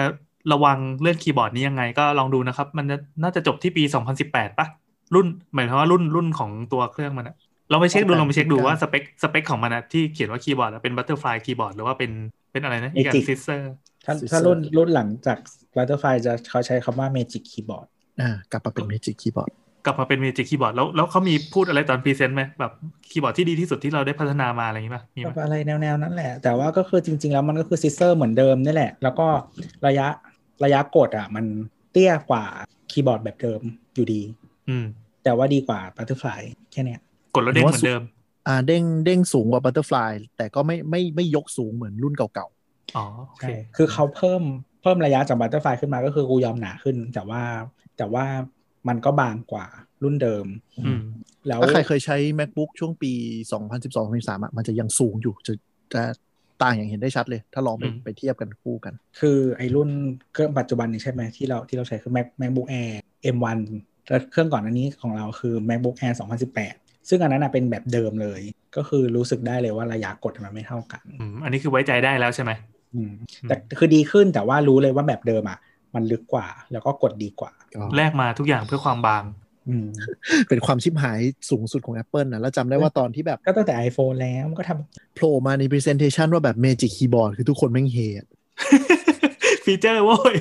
ระวังเรื่องคีย์บอร์ดนี้ยังไงก็ลองดูนะครับ มันจะน่าจะจบที่ปี 2018ปะรุ่น หมายความว่ารุ่นรุ่นของตัวเครื่องมันอะเราไปเช็คดู
2018
ลองไปเช็คดูว่าสเปคสเปคของมันอะที่เขียนว่าคีย์บอร์ดอะเป็นบัตเตอร์ฟลายคีย์บอร์ดหรือว่าเป็นเป็นอะไรนะอีกอันซิสเตอร์
ถ้า
Scissor
ถ้ารุ่นรุ่นหลังจาก butterfly จะเขาใช้คำว่า magic keyboard
อ่ากลับมาเป็น Magic Keyboard
กลับมาเป็นเมจิกคีย์บอร์ดแล้วแล้วเขามีพูดอะไรตอนพรีเซนต์ไหมแบบคีย์บอร์ดที่ดีที่สุดที่เราได้พัฒนามาอะไรอย่างนี้ป่ะมีไหม
แบบอะไรแนวๆนั้นแหละ แต่ว่าก็คือจริง ๆ แล้วมันก็คือซิสเซอร์เหมือนเดิมนี่แหละ แล้วก็ระยะระยะกดอ่ะ มันเตี้ยกว่าคีย์บอร์ดแบบเดิมอยู่ดี
อืม
แต่ว่าดีกว่าบัตเตอร์ฟลายแค่เนี้ย
กดแล้วเด้งเหมือนเดิม
อ่าเด้งเด้งสูงกว่าบัตเตอร์ฟลายแต่ก็ไม่ไม่ไม่ยกสูงเหมือนรุ่นเก่า
อ๋อโอเค
ใช่ คือเขาเพิ่มเพิ่มระยะจากบัตเตอร์ฟลายขึ้นมาก็คือกูยอมหนาขึ้น แต่ว่าแต่ว่ามันก็บางกว่ารุ่นเดิม
อืม
แล้
ๆ
ว
ถ้าใครเคยใช้ macbook ช่วงปี 2012-2013อ่ะมันจะยังสูงอยู่จะจะต่างอย่างเห็นได้ชัดเลย ถ้าลองไป
อืม
ไปเทียบกันคู่กัน
คือไอ้รุ่นเครื่องปัจจุบันนี้ใช่ไหมที่เราที่เราใช้คือ Mac MacBook Air M1 แล้วเครื่องก่อนอันนี้ของเราคือ MacBook Air 2018 ซึ่งอันนั้นนะเป็นแบบเดิมเลย ก็คือรู้สึกได้เลยว่าระยะกดมันไม่เท่ากัน
อืมอันนี้คือไว้ใจได้แล้วใช่ไหม
อืมแต่คือดีขึ้นแต่ว่ารู้เลยว่าแบบเดิมอ่ะมันลึกกว่า แล้วก็กดดีกว่า
แลกมาทุกอย่างเพื่อความบาง *laughs*
อืม
เป็นความชิบหายสูงสุดของ Apple นะแล้วจำได้ว่าตอนที่แบบ
ก็ตั้งแต่ iPhone แล้วมันก็ทำ
โผล่มาใน Presentation ว่าแบบ Magic Keyboard คือทุกคนแม่งเฮอะ
ฟีเจอร์โว้ย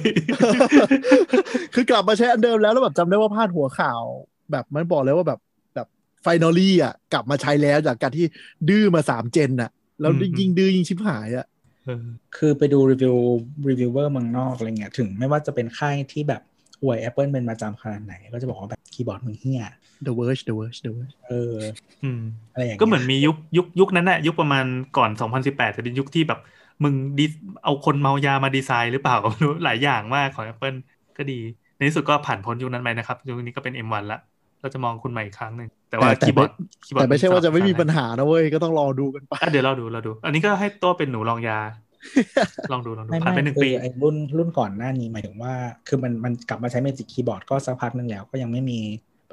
*laughs*
คือกลับมาใช้อันเดิมแล้วแล้วแบบจำได้ว่าพาดหัวข่าว แบบมันบอกเลยว่าแบบแบบไฟนอลี่อ่ะกลับมาใช้แล้วจากการที่ดื้อมาสามเจนอ่ะ แล้ว
อืม
ยิ่งดื้อยิ่งชิบหายอ่ะ
เออ
คือไปดูรีวิวรีวิวเวอร์เมืองนอกอะไรเงี้ยถึงไม่ว่าจะเป็นค่ายที่แบบอวย Apple เป็นประจำขนาดไหน ก็จะบอกว่าแบบคีย์บอร์ดมึงเฮี้ย
The Verge The Verge The Verge
เออ
อืม
อะไรอย่างงี้ย
ก็เหมือนมียุคยุคยุคนั้นแหละยุคประมาณก่อน 2018 จะเป็นยุคที่แบบ มึงดิเอาคนเมายามาดีไซน์หรือเปล่า *laughs* ก็ไม่รู้ หลายอย่างมากของ Apple ก็ดี ในที่สุดก็ผ่านพ้นยุคนั้นไปนะครับ ยุคนี้ก็เป็น M1 ละ เราจะมองคุณใหม่อีกครั้งหนึ่ง แต่ว่า
แต่แต่
คีย์บอร์ด
ไม่
คีย์บอ
แต่
ร์ด
ไม่ใช่ว่าจะไม่มีปัญ
หา
หานะเว้ย ก็ต้องรอดูกันไป
เดี๋ยวเราดูเราดู อันนี้ก็ให้ตัวเป็นหนูลอง
*laughs*
ยา ลองดูลองดู
ไม่
ผ่านไป
ไม่
หนึ่ง
คื
ปี
อไอ้รุ่นรุ่นก่อนหน้านี้หมายถึงว่า คือมันมันกลับมาใช้ Magic Keyboard ก็สักพักนึงแล้ว ก็ยังไม่มี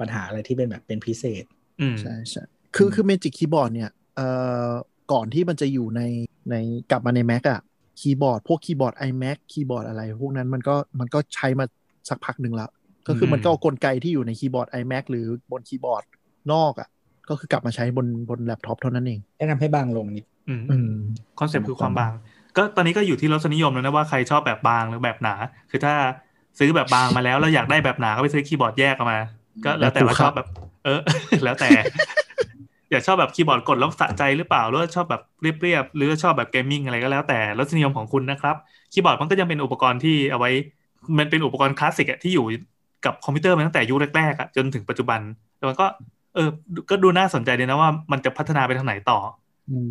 ปัญหาอะไรที่เป็นแบบเป็นพิเศษ
อืม
ใช่ใช่คือคือเมจิกคีย์บอร์ดเนี่ยเอ่อก่อนที่มันจะอยู่ในในกลับมาใน Mac อะคีย์บอร์ด พวกคีย์บอร์ด iMac คีย์บอร์ดอะไร พวกนั้นมันก็มันก็ใช้มาสักพักหนึ่งแล้ว ก็คือ
ม
มันก็เอากลไกที่อยู่ในคีย์บอร์ด iMac หรือบนคีย์บอร์ดนอกอะก็คือกลับมาใช้บนบนแล็ปท็อปเท่านั้นเอง
แนะนำให้บางลงนิด
อืม
อืม
คอนเซ็ปต์คือความบาง ก็ตอนนี้ก็อยู่ที่รสนิยมแล้วนะว่าใครชอบแบบบางหรือแบบหนา คือถ้าซื้อแบบบางมาแล้วแล้วอยากได้แบบหนาก็ไปซื้อคีย์บอร์ดแยกออกมา ก็แล้วแต่ว่าชอบแบบ เอ *laughs* อ แล้วแต่ อยากชอบแบบคีย์บอร์ดกดแล้วสะใจหรือเปล่าหรือว่าชอบแบบเรียบๆหรือว่าชอบแบบเกมมิ่งอะไรก็แล้วแต่รสนิยมของคุณนะครับ คีย์บอร์ดมันก็ยังเป็นอุปกรณ์ที่เอาไว้ มันเป็นอุปกรณ์คลาสสิกอะที่อยู่กับคอมพิวเตอร์มาตั้งแต่ยุคแรกๆอะจนถึงปัจจุบันแล้วมันก็ เออ ก็ดูน่าสนใจเลยนะว่ามันจะพัฒนาไปทางไหนต่อ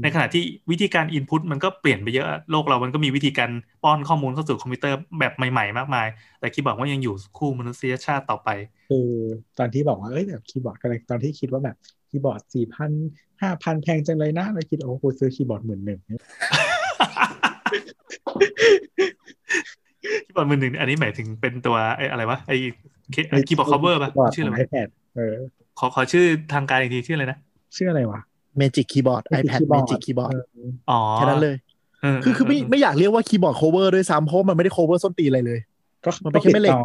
ในขณะที่วิธีการ Input มันก็เปลี่ยนไปเยอะ โลกเรามันก็มีวิธีการป้อนข้อมูลเข้าสู่คอมพิวเตอร์แบบใหม่ๆ มากมาย แต่คีย์บอร์ดก็ยังอยู่คู่มนุษยชาติต่อไป *laughs*
คือตอนที่บอกว่าเอ้ยแบบคีย์บอร์ดอะไรตอนที่คิดว่าแบบคีย์บอร์ดสี่พันห้าพันแพงจังเลยนะแล้วคิดโอ้โหกูซื้อคีย์บอร์ดหมื่นหนึ่ง
คีย์บอร์ดมือหนึ่งอันนี้หมายถึงเป็นตัวไอ้อะไรวะไอ้เคคีย์บอร์ด cover ป่ะ ชื่ออะไร
ไอ
วะ
แพดเออ
ขอขอชื่อทางการอีกทีชื่ออะไรนะ
ชื่ออะไรวะ
เมจิกคีย์บอร์ด
Magic
iPad
Keyboard
เมจิกคีย์บอร์ด
เ
อ๋อ
แค่นั้นเลย
เเ
คือคือไม่ไม่อยากเรียกว่าคีย์บอร์ด cover ด้วยซ้ำเพราะมันไม่ได้ cover ส้นตีนอะไรเลย
ก็
มันเป็นแค่แม่เหล็ก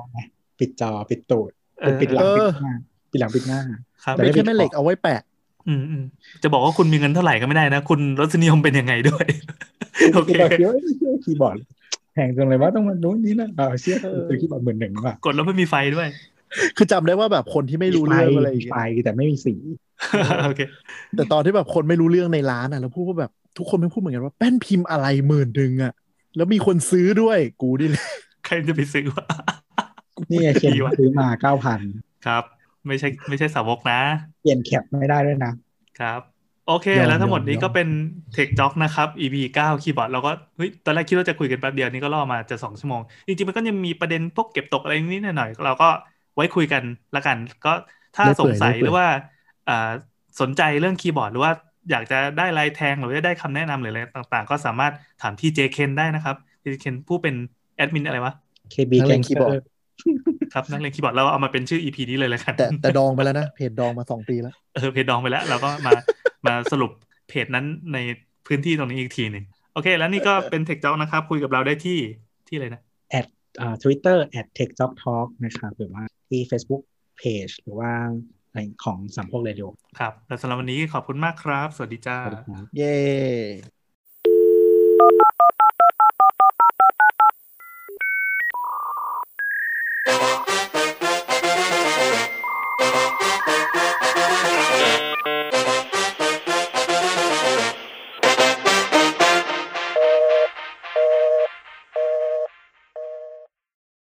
ปิดจอไงปิดจอ ปิดตูด
เออ
ปิดหลัง
เอ
ปิดหน้าปิด
อ
หลังปิดหน้า
ครับ
แต่
เป็นแค่แม่เหล็กเอาไว้แปะ
อืมอืมจะบอกว่าคุณมีเงินเท่าไหร่ก็ไม่ได้นะ คุณรสนิยมเป็นยังไงด้วย โอเค
*laughs*
แบบเยอะคีย์บอร์ดแพงจังเลยว่าต้องมานู้นนี่นะเอาเชื่อ
เออ
ซื้อคีย์บอร์ดหมื่นหนึ่งว่ะ
กดแล้วไม่มีไฟด้วย
คือจำได้ว่าแบบคนที่ไม่รู้เรื่องอะไรอย่าง
มี
เงี้ย
ไฟแต่ไม่มีสี
โอเค
แต่ตอนที่แบบคนไม่รู้เรื่องในร้านอ่ะแล้วพูดว่าแบบทุกคนไม่งพูดเหมือนกันว่าแป้นพิมพ์อะไรหมื่นหนึ่งอ่ะแล้วมีคนซื้อด้วยกูดิเลย
ใครจะไปซื้อวะ
*laughs*
นี่ไงเคน
ดีว่ะ
ซื้อมาเก้าพัน
ครับ ไม่ใช่ไม่ใช่สาวกนะ
เปลี่ยนแคปไม่ได้ด้วยนะ
ครับ โอเค
ยอม
แล้วทั้งหมด
ยอม
นี้
ยอม
ก็เป็น Tech Talk นะครับ EP 9 คีย์บอร์ดเราก็เฮ้ยตอนแรกคิดว่าจะคุยกันแป๊บเดียวนี่ก็ล่อมาจะ 2 ชั่วโมง จริงๆ มันก็ยังมีประเด็นพวกเก็บตกอะไรนิดๆหน่อยๆเราก็ไว้คุยกันละกัน ก็ถ้าสงสัยหรือว่าอ่าสนใจเรื่องคีย์บอร์ด หรือว่าอยากจะได้ลายแทงหรือว่าได้คำแนะนำหรืออะไรต่างๆ ก็สามารถถามที่เจเคนได้นะครับเจเคนผู้เป็นแอดมินอะไรวะ
KB
นักเลงคีย์บอร์ด
Gangster
ครับนักเรียนคีย์บอร์ดเราเอามาเป็นชื่อ EP นี้เลยละกัน
แต่แต่ดองไปแล้วนะเพจดองมาสองปีแล้ว
เออเพจดองไปแล้ว เราก็มา *laughs* มาสรุปเพจนั้นในพื้นที่ตรงนี้อีกทีหนึ่งโอเค แล้วนี่ก็เป็นเทคจ็อกนะครับ คุยกับเราได้ที่ที่อะไรนะ
อ่า Twitter at Tech Talk Talk นะครับหรือว่าที่ Facebook Page หรือว่าอะไรของสามพวกเรดิโอ
ครับ แล้วสำหรับวันนี้ขอบคุณมากครับ สวัสดีจ้า
ครับ
เย้